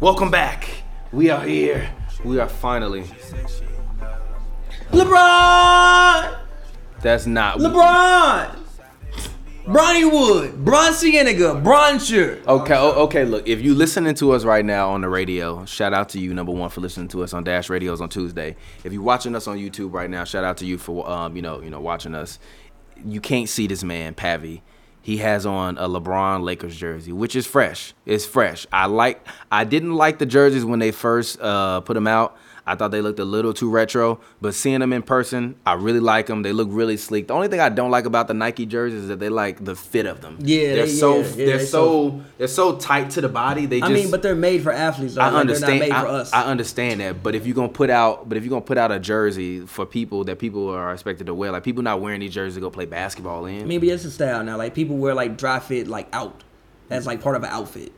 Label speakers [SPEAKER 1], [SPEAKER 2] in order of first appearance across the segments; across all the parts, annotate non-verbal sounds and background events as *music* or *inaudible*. [SPEAKER 1] Welcome back. We are here. We are finally.
[SPEAKER 2] LeBron!
[SPEAKER 1] That's not
[SPEAKER 2] LeBron! Bronny Wood, Bron Cienega, Broncher.
[SPEAKER 1] Okay, o- okay. Look, if you listening to us right now on the radio, shout out to you, number one, for listening to us on Dash Radios on Tuesday. If you watching us on YouTube right now, shout out to you for um, you know, you know, watching us. You can't see this man, Pavi. He has on a LeBron Lakers jersey, which is fresh. It's fresh. I like. I didn't like the jerseys when they first uh, put them out. I thought they looked a little too retro, but seeing them in person, I really like them. They look really sleek. The only thing I don't like about the Nike jerseys is that they like the fit of them.
[SPEAKER 2] Yeah,
[SPEAKER 1] they're
[SPEAKER 2] they-
[SPEAKER 1] so
[SPEAKER 2] yeah, yeah,
[SPEAKER 1] they're
[SPEAKER 2] they
[SPEAKER 1] so
[SPEAKER 2] so
[SPEAKER 1] they're so tight to the body. They
[SPEAKER 2] I
[SPEAKER 1] just.
[SPEAKER 2] mean, but they're made for athletes. Though.
[SPEAKER 1] I
[SPEAKER 2] Like,
[SPEAKER 1] understand.
[SPEAKER 2] They're not made
[SPEAKER 1] I,
[SPEAKER 2] for us.
[SPEAKER 1] I understand that. But if you're gonna put out, but if you're gonna put out a jersey for people that people are expected to wear, like people not wearing these jerseys to go play basketball in.
[SPEAKER 2] Maybe that's a style now. Like people wear like dry fit like out. That's like part of an outfit.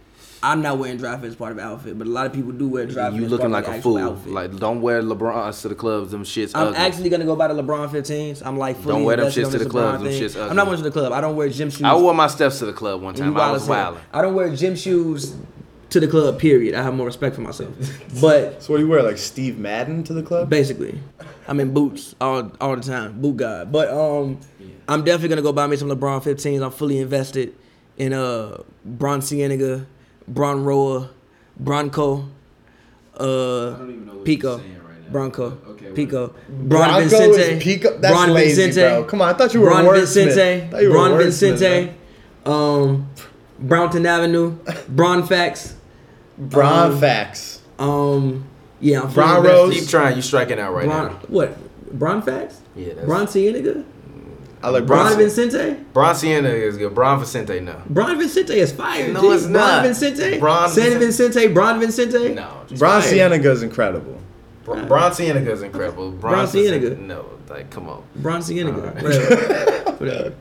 [SPEAKER 2] I'm not wearing dry fit as part of an outfit, but a lot of people do wear dry fit.
[SPEAKER 1] you
[SPEAKER 2] as
[SPEAKER 1] looking like
[SPEAKER 2] part of the
[SPEAKER 1] a
[SPEAKER 2] actual
[SPEAKER 1] fool.
[SPEAKER 2] outfit.
[SPEAKER 1] Like don't wear LeBron's to the clubs. Them shits.
[SPEAKER 2] I'm
[SPEAKER 1] ugly.
[SPEAKER 2] actually gonna go buy the LeBron 15s. I'm like fully
[SPEAKER 1] Don't wear them
[SPEAKER 2] invested
[SPEAKER 1] shits
[SPEAKER 2] on
[SPEAKER 1] to
[SPEAKER 2] this
[SPEAKER 1] the club.
[SPEAKER 2] LeBron
[SPEAKER 1] Them
[SPEAKER 2] thing.
[SPEAKER 1] shits ugly.
[SPEAKER 2] I'm not going to the club. I don't wear gym shoes.
[SPEAKER 1] I wore my steps to the club one
[SPEAKER 2] You
[SPEAKER 1] time. I
[SPEAKER 2] wild
[SPEAKER 1] was
[SPEAKER 2] as hell.
[SPEAKER 1] wilding.
[SPEAKER 2] I don't wear gym shoes to the club. Period. I have more respect for myself. But
[SPEAKER 3] So what do you wear, like Steve Madden to the club?
[SPEAKER 2] basically, I'm in boots all all the time. Boot guy. But um, I'm definitely gonna go buy me some LeBron 15s. I'm fully invested in uh Bron Cienega, Bron Roa, Bronco, uh Pico. Bronco, Pico, Bron
[SPEAKER 3] Bronco
[SPEAKER 2] Vincente,
[SPEAKER 3] is Pico? That's lazy, bro. Come on, I thought you were a
[SPEAKER 2] Bron
[SPEAKER 3] wordsmith.
[SPEAKER 2] Vincente,
[SPEAKER 3] Thought you were a
[SPEAKER 2] Bron
[SPEAKER 3] wordsmith,
[SPEAKER 2] Vincente,
[SPEAKER 3] man.
[SPEAKER 2] um, Brownton Avenue, Bronfax,
[SPEAKER 3] Bron facts.
[SPEAKER 2] um, yeah, I'm
[SPEAKER 3] Bron
[SPEAKER 2] feeling
[SPEAKER 3] Rose.
[SPEAKER 1] Keep
[SPEAKER 2] invested.
[SPEAKER 1] trying. You striking out right
[SPEAKER 2] Bron,
[SPEAKER 1] now.
[SPEAKER 2] what? Bronfax?
[SPEAKER 1] Yeah, that's-
[SPEAKER 2] Bron Cienega?
[SPEAKER 3] I like
[SPEAKER 1] Bron-
[SPEAKER 2] Bron
[SPEAKER 3] Bron.
[SPEAKER 2] Vincente?
[SPEAKER 1] Bron Sienna is good. Bron Vicente, no.
[SPEAKER 2] Bron Vincente is fire.
[SPEAKER 1] No,
[SPEAKER 2] G.
[SPEAKER 1] it's not.
[SPEAKER 2] Bron Vincente?
[SPEAKER 1] Bron
[SPEAKER 2] San
[SPEAKER 1] Vicen-
[SPEAKER 2] Vincente? Bron Vincente?
[SPEAKER 1] No. just-
[SPEAKER 3] Bron
[SPEAKER 2] Fire.
[SPEAKER 3] Cienega is incredible.
[SPEAKER 1] Bron, Bron Cienega is incredible. Bron,
[SPEAKER 2] Bron
[SPEAKER 1] Vicente-
[SPEAKER 2] Cienega.
[SPEAKER 1] No, like come on.
[SPEAKER 2] Bron Cienega. Whatever.
[SPEAKER 1] *laughs*
[SPEAKER 2] Whatever.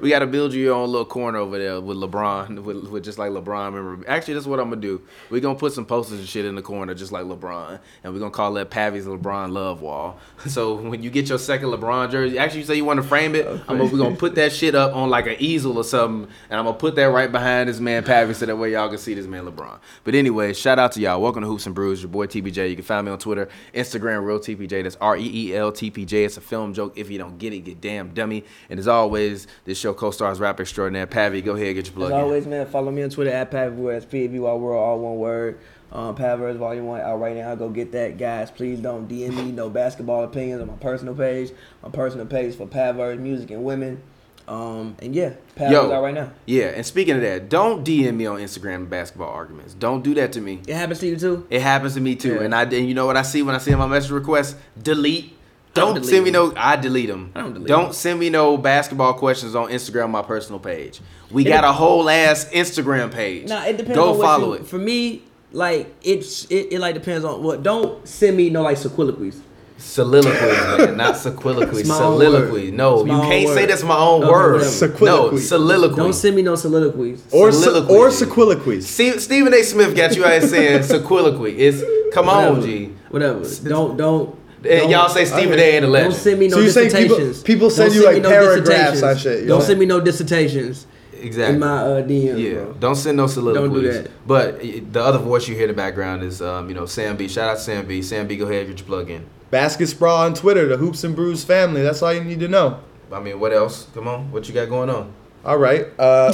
[SPEAKER 1] We got to build you your own little corner over there with LeBron, with, with just like LeBron. Remember, actually, that's what I'm gonna do. We're gonna put some posters and shit in the corner, just like LeBron, and we're gonna call that Pavi's LeBron Love Wall. *laughs* So when you get your second LeBron jersey, actually, you say you want to frame it, I'm gonna, we're gonna put that shit up on like an easel or something, Um, and I'm gonna put that right behind this man Pavi, so that way y'all can see this man LeBron. But anyway, shout out to y'all. Welcome to Hoops and Brews. Your boy TBJ. You can find me on Twitter, Instagram, real TPJ. That's R E E L T P J. It's a film joke. If you don't get it, get damn dummy. And as always, this show co-stars rap extraordinaire Pavi. Go ahead, get your plug.
[SPEAKER 2] As
[SPEAKER 1] in.
[SPEAKER 2] always, man, follow me on Twitter at PavVS, P-A-V-Y World, all one word. Um, Pavers Volume 1 out right now. Go get that, guys. Please don't DM me no basketball opinions on my personal page. My personal page for Pavers Music and Women. Um, and yeah, Pavers out right now.
[SPEAKER 1] Yeah, and speaking of that, don't DM me on Instagram basketball arguments. Don't do that to me.
[SPEAKER 2] It happens to you too?
[SPEAKER 1] It happens to me too,
[SPEAKER 2] Yeah.
[SPEAKER 1] and I and you know what I see when I see my message requests? Delete. Don't,
[SPEAKER 2] delete
[SPEAKER 1] send me
[SPEAKER 2] them.
[SPEAKER 1] no. I delete them.
[SPEAKER 2] I don't delete them.
[SPEAKER 1] send me no basketball questions on Instagram, my personal page. We got a whole ass Instagram page.
[SPEAKER 2] Nah, it depends.
[SPEAKER 1] Go
[SPEAKER 2] on what
[SPEAKER 1] follow
[SPEAKER 2] you-
[SPEAKER 1] it.
[SPEAKER 2] For me, like it's it, it like depends on what. Don't send me no like soliloquies.
[SPEAKER 1] Soliloquy, man, not soliloquy.
[SPEAKER 2] It's my own
[SPEAKER 1] soliloquy.
[SPEAKER 2] word.
[SPEAKER 1] No,
[SPEAKER 2] It's my
[SPEAKER 1] you
[SPEAKER 2] own
[SPEAKER 1] can't say
[SPEAKER 2] word.
[SPEAKER 1] that's my own
[SPEAKER 2] Okay,
[SPEAKER 1] word.
[SPEAKER 2] whatever.
[SPEAKER 1] No,
[SPEAKER 3] Soliloquy.
[SPEAKER 1] soliloquy.
[SPEAKER 2] Don't send me no soliloquies.
[SPEAKER 3] Or so,
[SPEAKER 1] Soliloquy.
[SPEAKER 3] or soliloquies.
[SPEAKER 1] See, Stephen A. Smith got you out here
[SPEAKER 2] *laughs*
[SPEAKER 1] saying soliloquy. It's come on, G.
[SPEAKER 2] Whatever. Don't don't.
[SPEAKER 1] And
[SPEAKER 2] don't-
[SPEAKER 1] y'all say Stephen A. in the
[SPEAKER 2] Don't
[SPEAKER 1] legend.
[SPEAKER 2] send me no
[SPEAKER 3] Eh, So you say people-
[SPEAKER 2] dissertations.
[SPEAKER 3] people
[SPEAKER 2] Don't
[SPEAKER 3] send you, like, paragraphs
[SPEAKER 2] dissertations.
[SPEAKER 3] on shit, you
[SPEAKER 2] Don't
[SPEAKER 3] know?
[SPEAKER 2] send me no dissertations
[SPEAKER 1] exactly.
[SPEAKER 2] in my uh, DM.
[SPEAKER 1] Yeah,
[SPEAKER 2] bro.
[SPEAKER 1] don't send no soliloquies.
[SPEAKER 2] Don't do that.
[SPEAKER 1] But uh, the other voice you hear in the background is, um, you know, Sam B. Shout out to Sam B. Sam B, go ahead, get your plug in.
[SPEAKER 3] Basket Sprawl on Twitter, the Hoops and Brews family. That's all you need to know.
[SPEAKER 1] I mean, what else? Come on, what you got going on?
[SPEAKER 3] All right.
[SPEAKER 1] *laughs*
[SPEAKER 3] Uh,
[SPEAKER 1] I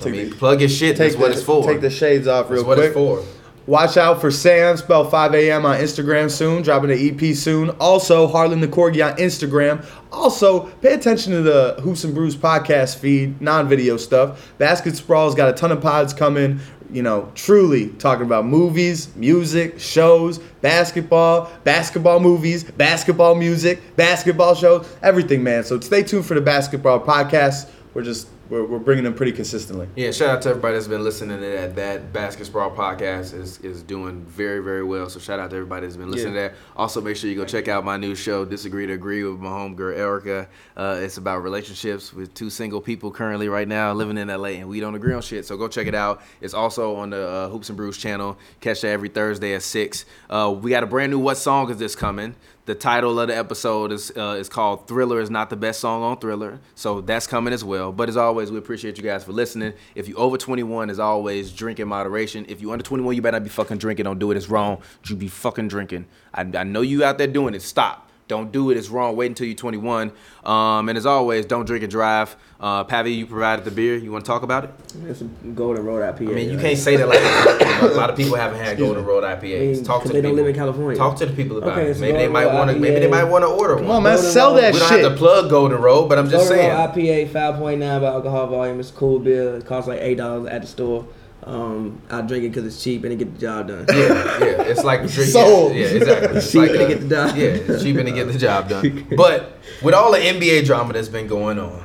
[SPEAKER 3] Take
[SPEAKER 1] mean,
[SPEAKER 3] the-
[SPEAKER 1] plug your shit. That's
[SPEAKER 3] take,
[SPEAKER 1] what
[SPEAKER 3] the,
[SPEAKER 1] it's for.
[SPEAKER 3] take the shades off real
[SPEAKER 1] That's what
[SPEAKER 3] quick.
[SPEAKER 1] it's for.
[SPEAKER 3] Watch out for Sam, spell 5 a.m. on Instagram soon, dropping an EP soon. Also, Harlan the Corgi on Instagram. Also, pay attention to the Hoops and Brews podcast feed, non video stuff. Basket Sprawl's got a ton of pods coming, you know, truly talking about movies, music, shows, basketball, basketball movies, basketball music, basketball shows, everything, man. So stay tuned for the basketball podcast. We're just, we're, we're bringing them pretty consistently.
[SPEAKER 1] Yeah, shout out to everybody that's been listening to that. That basketball podcast is is doing very very well. So shout out to everybody that's been listening to that. Also, make sure you go check out my new show, Disagree to Agree, with my homegirl Erica. Uh, it's about relationships with two single people currently right now living in LA, and we don't agree on shit. So go check it out. It's also on the uh, Hoops and Brews channel. Catch that every Thursday at six. Uh, we got a brand new What Song Is This Coming? The title of the episode is uh, is called "Thriller is not the best song on Thriller," so that's coming as well. But as always, we appreciate you guys for listening. If you over 21, as always, drink in moderation. If you under 21, you better not be fucking drinking. Don't do it. It's wrong. You be fucking drinking. I, I know you out there doing it. Stop. Don't do it. It's wrong. Wait until you're 21. Um, and as always, don't drink and drive. Uh, Pavi, you provided the beer. You want to talk about it?
[SPEAKER 2] It's a golden road IPA.
[SPEAKER 1] I mean, you can't say that like a lot of people haven't had Golden Road IPAs.
[SPEAKER 2] mean,
[SPEAKER 1] Talk
[SPEAKER 2] 'cause
[SPEAKER 1] to
[SPEAKER 2] they
[SPEAKER 1] the
[SPEAKER 2] don't
[SPEAKER 1] people.
[SPEAKER 2] live in California.
[SPEAKER 1] Talk to the people about
[SPEAKER 2] Okay,
[SPEAKER 1] it.
[SPEAKER 2] so
[SPEAKER 1] Maybe they
[SPEAKER 2] Golden
[SPEAKER 1] might
[SPEAKER 2] Road
[SPEAKER 1] want to. Maybe they
[SPEAKER 2] IPA.
[SPEAKER 1] might want to order
[SPEAKER 4] Come
[SPEAKER 1] one.
[SPEAKER 4] on, man,
[SPEAKER 2] Golden
[SPEAKER 4] sell
[SPEAKER 2] Road.
[SPEAKER 4] that
[SPEAKER 1] we don't
[SPEAKER 4] shit.
[SPEAKER 1] have to plug Golden Road, but I'm just
[SPEAKER 2] Golden
[SPEAKER 1] saying.
[SPEAKER 2] Road IPA, 5.9 by alcohol volume. It's cool beer. It costs like eight dollars at the store. Um, I drink it because it's cheap and it get the job done.
[SPEAKER 1] yeah, yeah, it's
[SPEAKER 2] *laughs*
[SPEAKER 1] like drinking.
[SPEAKER 4] Sold.
[SPEAKER 1] Yeah, exactly. It's
[SPEAKER 2] Cheap
[SPEAKER 1] like
[SPEAKER 2] and
[SPEAKER 1] uh,
[SPEAKER 2] get the job.
[SPEAKER 1] Yeah, it's cheap and to get the job
[SPEAKER 2] *laughs*
[SPEAKER 1] done. But with all the NBA drama that's been going on,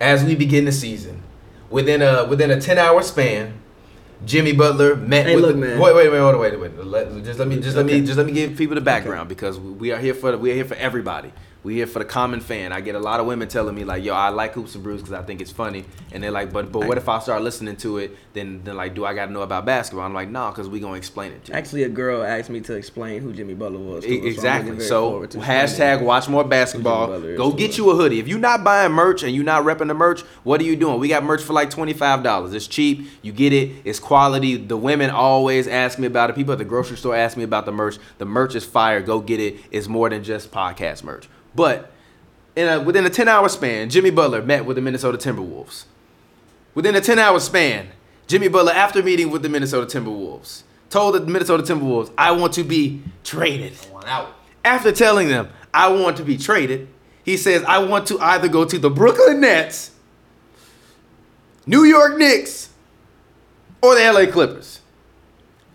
[SPEAKER 1] as we begin the season, within a within a ten hour span, Jimmy Butler met
[SPEAKER 2] Hey,
[SPEAKER 1] with.
[SPEAKER 2] look,
[SPEAKER 1] the-
[SPEAKER 2] man.
[SPEAKER 1] Wait, wait, wait, wait, wait, wait. Let, just let me, just let me,
[SPEAKER 2] Okay.
[SPEAKER 1] just let me give people the background because we are here for we are here for everybody. We here for the common fan. I get a lot of women telling me like, "Yo, I like Hoops and Brews because I think it's funny," and they're like, "But, but what if I start listening to it? Then, then like, do I got to know about basketball?" I'm like, "Nah, because we gonna explain it to you."
[SPEAKER 2] Actually, a girl asked me to explain who Jimmy Butler was. to her, so I'm looking
[SPEAKER 1] E- Exactly.
[SPEAKER 2] very
[SPEAKER 1] So
[SPEAKER 2] forward to
[SPEAKER 1] hashtag watch more basketball.
[SPEAKER 2] Butler is
[SPEAKER 1] Go
[SPEAKER 2] the
[SPEAKER 1] get
[SPEAKER 2] one.
[SPEAKER 1] you a hoodie. If you're not buying merch and you're not repping the merch, what are you doing? We got merch for like twenty five dollars. It's cheap. You get it. It's quality. The women always ask me about it. People at the grocery store ask me about the merch. The merch is fire. Go get it. It's more than just podcast merch. But in a, within a ten hour span, Jimmy Butler met with the Minnesota Timberwolves. Within a 10 hour span, Jimmy Butler, after meeting with the Minnesota Timberwolves, told the Minnesota Timberwolves, I want to be traded. After telling them, I want to be traded, he says, I want to either go to the Brooklyn Nets, New York Knicks, or the LA Clippers.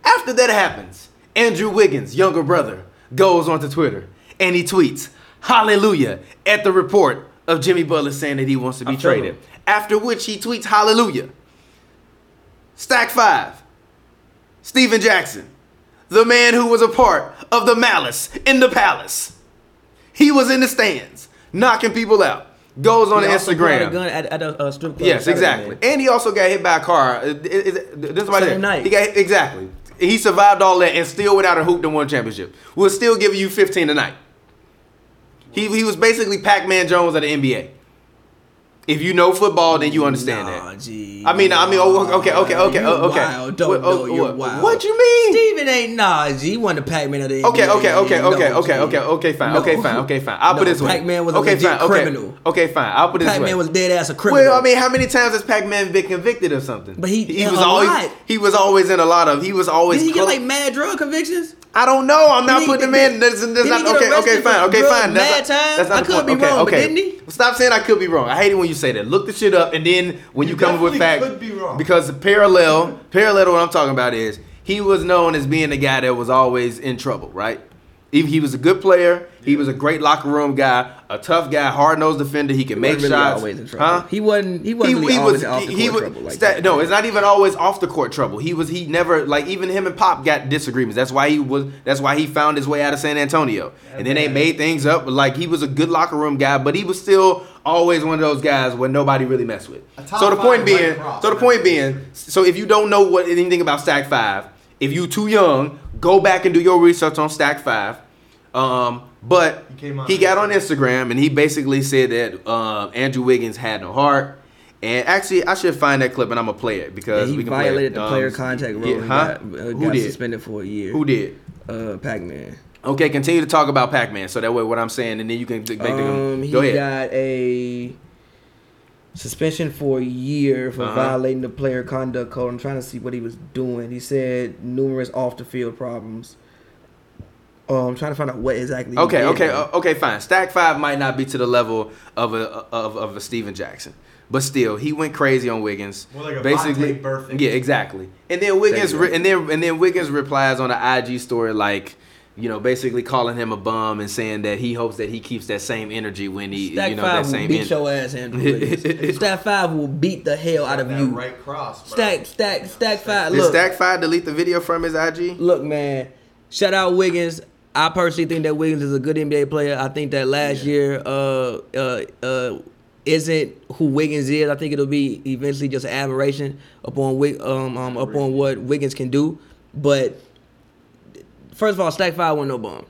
[SPEAKER 1] After that happens, Andrew Wiggins, younger brother, goes onto Twitter and he tweets, Hallelujah, at the report of Jimmy Butler saying that he wants to be
[SPEAKER 2] I feel
[SPEAKER 1] traded.
[SPEAKER 2] him.
[SPEAKER 1] After which he tweets, Hallelujah. Stack five, Steven Jackson, the man who was a part of the malice in the palace. He was in the stands, knocking people out. Goes on
[SPEAKER 2] He
[SPEAKER 1] to
[SPEAKER 2] also
[SPEAKER 1] Instagram.
[SPEAKER 2] pulled a gun at, at a, uh, strip club.
[SPEAKER 1] Yes,
[SPEAKER 2] Saturday
[SPEAKER 1] exactly.
[SPEAKER 2] night.
[SPEAKER 1] And he also got hit by a car. Uh, is- is- This is why
[SPEAKER 2] Same
[SPEAKER 1] they-
[SPEAKER 2] night.
[SPEAKER 1] He got hit- exactly. He survived all that and still without a hoop to won a championship. We'll still give you 15 tonight. He he was basically Pac-Man Jones of the NBA. If you know football, then you understand
[SPEAKER 2] Nah,
[SPEAKER 1] that.
[SPEAKER 2] gee,
[SPEAKER 1] I mean, I mean, oh, okay, okay, okay,
[SPEAKER 2] You
[SPEAKER 1] oh, okay.
[SPEAKER 2] Wild. Don't
[SPEAKER 1] What-
[SPEAKER 2] know
[SPEAKER 1] oh,
[SPEAKER 2] you're
[SPEAKER 1] what-
[SPEAKER 2] wild.
[SPEAKER 1] what you mean?
[SPEAKER 2] Steven ain't nah. G. He wasn't the Pac-Man of the
[SPEAKER 1] Okay,
[SPEAKER 2] NBA.
[SPEAKER 1] okay, okay,
[SPEAKER 2] No,
[SPEAKER 1] okay, okay,
[SPEAKER 2] G.
[SPEAKER 1] okay, okay, fine,
[SPEAKER 2] No.
[SPEAKER 1] okay, fine, okay, fine. I'll put
[SPEAKER 2] No,
[SPEAKER 1] it this way.
[SPEAKER 2] Pac-Man was a
[SPEAKER 1] okay,
[SPEAKER 2] legit
[SPEAKER 1] fine, okay.
[SPEAKER 2] criminal.
[SPEAKER 1] Okay, fine. I'll put it this way.
[SPEAKER 2] Pac-Man was dead ass a criminal.
[SPEAKER 1] Well, I mean, how many times has Pac-Man been convicted of something?
[SPEAKER 2] But he-
[SPEAKER 1] he
[SPEAKER 2] in
[SPEAKER 1] was
[SPEAKER 2] a
[SPEAKER 1] always
[SPEAKER 2] lot.
[SPEAKER 1] he was always in a lot of he was always.
[SPEAKER 2] Did he get
[SPEAKER 1] clo-
[SPEAKER 2] like mad drug convictions?
[SPEAKER 1] I don't know. I'm not
[SPEAKER 2] Did he-
[SPEAKER 1] putting him
[SPEAKER 2] did-
[SPEAKER 1] in. That's, that's
[SPEAKER 2] did he
[SPEAKER 1] not,
[SPEAKER 2] get
[SPEAKER 1] okay, okay,
[SPEAKER 2] arrested
[SPEAKER 1] fine,
[SPEAKER 2] for
[SPEAKER 1] okay,
[SPEAKER 2] drug
[SPEAKER 1] fine.
[SPEAKER 2] mad
[SPEAKER 1] That's not,
[SPEAKER 2] time?
[SPEAKER 1] that's not
[SPEAKER 2] I
[SPEAKER 1] the
[SPEAKER 2] could
[SPEAKER 1] point.
[SPEAKER 2] be
[SPEAKER 1] okay,
[SPEAKER 2] wrong, but
[SPEAKER 1] okay.
[SPEAKER 2] didn't he?
[SPEAKER 1] Stop saying I could be wrong. I hate it when you say that. Look the shit up, and then when you,
[SPEAKER 4] You
[SPEAKER 1] come up with facts,
[SPEAKER 4] definitely could be wrong.
[SPEAKER 1] because the parallel parallel to what I'm talking about is he was known as being the guy that was always in trouble, right? He, he was a good player. He was a great locker room guy, a tough guy, hard nosed defender. He could make
[SPEAKER 2] Wasn't really
[SPEAKER 1] shots.
[SPEAKER 2] always in trouble.
[SPEAKER 1] huh?
[SPEAKER 2] He wasn't. He wasn't really always off the
[SPEAKER 1] he
[SPEAKER 2] court
[SPEAKER 1] was-
[SPEAKER 2] trouble like
[SPEAKER 1] sta-
[SPEAKER 2] that.
[SPEAKER 1] no, it's not even always off the court trouble. He was he never like even him and Pop got disagreements. That's why he was that's why he found his way out of San Antonio. And then they made things up but, like he was a good locker room guy, but he was still always one of those guys where nobody really messed with.
[SPEAKER 3] A top
[SPEAKER 1] So the point
[SPEAKER 3] five
[SPEAKER 1] being,
[SPEAKER 3] white prop.
[SPEAKER 1] so the point being, so if you don't know what anything about Stack 5, if you too young, go back and do your research on Stack 5. Um but
[SPEAKER 3] He came on
[SPEAKER 1] he got on
[SPEAKER 3] Instagram.
[SPEAKER 1] Instagram. Instagram, and he basically said that um, Andrew Wiggins had no heart. And actually, I should find that clip and I'm gonna play it because
[SPEAKER 2] he
[SPEAKER 1] we can
[SPEAKER 2] violated
[SPEAKER 1] play
[SPEAKER 2] the
[SPEAKER 1] it.
[SPEAKER 2] player
[SPEAKER 1] Um,
[SPEAKER 2] contact rule.
[SPEAKER 1] yeah,
[SPEAKER 2] and
[SPEAKER 1] huh?
[SPEAKER 2] Got, uh,
[SPEAKER 1] Who
[SPEAKER 2] got
[SPEAKER 1] did?
[SPEAKER 2] suspended for a year.
[SPEAKER 1] Who did?
[SPEAKER 2] Uh, Pac-Man.
[SPEAKER 1] Okay, continue to talk about Pac-Man. So that way, what I'm saying, and then you can d- make the
[SPEAKER 2] Um, he
[SPEAKER 1] go ahead.
[SPEAKER 2] got a suspension for a year for
[SPEAKER 1] Uh-huh.
[SPEAKER 2] violating the player conduct code. I'm trying to see what he was doing. He said numerous off the field problems. Oh, I'm trying to find out what exactly. he
[SPEAKER 1] Okay,
[SPEAKER 2] did,
[SPEAKER 1] okay,
[SPEAKER 2] though.
[SPEAKER 1] uh, okay, fine. Stack five might not be to the level of a of, of a Steven Jackson, but still, he went crazy on Wiggins.
[SPEAKER 3] More like a Vontae Burfict.
[SPEAKER 1] yeah, exactly. And then Wiggins,
[SPEAKER 2] Thank you.
[SPEAKER 1] re- and then and then Wiggins replies on the IG story like. You know, basically calling him a bum and saying that he hopes that he keeps that same energy when he,
[SPEAKER 2] Stack
[SPEAKER 1] you know, that
[SPEAKER 2] five will
[SPEAKER 1] same
[SPEAKER 2] beat
[SPEAKER 1] en-
[SPEAKER 2] your ass, Andrew.
[SPEAKER 1] *laughs*
[SPEAKER 2] Wiggins. stack five will beat the hell out of
[SPEAKER 3] that
[SPEAKER 2] you.
[SPEAKER 3] right cross, bro.
[SPEAKER 2] Stack, stack, stack five.
[SPEAKER 1] Did
[SPEAKER 2] Look,
[SPEAKER 1] Stack Five delete the video from his IG?
[SPEAKER 2] look, man. Shout out Wiggins. I personally think that Wiggins is a good NBA player. I think that last year uh, uh, uh, isn't who Wiggins is. I think it'll be eventually just admiration upon Wig- um, um, upon what Wiggins can do. But first of all, Stack Five wasn't no bum.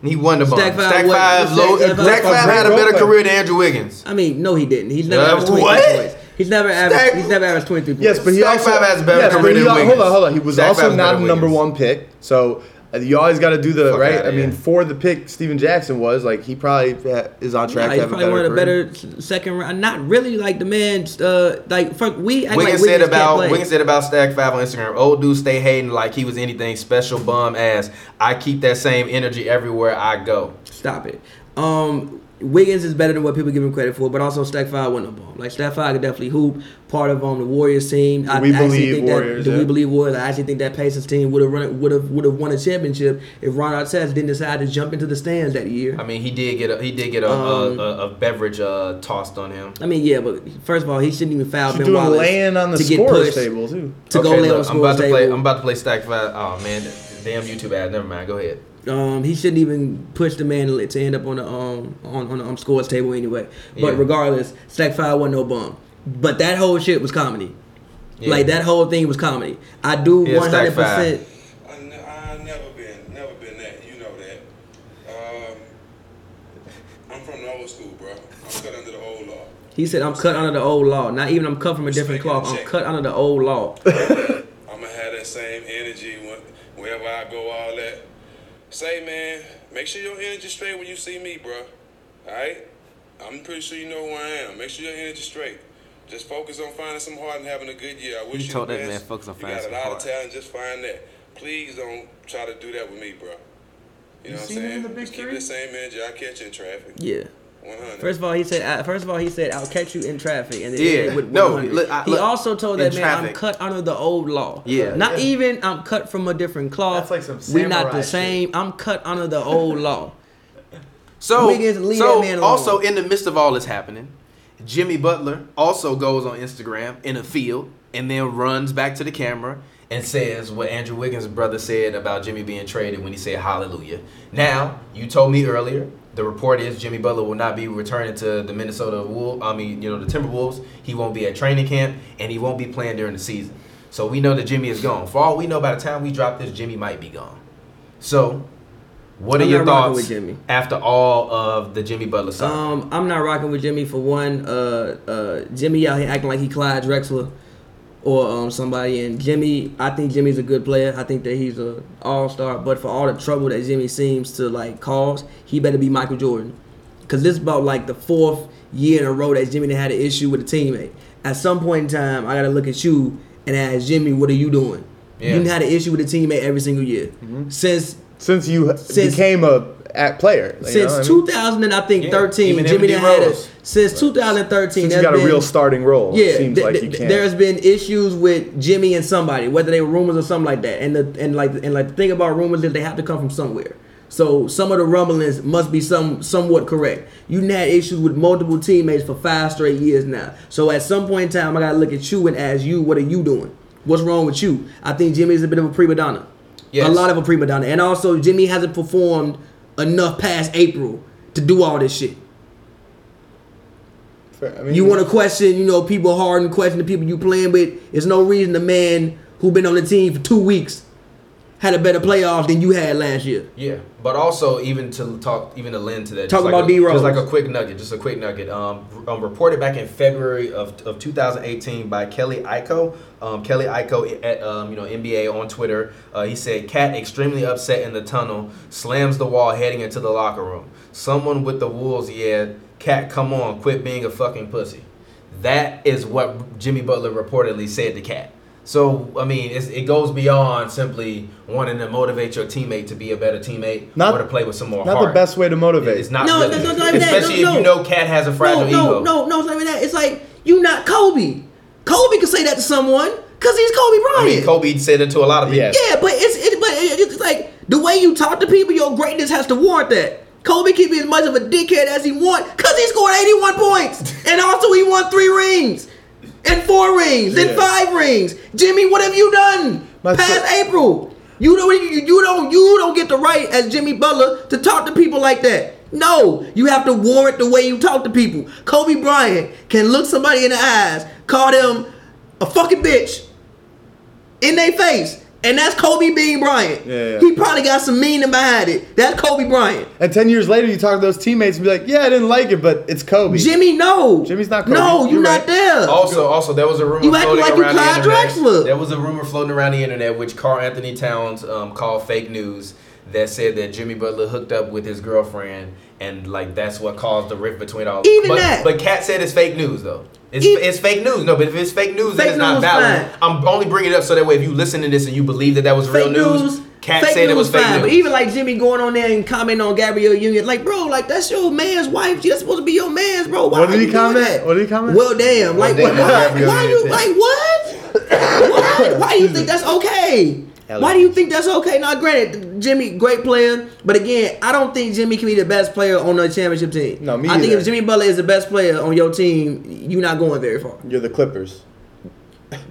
[SPEAKER 1] and he won the ball.
[SPEAKER 2] Stack
[SPEAKER 1] Stack
[SPEAKER 2] five
[SPEAKER 1] five,
[SPEAKER 2] what-
[SPEAKER 1] low,
[SPEAKER 2] Stack
[SPEAKER 1] Stack
[SPEAKER 2] five-
[SPEAKER 1] five, had a better career than Andrew Wiggins.
[SPEAKER 2] I mean, no, he didn't. He's never
[SPEAKER 1] Uh,
[SPEAKER 2] averaged 23
[SPEAKER 1] what?
[SPEAKER 2] points. He's never averaged.
[SPEAKER 1] Stack-
[SPEAKER 2] He's never averaged 23 points.
[SPEAKER 3] Yes, but he
[SPEAKER 1] Stack
[SPEAKER 3] also
[SPEAKER 1] five has better
[SPEAKER 3] yes, but
[SPEAKER 1] career
[SPEAKER 3] he,
[SPEAKER 1] than
[SPEAKER 3] al- Hold
[SPEAKER 1] Wiggins.
[SPEAKER 3] on, hold on. He was
[SPEAKER 1] Stack
[SPEAKER 3] also
[SPEAKER 1] five's
[SPEAKER 3] not
[SPEAKER 1] better
[SPEAKER 3] a
[SPEAKER 1] than
[SPEAKER 3] number
[SPEAKER 1] Wiggins.
[SPEAKER 3] one pick, so uh, you always got to do the
[SPEAKER 1] Fuck
[SPEAKER 3] right.
[SPEAKER 1] outta
[SPEAKER 3] I
[SPEAKER 1] here.
[SPEAKER 3] mean, for the pick, Steven Jackson was like he probably ha- is on track
[SPEAKER 2] Nah,
[SPEAKER 3] to
[SPEAKER 2] he's
[SPEAKER 3] have a
[SPEAKER 2] probably
[SPEAKER 3] better
[SPEAKER 2] one of the
[SPEAKER 3] career.
[SPEAKER 2] better s- second round. Not really like the man. Uh, like fuck, we act
[SPEAKER 1] Wiggins said
[SPEAKER 2] like Wiggins can't
[SPEAKER 1] about
[SPEAKER 2] play.
[SPEAKER 1] Wiggins said about Stack Five on Instagram. Old dude stay hating like he was anything special, bum ass. I keep that same energy everywhere I go.
[SPEAKER 2] Stop it. Um, Wiggins is better than what people give him credit for, but also Stack Five went up on. him. Like Stack Five could definitely hoop. Part of um the Warriors team. I
[SPEAKER 3] We
[SPEAKER 2] actually
[SPEAKER 3] believe
[SPEAKER 2] think
[SPEAKER 3] Warriors,
[SPEAKER 2] That, do
[SPEAKER 3] yeah.
[SPEAKER 2] we believe Warriors? I actually think that Pacers team would have run would have would have won a championship if Ron Artest didn't decide to jump into the stands that year.
[SPEAKER 1] I mean, he did get a he did get a,
[SPEAKER 2] Um,
[SPEAKER 1] a, a, a beverage uh, tossed on him.
[SPEAKER 2] I mean, yeah, but first of all, he shouldn't even foul
[SPEAKER 3] She's
[SPEAKER 2] Ben
[SPEAKER 3] doing
[SPEAKER 2] Wallace
[SPEAKER 3] laying on the
[SPEAKER 2] to get
[SPEAKER 3] scorer's
[SPEAKER 2] pushed
[SPEAKER 3] table too.
[SPEAKER 2] to go
[SPEAKER 1] Okay,
[SPEAKER 2] lay on the
[SPEAKER 1] look, I'm about
[SPEAKER 2] scorer's
[SPEAKER 1] to play.
[SPEAKER 2] table.
[SPEAKER 1] I'm about to play Stack Five. Oh man, damn YouTube ad. Never mind. Go ahead.
[SPEAKER 2] Um, he shouldn't even push the man to to end up on the um on on the um, scores table anyway. But
[SPEAKER 1] Yeah.
[SPEAKER 2] regardless, Stack Five wasn't no bum. But that whole shit was comedy.
[SPEAKER 1] Yeah.
[SPEAKER 2] Like that whole thing was comedy. I do
[SPEAKER 1] Yeah,
[SPEAKER 2] one
[SPEAKER 1] Stack
[SPEAKER 2] hundred
[SPEAKER 1] Five.
[SPEAKER 2] percent.
[SPEAKER 5] I ne- I never been, never been that. You know that. Um, I'm from the old school, bro. I'm cut under the old law.
[SPEAKER 2] He said, "I'm cut under the old law. Not even I'm cut from a different
[SPEAKER 5] Stack and
[SPEAKER 2] cloth. I'm
[SPEAKER 5] check.
[SPEAKER 2] cut under the old law." *laughs*
[SPEAKER 5] I'ma have that same energy when, wherever I go. All that. Say, man, make sure your energy straight when you see me, bro. All right. I'm pretty sure you know who I am. Make sure your energy straight. Just focus on finding some heart and having a good year. I wish you,
[SPEAKER 1] told
[SPEAKER 5] the
[SPEAKER 1] that
[SPEAKER 5] best.
[SPEAKER 1] man, focus on
[SPEAKER 5] You
[SPEAKER 1] finding
[SPEAKER 5] got
[SPEAKER 1] some
[SPEAKER 5] a lot
[SPEAKER 1] heart.
[SPEAKER 5] of talent. Just find that. Please don't try to do that with me, bro. You, know what I'm
[SPEAKER 3] seen it
[SPEAKER 5] saying?
[SPEAKER 3] in the big
[SPEAKER 5] Just keep
[SPEAKER 3] three?
[SPEAKER 5] the same energy. I catch you in traffic.
[SPEAKER 2] yeah.
[SPEAKER 5] 100.
[SPEAKER 2] First of all, he said. I- First of all, he said, "I'll catch you in traffic." And then
[SPEAKER 1] Yeah.
[SPEAKER 2] ended with
[SPEAKER 1] No,
[SPEAKER 2] 100.
[SPEAKER 1] look, I-
[SPEAKER 2] he
[SPEAKER 1] look,
[SPEAKER 2] also told that
[SPEAKER 1] in
[SPEAKER 2] man, "I'm
[SPEAKER 1] traffic.
[SPEAKER 2] cut under the old law."
[SPEAKER 1] Yeah.
[SPEAKER 2] Not
[SPEAKER 3] Yeah.
[SPEAKER 2] even I'm cut from a different cloth.
[SPEAKER 3] That's like some
[SPEAKER 2] We're not
[SPEAKER 3] samurai
[SPEAKER 2] the
[SPEAKER 3] shit.
[SPEAKER 2] same. I'm cut under the old law.
[SPEAKER 1] So,
[SPEAKER 2] Wiggins, leave that man
[SPEAKER 1] so
[SPEAKER 2] alone.
[SPEAKER 1] also in the midst of all this happening, Jimmy Butler also goes on Instagram in a field and then runs back to the camera and says what Andrew Wiggins' brother said about Jimmy being traded when he said hallelujah. Now, you told me earlier, the report is Jimmy Butler will not be returning to the Minnesota Wolves, I mean, you know, the Timberwolves. He won't be at training camp and he won't be playing during the season. So we know that Jimmy is gone. For all we know, by the time we drop this, Jimmy might be gone. So, what are
[SPEAKER 2] I'm
[SPEAKER 1] your
[SPEAKER 2] not rocking
[SPEAKER 1] thoughts
[SPEAKER 2] with Jimmy.
[SPEAKER 1] after all of the Jimmy Butler saga?
[SPEAKER 2] Um, I'm not rocking with Jimmy for one. Uh, uh, Jimmy out here acting like he Clyde Drexler or um somebody. And Jimmy, I think Jimmy's a good player. I think that he's a all star. But for all the trouble that Jimmy seems to like cause, he better be Michael Jordan. Cause this is about like the fourth year in a row that Jimmy done had an issue with a teammate. At some point in time, I gotta look at you and ask Jimmy, what are you doing?
[SPEAKER 1] Yeah.
[SPEAKER 2] You done had an issue with a teammate every single year since
[SPEAKER 3] Since you
[SPEAKER 2] Since-
[SPEAKER 3] became a at player you know
[SPEAKER 2] since
[SPEAKER 3] what I mean?
[SPEAKER 2] 2000 and I think
[SPEAKER 1] Yeah,
[SPEAKER 2] 13,
[SPEAKER 1] even M&D
[SPEAKER 2] Jimmy done had a,
[SPEAKER 1] Rose.
[SPEAKER 2] since 2013.
[SPEAKER 3] since you
[SPEAKER 2] there's
[SPEAKER 3] got a
[SPEAKER 2] been-
[SPEAKER 3] real starting role,
[SPEAKER 2] Yeah,
[SPEAKER 3] it seems
[SPEAKER 2] th-
[SPEAKER 3] like
[SPEAKER 2] th-
[SPEAKER 3] you
[SPEAKER 2] th-
[SPEAKER 3] can.
[SPEAKER 2] there's been issues with Jimmy and somebody, whether they were rumors or something like that. And the and like and like the thing about rumors is they have to come from somewhere. So some of the rumblings must be some somewhat correct. You done had issues with multiple teammates for five straight years now. So at some point in time, I gotta look at you and ask you, what are you doing? What's wrong with you? I think Jimmy is a bit of a prima donna.
[SPEAKER 1] Yes.
[SPEAKER 2] A lot of a prima donna, and also Jimmy hasn't performed enough past April to do all this shit.
[SPEAKER 3] Fair. I mean,
[SPEAKER 2] You want to question, you know, people hard and question the people you playing with. There's no reason the man who been on the team for two weeks had a better playoff than you had last year.
[SPEAKER 1] yeah, but also even to talk, even to lend to that.
[SPEAKER 2] Talk
[SPEAKER 1] just like
[SPEAKER 2] about
[SPEAKER 1] a-
[SPEAKER 2] D-Rose.
[SPEAKER 1] Just like a quick nugget, just a quick nugget. Um, um, reported back in February of, of 2018 by Kelly Ico. Um, Kelly Ico at um, you know NBA on Twitter. Uh, he said, "Cat extremely upset in the tunnel, slams the wall heading into the locker room. Someone with the wolves, yeah. Cat, come on, quit being a fucking pussy." That is what Jimmy Butler reportedly said to Cat. So I mean, it's, it goes beyond simply wanting to motivate your teammate to be a better teammate
[SPEAKER 3] Not-
[SPEAKER 1] or to play with some more
[SPEAKER 3] not
[SPEAKER 1] heart.
[SPEAKER 3] the best way to motivate.
[SPEAKER 1] It's not
[SPEAKER 2] No,
[SPEAKER 1] really.
[SPEAKER 2] no, no, not even that.
[SPEAKER 1] Especially
[SPEAKER 2] No,
[SPEAKER 1] if you
[SPEAKER 2] no.
[SPEAKER 1] know Cat has a
[SPEAKER 2] No,
[SPEAKER 1] fragile
[SPEAKER 2] no,
[SPEAKER 1] ego.
[SPEAKER 2] no, no, it's not like that. It's like you not Kobe. Kobe can say that to someone because he's Kobe
[SPEAKER 1] I
[SPEAKER 2] Bryant.
[SPEAKER 1] mean, Kobe said it to a lot of people.
[SPEAKER 3] Yes.
[SPEAKER 2] Yeah, but it's it, but it- it's like the way you talk to people, your greatness has to warrant that. Kobe can be as much of a dickhead as he want because he scored 81 points. And also he won three rings. And four rings. And
[SPEAKER 3] Yeah.
[SPEAKER 2] five rings. Jimmy, what have you done?
[SPEAKER 3] My
[SPEAKER 2] Past
[SPEAKER 3] so-
[SPEAKER 2] April. You don't you, you don't you don't get the right as Jimmy Butler to talk to people like that. No, you have to warrant the way you talk to people. Kobe Bryant can look somebody in the eyes, call them a fucking bitch, in their face And that's Kobe being Bryant.
[SPEAKER 3] Yeah, yeah.
[SPEAKER 2] He probably got some meaning behind it. That's Kobe Bryant.
[SPEAKER 3] And ten years later, you talk to those teammates and be like, "Yeah, I didn't like it, but it's Kobe."
[SPEAKER 2] Jimmy, no.
[SPEAKER 3] Jimmy's not Kobe.
[SPEAKER 2] No, you're,
[SPEAKER 3] You're
[SPEAKER 2] not
[SPEAKER 3] right.
[SPEAKER 2] there.
[SPEAKER 1] Also, also, there was a rumor
[SPEAKER 2] You acting
[SPEAKER 1] floating
[SPEAKER 2] like you
[SPEAKER 1] around the
[SPEAKER 2] Clyde
[SPEAKER 1] internet.
[SPEAKER 2] Drexler.
[SPEAKER 1] There was a rumor floating around the internet, which Carl Anthony Towns um, called fake news, that said that Jimmy Butler hooked up with his girlfriend, and like that's what caused the rift between all.
[SPEAKER 2] Even
[SPEAKER 1] but,
[SPEAKER 2] that.
[SPEAKER 1] But Kat said it's fake news though. It's,
[SPEAKER 2] E-
[SPEAKER 1] it's fake news. No, but if it's fake news, then
[SPEAKER 2] Fake
[SPEAKER 1] it's not
[SPEAKER 2] news
[SPEAKER 1] valid.
[SPEAKER 2] fine.
[SPEAKER 1] I'm only bringing it up so that way if you listen to this and you believe that that was real
[SPEAKER 2] Fake
[SPEAKER 1] news, Kat
[SPEAKER 2] fake
[SPEAKER 1] said
[SPEAKER 2] news
[SPEAKER 1] it was fake
[SPEAKER 2] fine,
[SPEAKER 1] news.
[SPEAKER 2] But even like Jimmy going on there and commenting on Gabrielle Union, like bro, like that's your man's wife. She- That's supposed to be your man's, bro. Why
[SPEAKER 3] What did
[SPEAKER 2] are
[SPEAKER 3] he
[SPEAKER 2] you doing
[SPEAKER 3] comment?
[SPEAKER 2] that?
[SPEAKER 3] What did he comment?
[SPEAKER 2] Well, damn, like
[SPEAKER 1] damn,
[SPEAKER 2] why, why,
[SPEAKER 1] Gabrielle
[SPEAKER 2] why you
[SPEAKER 1] Union.
[SPEAKER 2] like what?
[SPEAKER 3] *laughs*
[SPEAKER 2] what? Why do you think that's okay? Why do you think that's okay? Now, granted, Jimmy, great player, but again, I don't think Jimmy can be the best player on a championship team.
[SPEAKER 3] No, me
[SPEAKER 2] I think
[SPEAKER 3] either.
[SPEAKER 2] if Jimmy Butler is the best player on your team, you're not going very far.
[SPEAKER 3] You're the Clippers.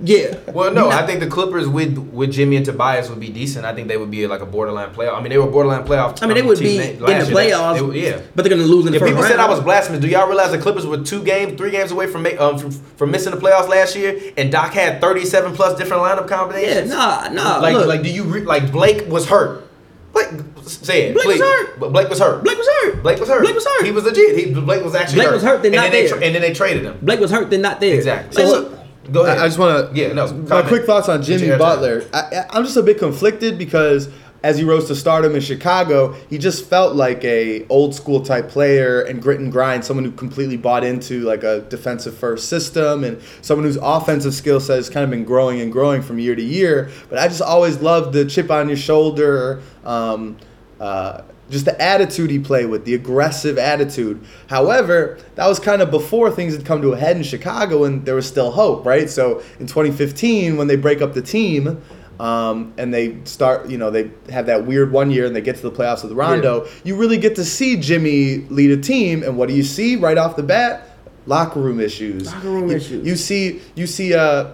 [SPEAKER 2] Yeah.
[SPEAKER 1] Well, no, I think the Clippers with with Jimmy and Tobias would be decent. I think they would be like a borderline playoff. I mean, they were borderline playoff.
[SPEAKER 2] I mean, they
[SPEAKER 1] um,
[SPEAKER 2] would
[SPEAKER 1] team
[SPEAKER 2] be
[SPEAKER 1] la-
[SPEAKER 2] in the
[SPEAKER 1] last year. They-
[SPEAKER 2] playoffs,
[SPEAKER 1] they were- yeah.
[SPEAKER 2] but they're gonna lose in the
[SPEAKER 1] If
[SPEAKER 2] first
[SPEAKER 1] people
[SPEAKER 2] round.
[SPEAKER 1] said I was blasphemous, do y'all realize the Clippers were two games, three games away from ma- um, from, from missing the playoffs last year, and Doc had thirty-seven plus different lineup
[SPEAKER 2] Yeah,
[SPEAKER 1] combinations.
[SPEAKER 2] nah, nah.
[SPEAKER 1] like,
[SPEAKER 2] look,
[SPEAKER 1] like, do you re- like Blake was hurt? Blake, say it.
[SPEAKER 2] Blake was
[SPEAKER 1] please.
[SPEAKER 2] hurt.
[SPEAKER 1] But Blake was hurt.
[SPEAKER 2] Blake was hurt.
[SPEAKER 1] Blake was hurt.
[SPEAKER 2] Blake was hurt.
[SPEAKER 1] He was legit. He, Blake was actually
[SPEAKER 2] Blake
[SPEAKER 1] hurt.
[SPEAKER 2] was hurt, then
[SPEAKER 1] and
[SPEAKER 2] not
[SPEAKER 1] then they
[SPEAKER 2] there.
[SPEAKER 1] tra- and then they traded him.
[SPEAKER 2] Blake was hurt, then not there.
[SPEAKER 1] Exactly.
[SPEAKER 2] Like,
[SPEAKER 1] So,
[SPEAKER 2] look,
[SPEAKER 1] go
[SPEAKER 3] I-
[SPEAKER 1] ahead.
[SPEAKER 3] I just wanna-
[SPEAKER 1] Yeah, no.
[SPEAKER 3] My
[SPEAKER 1] comment.
[SPEAKER 3] quick thoughts on
[SPEAKER 1] Did you
[SPEAKER 3] Jimmy
[SPEAKER 1] have time?
[SPEAKER 3] Butler. I, I- I'm just a bit conflicted because as he rose to stardom in Chicago, he just felt like a old school type player and grit and grind, someone who completely bought into like a defensive first system and someone whose offensive skill set has kind of been growing and growing from year to year. But I just always loved the chip on your shoulder. Um, uh, just the attitude he played with, the aggressive attitude. However, that was kind of before things had come to a head in Chicago and there was still hope, right? So in 2015, when they break up the team um, and they start, you know, they have that weird one year and they get to the playoffs with Rondo, you really get to see Jimmy lead a team. And what do you see right off the bat? Locker room issues.
[SPEAKER 2] Locker room
[SPEAKER 3] You-
[SPEAKER 2] issues.
[SPEAKER 3] You see, you see, uh,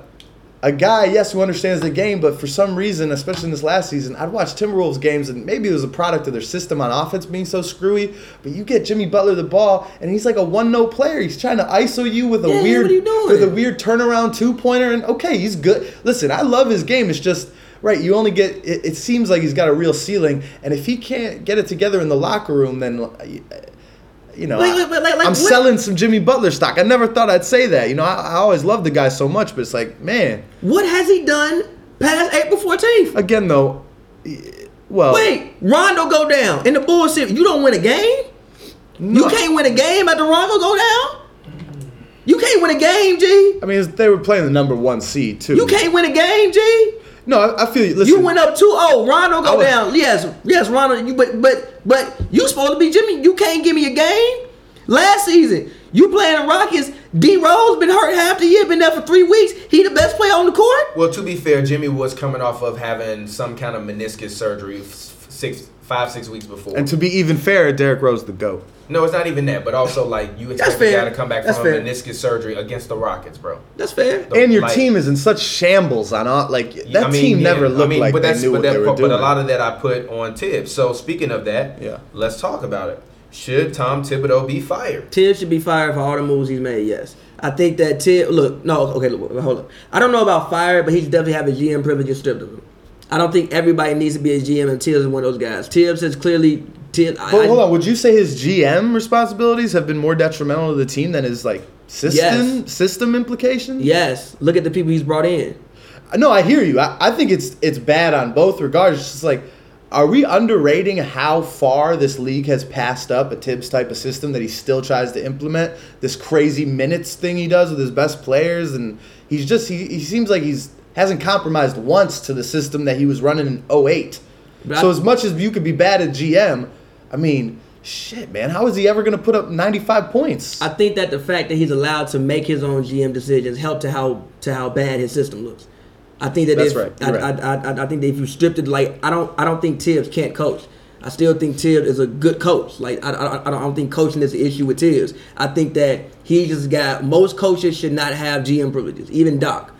[SPEAKER 3] a guy, yes, who understands the game, but for some reason, especially in this last season, I'd watch Timberwolves games, and maybe it was a product of their system on offense being so screwy. But you get Jimmy Butler the ball, and he's like a one-note player. He's trying to ISO you with a
[SPEAKER 2] Yeah,
[SPEAKER 3] weird,
[SPEAKER 2] what are you doing?
[SPEAKER 3] with a weird turnaround two-pointer, and okay, he's good. Listen, I love his game. It's just right. You only get. It, it seems like he's got a real ceiling, and if he can't get it together in the locker room, then. uh, You know,
[SPEAKER 2] Like-
[SPEAKER 3] I-
[SPEAKER 2] like- like- like
[SPEAKER 3] I'm
[SPEAKER 2] what-
[SPEAKER 3] selling some Jimmy Butler stock. I never thought I'd say that. You know, I, I always loved the guy so much, but it's like, man,
[SPEAKER 2] what has he done past April 14th?
[SPEAKER 3] Again, though, well,
[SPEAKER 2] Wait, Rondo go down in the bullshit. You don't win a game. You can't win a game after Rondo go down. You can't win a game, G.
[SPEAKER 3] I mean, it's- they were playing the number one seed too.
[SPEAKER 2] You can't win a game, G.
[SPEAKER 3] No, I, I feel you. Listen,
[SPEAKER 2] You went up 2-0. Rondo
[SPEAKER 3] I
[SPEAKER 2] go
[SPEAKER 3] was-
[SPEAKER 2] down. Yes, yes, Rondo. You but but but you supposed to be Jimmy. You can't give me a game. Last season, you playing the Rockets. D Rose been hurt half the year. Been there for three weeks. He the best player on the court.
[SPEAKER 1] Well, to be fair, Jimmy was coming off of having some kind of meniscus surgery f- six, five, six weeks before.
[SPEAKER 3] And to be even fair, Derrick Rose the goat.
[SPEAKER 1] no, it's not even that, but also like you
[SPEAKER 2] That's
[SPEAKER 1] expect a guy
[SPEAKER 2] fair.
[SPEAKER 1] to come back
[SPEAKER 2] That's
[SPEAKER 1] from a
[SPEAKER 2] fair.
[SPEAKER 1] meniscus surgery against the Rockets, bro.
[SPEAKER 2] That's fair.
[SPEAKER 1] The-
[SPEAKER 3] and your
[SPEAKER 1] like-
[SPEAKER 3] team is in such shambles on all. Like that
[SPEAKER 1] I mean,
[SPEAKER 3] team
[SPEAKER 1] yeah,
[SPEAKER 3] never
[SPEAKER 1] I
[SPEAKER 3] looked
[SPEAKER 1] mean,
[SPEAKER 3] like
[SPEAKER 1] but
[SPEAKER 3] they
[SPEAKER 1] that's-
[SPEAKER 3] knew
[SPEAKER 1] but
[SPEAKER 3] what
[SPEAKER 1] that
[SPEAKER 3] they were
[SPEAKER 1] part-
[SPEAKER 3] doing.
[SPEAKER 1] But a lot of that I put on Tibbs. So speaking of that,
[SPEAKER 3] Yeah.
[SPEAKER 1] let's talk about it. Should Tom Thibodeau be fired?
[SPEAKER 2] Tibbs should be fired for all the moves he's made. Yes, I think that Tibbs. Look, no, okay, look, hold up. I don't know about fired, but he's definitely having GM privileges stripped of him. I don't think everybody needs to be a GM, and Tibbs is one of those guys. Tibbs has clearly Tibbs. I-
[SPEAKER 3] But
[SPEAKER 2] I-
[SPEAKER 3] hold on, would you say his GM responsibilities have been more detrimental to the team than his like system system implications?
[SPEAKER 2] Yes, look at the people he's brought in.
[SPEAKER 3] No, I hear you. I, I think it's it's bad on both regards. It's just like, are we underrating how far this league has passed up a Tibbs type of system that he still tries to implement? This crazy minutes thing he does with his best players, and he's just he, he seems like he's hasn't compromised once to the system that he was running in 08.
[SPEAKER 2] But
[SPEAKER 3] so
[SPEAKER 2] I-
[SPEAKER 3] as much as you could be bad at GM, I mean, shit, man, how is he ever going to put up 95 points?
[SPEAKER 2] I think that the fact that he's allowed to make his own GM decisions help to how to how bad his system looks. I think that
[SPEAKER 3] That's
[SPEAKER 2] if
[SPEAKER 3] right,
[SPEAKER 2] I,
[SPEAKER 3] you're right.
[SPEAKER 2] I, I, I, I think that if you stripped it, like I don't I don't think Tibbs can't coach. I still think Tibbs is a good coach. Like I, I, I don't, I don't think coaching is the issue with Tibbs. I think that he just got most coaches should not have GM privileges, even Doc.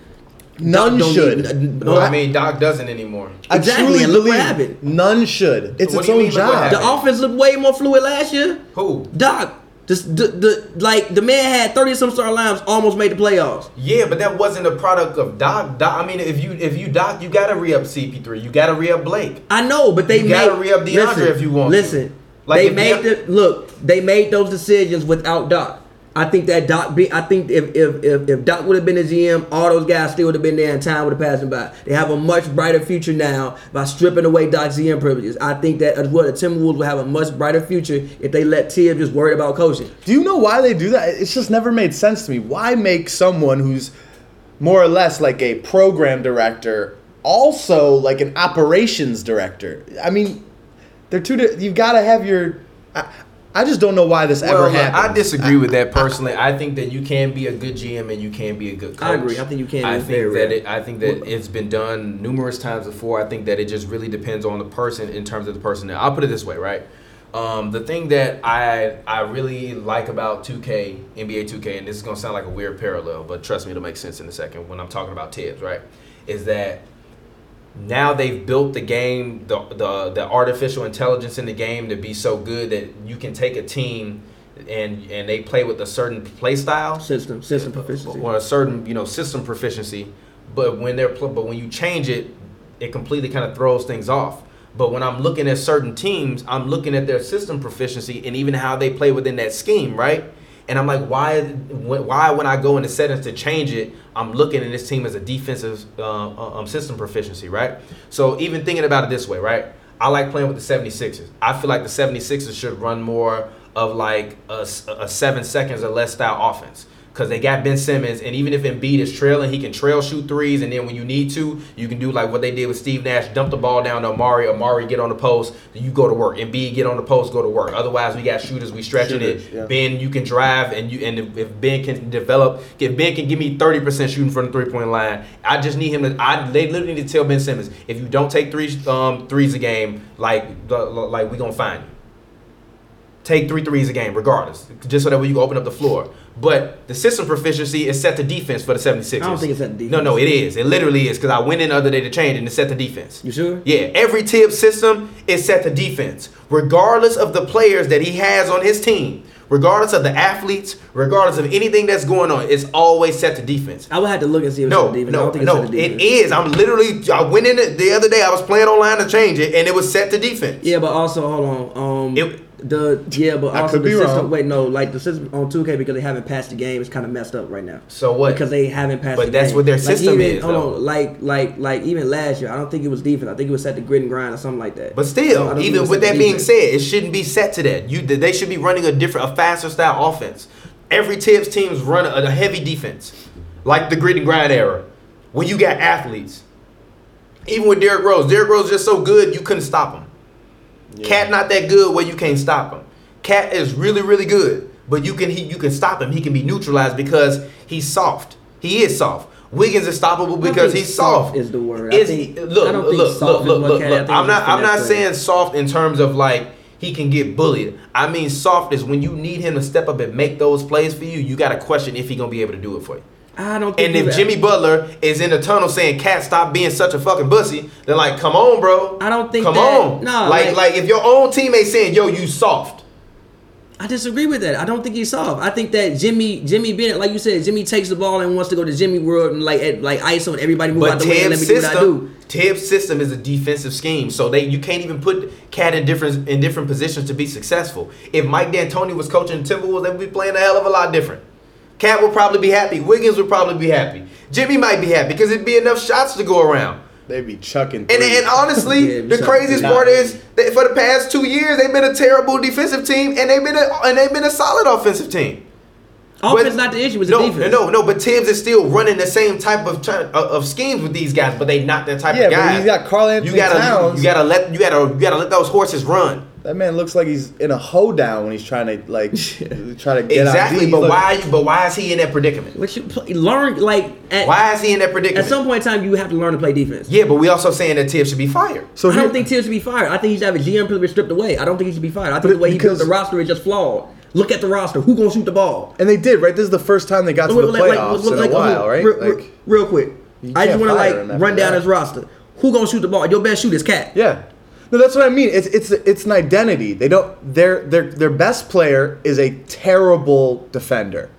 [SPEAKER 3] None
[SPEAKER 2] don't
[SPEAKER 3] should.
[SPEAKER 2] need-
[SPEAKER 1] Well, I
[SPEAKER 2] I-
[SPEAKER 1] mean, Doc doesn't anymore.
[SPEAKER 3] I
[SPEAKER 2] Exactly,
[SPEAKER 3] truly
[SPEAKER 2] and look what
[SPEAKER 3] believe
[SPEAKER 2] happened.
[SPEAKER 3] None should. It's
[SPEAKER 1] What
[SPEAKER 3] its
[SPEAKER 1] do you
[SPEAKER 3] own
[SPEAKER 1] mean, look what
[SPEAKER 3] job.
[SPEAKER 1] happened?
[SPEAKER 2] The offense looked way more fluid last year.
[SPEAKER 1] Who?
[SPEAKER 2] Doc Just the, the like the man had thirty some star lines, almost made the playoffs.
[SPEAKER 1] Yeah, but that wasn't a product of Doc. Doc I mean, if you if you Doc, you gotta re up CP3. You gotta re up Blake.
[SPEAKER 2] I know, but they
[SPEAKER 1] You gotta
[SPEAKER 2] made-
[SPEAKER 1] re-up DeAndre
[SPEAKER 2] listen,
[SPEAKER 1] if you want to.
[SPEAKER 2] Listen,
[SPEAKER 1] Like,
[SPEAKER 2] they
[SPEAKER 1] if
[SPEAKER 2] made
[SPEAKER 1] Dea-
[SPEAKER 2] the look. They made those decisions without Doc. I think that Doc be. I think if if if, if Doc would have been the GM, all those guys still would have been there, and time would have passed them by. They have a much brighter future now by stripping away Doc's GM privileges. I think that as well, the Timberwolves will have a much brighter future if they let Tibbs just worried about coaching.
[SPEAKER 3] Do you know why they do that? It's just never made sense to me. Why make someone who's more or less like a program director also like an operations director? I mean, they're two. Di- you've got to have your. I, I just don't know why this ever
[SPEAKER 1] Well, look,
[SPEAKER 3] happened.
[SPEAKER 1] I disagree with that personally. I think that you can be a good GM and you can be a good coach.
[SPEAKER 2] I agree. I think you can.
[SPEAKER 1] I
[SPEAKER 2] It's
[SPEAKER 1] think
[SPEAKER 2] very
[SPEAKER 1] that
[SPEAKER 2] rare.
[SPEAKER 1] it, I think that it's been done numerous times before. I think that it just really depends on the person in terms of the person. I'll put it this way, right? Um, the thing that I I really like about 2K NBA 2K, and this is gonna sound like a weird parallel, but trust me, it'll make sense in a second when I'm talking about Tibbs, right? Is that now they've built the game, the, the the artificial intelligence in the game to be so good that you can take a team and and they play with a certain play style
[SPEAKER 2] System, system proficiency.
[SPEAKER 1] or a certain you know system proficiency. But when they're pl- but when you change it, it completely kind of throws things off. But when I'm looking at certain teams, I'm looking at their system proficiency and even how they play within that scheme, right? And I'm like, why, when, why when I go into settings to change it, I'm looking at this team as a defensive uh, um, system proficiency, right? So even thinking about it this way, right? I like playing with the 76ers. I feel like the 76ers should run more of like a, s- a seven seconds or less style offense because they got Ben Simmons, and even if Embiid is trailing, he can trail shoot threes, and then when you need to, you can do like what they did with Steve Nash, dump the ball down to Amari, Amari get on the post, then you go to work. Embiid get on the post, go to work. Otherwise, we got shooters, we stretching
[SPEAKER 3] Shooters,
[SPEAKER 1] it.
[SPEAKER 3] yeah.
[SPEAKER 1] Ben, you can drive, and you and if- if Ben can develop, if Ben can give me thirty percent shooting from the three point line, I just need him to. I they literally need to tell Ben Simmons, if you don't take three um, threes a game, like the- like we gonna find you take three threes a game, regardless, just so that way you can open up the floor. But the system proficiency is set to defense for the 76ers.
[SPEAKER 2] I don't think it's set to defense.
[SPEAKER 1] No, no, it is. It literally is because I went in the other day to change and it set to defense.
[SPEAKER 2] You sure?
[SPEAKER 1] Yeah, every tip system is set to defense, regardless of the players that he has on his team, regardless of the athletes, regardless of anything that's going on. It's always set to defense.
[SPEAKER 2] I would have to look and see if
[SPEAKER 1] No,
[SPEAKER 2] it's a defense. I
[SPEAKER 1] no,
[SPEAKER 2] don't think
[SPEAKER 1] no,
[SPEAKER 2] it's a
[SPEAKER 1] it
[SPEAKER 2] defense.
[SPEAKER 1] is. I'm literally. I went in it the other day. I was playing online to change it, and it was set to defense.
[SPEAKER 2] Yeah, but also hold on. Um,
[SPEAKER 1] It-
[SPEAKER 2] the yeah, but
[SPEAKER 3] I
[SPEAKER 2] also
[SPEAKER 3] could
[SPEAKER 2] the
[SPEAKER 3] be
[SPEAKER 2] system.
[SPEAKER 3] wrong.
[SPEAKER 2] Wait, no, like the system on 2K because they haven't passed the game is kind of messed up right now.
[SPEAKER 1] So what?
[SPEAKER 2] Because they haven't passed.
[SPEAKER 1] But
[SPEAKER 2] the
[SPEAKER 1] that's
[SPEAKER 2] game.
[SPEAKER 1] what their
[SPEAKER 2] Like,
[SPEAKER 1] system
[SPEAKER 2] even-
[SPEAKER 1] is,
[SPEAKER 2] Hold
[SPEAKER 1] though.
[SPEAKER 2] on, like like like even last year, I don't think it was defense. I think it was set to grit and grind or something like that.
[SPEAKER 1] But
[SPEAKER 2] I
[SPEAKER 1] still,
[SPEAKER 2] don't think it
[SPEAKER 1] even
[SPEAKER 2] was
[SPEAKER 1] with
[SPEAKER 2] set
[SPEAKER 1] that
[SPEAKER 2] to
[SPEAKER 1] being
[SPEAKER 2] defense.
[SPEAKER 1] said, it shouldn't be set to that. You they should be running a different, a faster style offense. Every Tibbs teams run a, a heavy defense, like the grit and grind era, when you got athletes. Even with Derrick Rose, Derrick Rose is just so good you couldn't stop him. Cat not that good where you can't stop him. Cat is really really good, but you can he, you can stop him. He can be neutralized because he's soft. He is soft. Wiggins is stoppable
[SPEAKER 2] I
[SPEAKER 1] because
[SPEAKER 2] think
[SPEAKER 1] he's soft.
[SPEAKER 2] is the word. I
[SPEAKER 1] Is
[SPEAKER 2] think-
[SPEAKER 1] he- look,
[SPEAKER 2] I don't
[SPEAKER 1] look,
[SPEAKER 2] think
[SPEAKER 1] look,
[SPEAKER 2] soft
[SPEAKER 1] look,
[SPEAKER 2] is
[SPEAKER 1] look,
[SPEAKER 2] what
[SPEAKER 1] look,
[SPEAKER 2] Cat- I think
[SPEAKER 1] I'm
[SPEAKER 2] it's
[SPEAKER 1] not. I'm not
[SPEAKER 2] finesse play.
[SPEAKER 1] saying soft in terms of like he can get bullied. I mean soft is when you need him to step up and make those plays for you. You got to question if he gonna be able to do it for you.
[SPEAKER 2] I don't. Think
[SPEAKER 1] And if
[SPEAKER 2] he's-
[SPEAKER 1] Jimmy Butler is in the tunnel saying, "Cat, stop being such a fucking pussy," then like, come on, bro.
[SPEAKER 2] I don't think
[SPEAKER 1] Come
[SPEAKER 2] that-
[SPEAKER 1] on.
[SPEAKER 2] no,
[SPEAKER 1] like,
[SPEAKER 2] like-
[SPEAKER 1] like if your own teammate saying, "Yo, you soft."
[SPEAKER 2] I disagree with that. I don't think he's soft. I think that Jimmy Jimmy Bennett, like you said, Jimmy takes the ball and wants to go to Jimmy World and like at, like ISO and everybody move out
[SPEAKER 1] But
[SPEAKER 2] the way and let
[SPEAKER 1] Tibbs
[SPEAKER 2] me do what I do.
[SPEAKER 1] system, Tibbs system is a defensive scheme, so they you can't even put Cat in different in different positions to be successful. If Mike D'Antoni was coaching the Timberwolves, they would be playing a hell of a lot different. Cat would probably be happy. Wiggins would probably be happy. Jimmy might be happy because it'd be enough shots to go around.
[SPEAKER 3] they be chucking.
[SPEAKER 1] And,
[SPEAKER 3] threes.
[SPEAKER 1] and honestly, the
[SPEAKER 2] Yeah, besides-
[SPEAKER 1] craziest
[SPEAKER 3] Nah.
[SPEAKER 1] part is that for the past two years they've been a terrible defensive team, and they've been a, and they've been a solid offensive team. But-
[SPEAKER 2] Offense not the issue, it's
[SPEAKER 1] no,
[SPEAKER 2] the defense.
[SPEAKER 1] No, no, but Tibbs is still running the same type of try- of- of schemes with these guys, but they not that type
[SPEAKER 3] Yeah,
[SPEAKER 1] of
[SPEAKER 3] but
[SPEAKER 1] guys.
[SPEAKER 3] he's got Karl Anthony
[SPEAKER 1] you gotta,
[SPEAKER 3] Towns.
[SPEAKER 1] You gotta let you gotta you gotta let those horses run.
[SPEAKER 3] that man looks like he's in a hoedown when he's trying to like
[SPEAKER 1] *laughs*
[SPEAKER 3] try to get out.
[SPEAKER 1] exactly.
[SPEAKER 3] deep.
[SPEAKER 1] But
[SPEAKER 3] Look,
[SPEAKER 1] why you? But why is he in that predicament?
[SPEAKER 2] But you play, learn like at,
[SPEAKER 1] Why is he in that predicament?
[SPEAKER 2] at some point in time you have to learn to play defense.
[SPEAKER 1] yeah, but we also saying that Tibbs should be fired.
[SPEAKER 3] So
[SPEAKER 2] I don't
[SPEAKER 3] here-
[SPEAKER 2] think Tibbs should be fired. I think he should have his GM privilege stripped away. I don't think he should be fired. I think
[SPEAKER 3] But
[SPEAKER 2] the way he built the
[SPEAKER 3] because-
[SPEAKER 2] roster is just flawed. Look at the roster. Who gonna shoot the ball?
[SPEAKER 3] And they did right. This is the first time they got to the
[SPEAKER 2] Like- like-
[SPEAKER 3] playoffs
[SPEAKER 2] like-
[SPEAKER 3] in
[SPEAKER 2] like-
[SPEAKER 3] a while, right?
[SPEAKER 2] Real, real-
[SPEAKER 3] Like,
[SPEAKER 2] real quick,
[SPEAKER 3] You
[SPEAKER 2] I just
[SPEAKER 3] can't
[SPEAKER 2] want to
[SPEAKER 3] fire
[SPEAKER 2] like
[SPEAKER 3] him after
[SPEAKER 2] run down
[SPEAKER 3] that.
[SPEAKER 2] his roster. Who gonna shoot the ball? Your best shooter is Cat.
[SPEAKER 3] yeah. No, that's what I mean. It's it's it's an identity. They don't their their their best player is a terrible defender.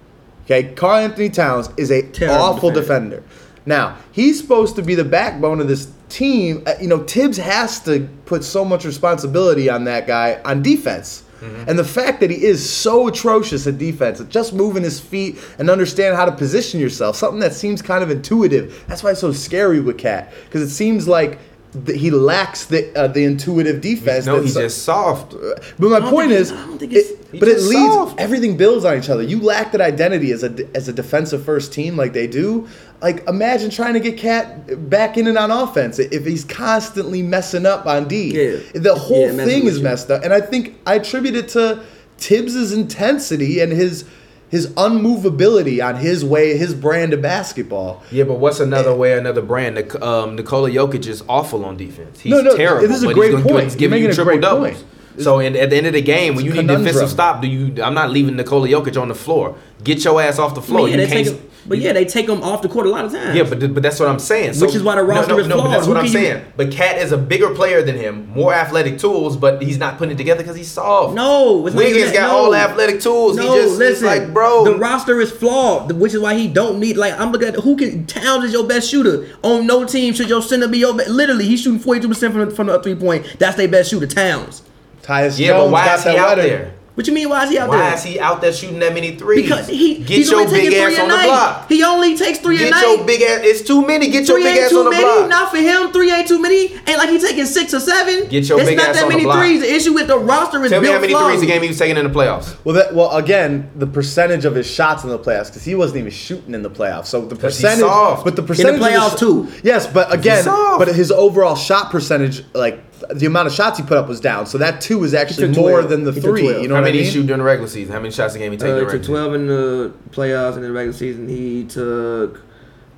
[SPEAKER 3] Okay, Carl Anthony Towns is a
[SPEAKER 2] Terrible
[SPEAKER 3] awful
[SPEAKER 2] defender.
[SPEAKER 3] defender. Now he's supposed to be the backbone of this team. Uh, you know, Tibbs has to put so much responsibility on that guy on defense.
[SPEAKER 1] Mm-hmm.
[SPEAKER 3] And the fact that he is so atrocious at defense, at just moving his feet and understand how to position yourself, something that seems kind of intuitive. That's why it's so scary with Cat, because it seems like th- he lacks the uh, the intuitive defense.
[SPEAKER 1] No,
[SPEAKER 3] that
[SPEAKER 1] he's
[SPEAKER 3] so-
[SPEAKER 1] just soft.
[SPEAKER 3] but my
[SPEAKER 2] don't
[SPEAKER 3] point
[SPEAKER 2] think
[SPEAKER 3] is,
[SPEAKER 2] he- I don't think
[SPEAKER 3] it-
[SPEAKER 2] he's-
[SPEAKER 1] he's
[SPEAKER 3] but it
[SPEAKER 1] just
[SPEAKER 3] leads
[SPEAKER 1] soft.
[SPEAKER 3] everything builds on each other. You lack that identity as a as a defensive first team like they do. Like imagine trying to get Cat back in and on offense if he's constantly messing up on D.
[SPEAKER 2] Yeah.
[SPEAKER 3] The whole
[SPEAKER 2] Yeah, messing
[SPEAKER 3] thing
[SPEAKER 2] with
[SPEAKER 3] is
[SPEAKER 2] you.
[SPEAKER 3] messed up, and I think I attribute it to Tibbs's intensity and his his unmovability on his way, his brand of basketball.
[SPEAKER 1] Yeah, but what's
[SPEAKER 2] Eh.
[SPEAKER 1] another way, another brand? Nic- Um, Nikola Jokic is awful on defense. He's
[SPEAKER 3] No, no,
[SPEAKER 1] terrible.
[SPEAKER 3] this is a
[SPEAKER 1] but
[SPEAKER 3] great
[SPEAKER 1] he's gonna-
[SPEAKER 3] point.
[SPEAKER 1] He's
[SPEAKER 3] You're
[SPEAKER 1] giving
[SPEAKER 3] making
[SPEAKER 1] you
[SPEAKER 3] a
[SPEAKER 1] triple
[SPEAKER 3] great
[SPEAKER 1] doubles.
[SPEAKER 3] point.
[SPEAKER 1] So in, at the end of the game, when
[SPEAKER 3] It's
[SPEAKER 1] you
[SPEAKER 3] a
[SPEAKER 1] need
[SPEAKER 3] conundrum.
[SPEAKER 1] defensive stop, do you? I'm not leaving Nikola Jokic on the floor. Get your ass off the
[SPEAKER 2] I mean,
[SPEAKER 1] floor.
[SPEAKER 2] yeah,
[SPEAKER 1] you
[SPEAKER 2] they take
[SPEAKER 1] can't.
[SPEAKER 2] him, but yeah, they take him off the court a lot of times.
[SPEAKER 1] Yeah, but th- but that's what I'm saying. So,
[SPEAKER 2] Which is why the roster
[SPEAKER 1] no, no,
[SPEAKER 2] is
[SPEAKER 1] no, but
[SPEAKER 2] flawed.
[SPEAKER 1] That's what
[SPEAKER 2] Who
[SPEAKER 1] I'm
[SPEAKER 2] can you-
[SPEAKER 1] saying. But Cat is a bigger player than him, more athletic tools, but he's not putting it together because he's soft.
[SPEAKER 2] No, it's not
[SPEAKER 1] Wiggins
[SPEAKER 2] even that.
[SPEAKER 1] got
[SPEAKER 2] No.
[SPEAKER 1] all athletic tools.
[SPEAKER 2] No,
[SPEAKER 1] he just he's
[SPEAKER 2] listen,
[SPEAKER 1] like bro.
[SPEAKER 2] The roster is flawed, which is why he don't need. Like I'm looking at who can Towns is your best shooter on no team should your center be your best. Literally, he's shooting 42 percent from the, from the three point. That's their best shooter, Towns.
[SPEAKER 3] Tyus
[SPEAKER 1] yeah, but
[SPEAKER 3] Jones
[SPEAKER 1] why
[SPEAKER 3] got
[SPEAKER 1] is he
[SPEAKER 3] that
[SPEAKER 1] out
[SPEAKER 3] letter.
[SPEAKER 1] there?
[SPEAKER 2] What you mean? Why is he out
[SPEAKER 1] Why
[SPEAKER 2] there?
[SPEAKER 1] is he out there shooting that many threes?
[SPEAKER 2] because he
[SPEAKER 1] get
[SPEAKER 2] he's
[SPEAKER 1] your
[SPEAKER 2] only taking
[SPEAKER 1] big ass
[SPEAKER 2] three a
[SPEAKER 1] on the
[SPEAKER 2] night.
[SPEAKER 1] block.
[SPEAKER 2] He only takes three a
[SPEAKER 1] Get
[SPEAKER 2] night.
[SPEAKER 1] your big ass. It's too many. Get your
[SPEAKER 2] Three
[SPEAKER 1] big
[SPEAKER 2] ain't
[SPEAKER 1] ass on
[SPEAKER 2] too
[SPEAKER 1] the
[SPEAKER 2] many.
[SPEAKER 1] block.
[SPEAKER 2] Not for him. Three ain't too many. Ain't like he taking six or seven.
[SPEAKER 1] Get your
[SPEAKER 2] it's
[SPEAKER 1] big
[SPEAKER 2] not
[SPEAKER 1] ass
[SPEAKER 2] that
[SPEAKER 1] on the
[SPEAKER 2] many
[SPEAKER 1] block.
[SPEAKER 2] threes. The issue with the roster is
[SPEAKER 1] Tell me
[SPEAKER 2] built
[SPEAKER 1] how many
[SPEAKER 2] flawed.
[SPEAKER 1] threes a game he was taking in the playoffs.
[SPEAKER 3] Well, that well again, the percentage of his shots in the playoffs because he wasn't even shooting in the playoffs. So the
[SPEAKER 1] 'Cause he's
[SPEAKER 3] percentage,
[SPEAKER 1] soft.
[SPEAKER 3] but the
[SPEAKER 1] In the
[SPEAKER 3] percentage of his
[SPEAKER 2] playoffs,
[SPEAKER 3] sh-
[SPEAKER 2] too.
[SPEAKER 3] Yes, but again,
[SPEAKER 1] soft.
[SPEAKER 3] but his overall shot percentage, like the amount of shots he put up, was down. So that two is actually
[SPEAKER 2] He took
[SPEAKER 3] more
[SPEAKER 2] 12.
[SPEAKER 3] than the
[SPEAKER 2] He took
[SPEAKER 3] three.
[SPEAKER 2] 12.
[SPEAKER 3] You know
[SPEAKER 1] how
[SPEAKER 3] what I
[SPEAKER 1] many
[SPEAKER 3] mean?
[SPEAKER 1] he shoot during the regular season? How many shots a game he take
[SPEAKER 2] Uh,
[SPEAKER 1] during
[SPEAKER 2] he
[SPEAKER 1] the
[SPEAKER 2] took
[SPEAKER 1] regular
[SPEAKER 2] 12 in the playoffs and in the regular season. He took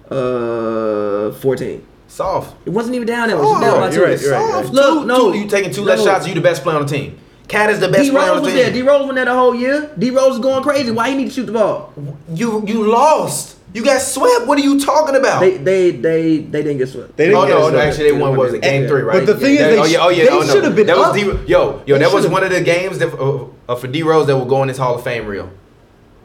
[SPEAKER 2] uh 14.
[SPEAKER 1] season? Soft.
[SPEAKER 2] It wasn't even down that much.
[SPEAKER 1] Oh,
[SPEAKER 2] It was down by
[SPEAKER 3] you're
[SPEAKER 2] two.
[SPEAKER 3] right, you're right, you're right.
[SPEAKER 2] Look,
[SPEAKER 1] Two-
[SPEAKER 2] no,
[SPEAKER 1] two- you taking two less
[SPEAKER 2] no.
[SPEAKER 1] shots. You the best player on the team. Cat is the best
[SPEAKER 2] D
[SPEAKER 1] player
[SPEAKER 2] Rose
[SPEAKER 1] on the
[SPEAKER 2] was
[SPEAKER 1] team.
[SPEAKER 2] there. D Rose was there the whole year. D Rose was going crazy. Why he need to shoot the ball?
[SPEAKER 1] you you lost. You got swept. What are you talking about?
[SPEAKER 2] They they they they didn't get swept.
[SPEAKER 3] They didn't
[SPEAKER 1] Oh
[SPEAKER 3] get
[SPEAKER 1] no,
[SPEAKER 3] us
[SPEAKER 1] no,
[SPEAKER 3] there.
[SPEAKER 1] actually they won what was it game
[SPEAKER 2] Yeah.
[SPEAKER 1] three, right?
[SPEAKER 3] But the thing
[SPEAKER 1] Yeah, yeah,
[SPEAKER 3] is, they
[SPEAKER 1] oh yeah, oh yeah,
[SPEAKER 3] sh- they
[SPEAKER 1] oh, no.
[SPEAKER 3] should've been
[SPEAKER 1] that
[SPEAKER 3] up.
[SPEAKER 1] was D- yo yo
[SPEAKER 3] They
[SPEAKER 1] that was
[SPEAKER 3] should've-
[SPEAKER 1] one of the games that uh, uh, for D Rose that will go in his Hall of Fame reel,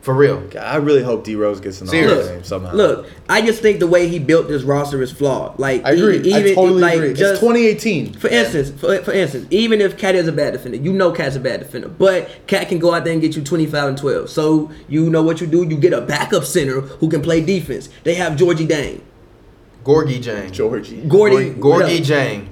[SPEAKER 1] for real.
[SPEAKER 3] God, I really hope D Rose gets in the Hall
[SPEAKER 1] Serious.
[SPEAKER 3] of Fame somehow.
[SPEAKER 2] Look, I just think the way he built this roster is flawed. Like
[SPEAKER 3] I agree.
[SPEAKER 2] e- Even,
[SPEAKER 3] I totally
[SPEAKER 2] like,
[SPEAKER 3] agree.
[SPEAKER 2] Just,
[SPEAKER 3] it's 2018.
[SPEAKER 2] For instance, for, for instance, even if Cat is a bad defender, you know Cat's a bad defender, but Cat can go out there and get you 25 and 12. So you know what you do? You get a backup center who can play defense. They have Georgie Dang,
[SPEAKER 1] Gorgie Jang.
[SPEAKER 3] Georgie.
[SPEAKER 2] Gordy,
[SPEAKER 1] Gorgie
[SPEAKER 2] no.
[SPEAKER 1] Jang.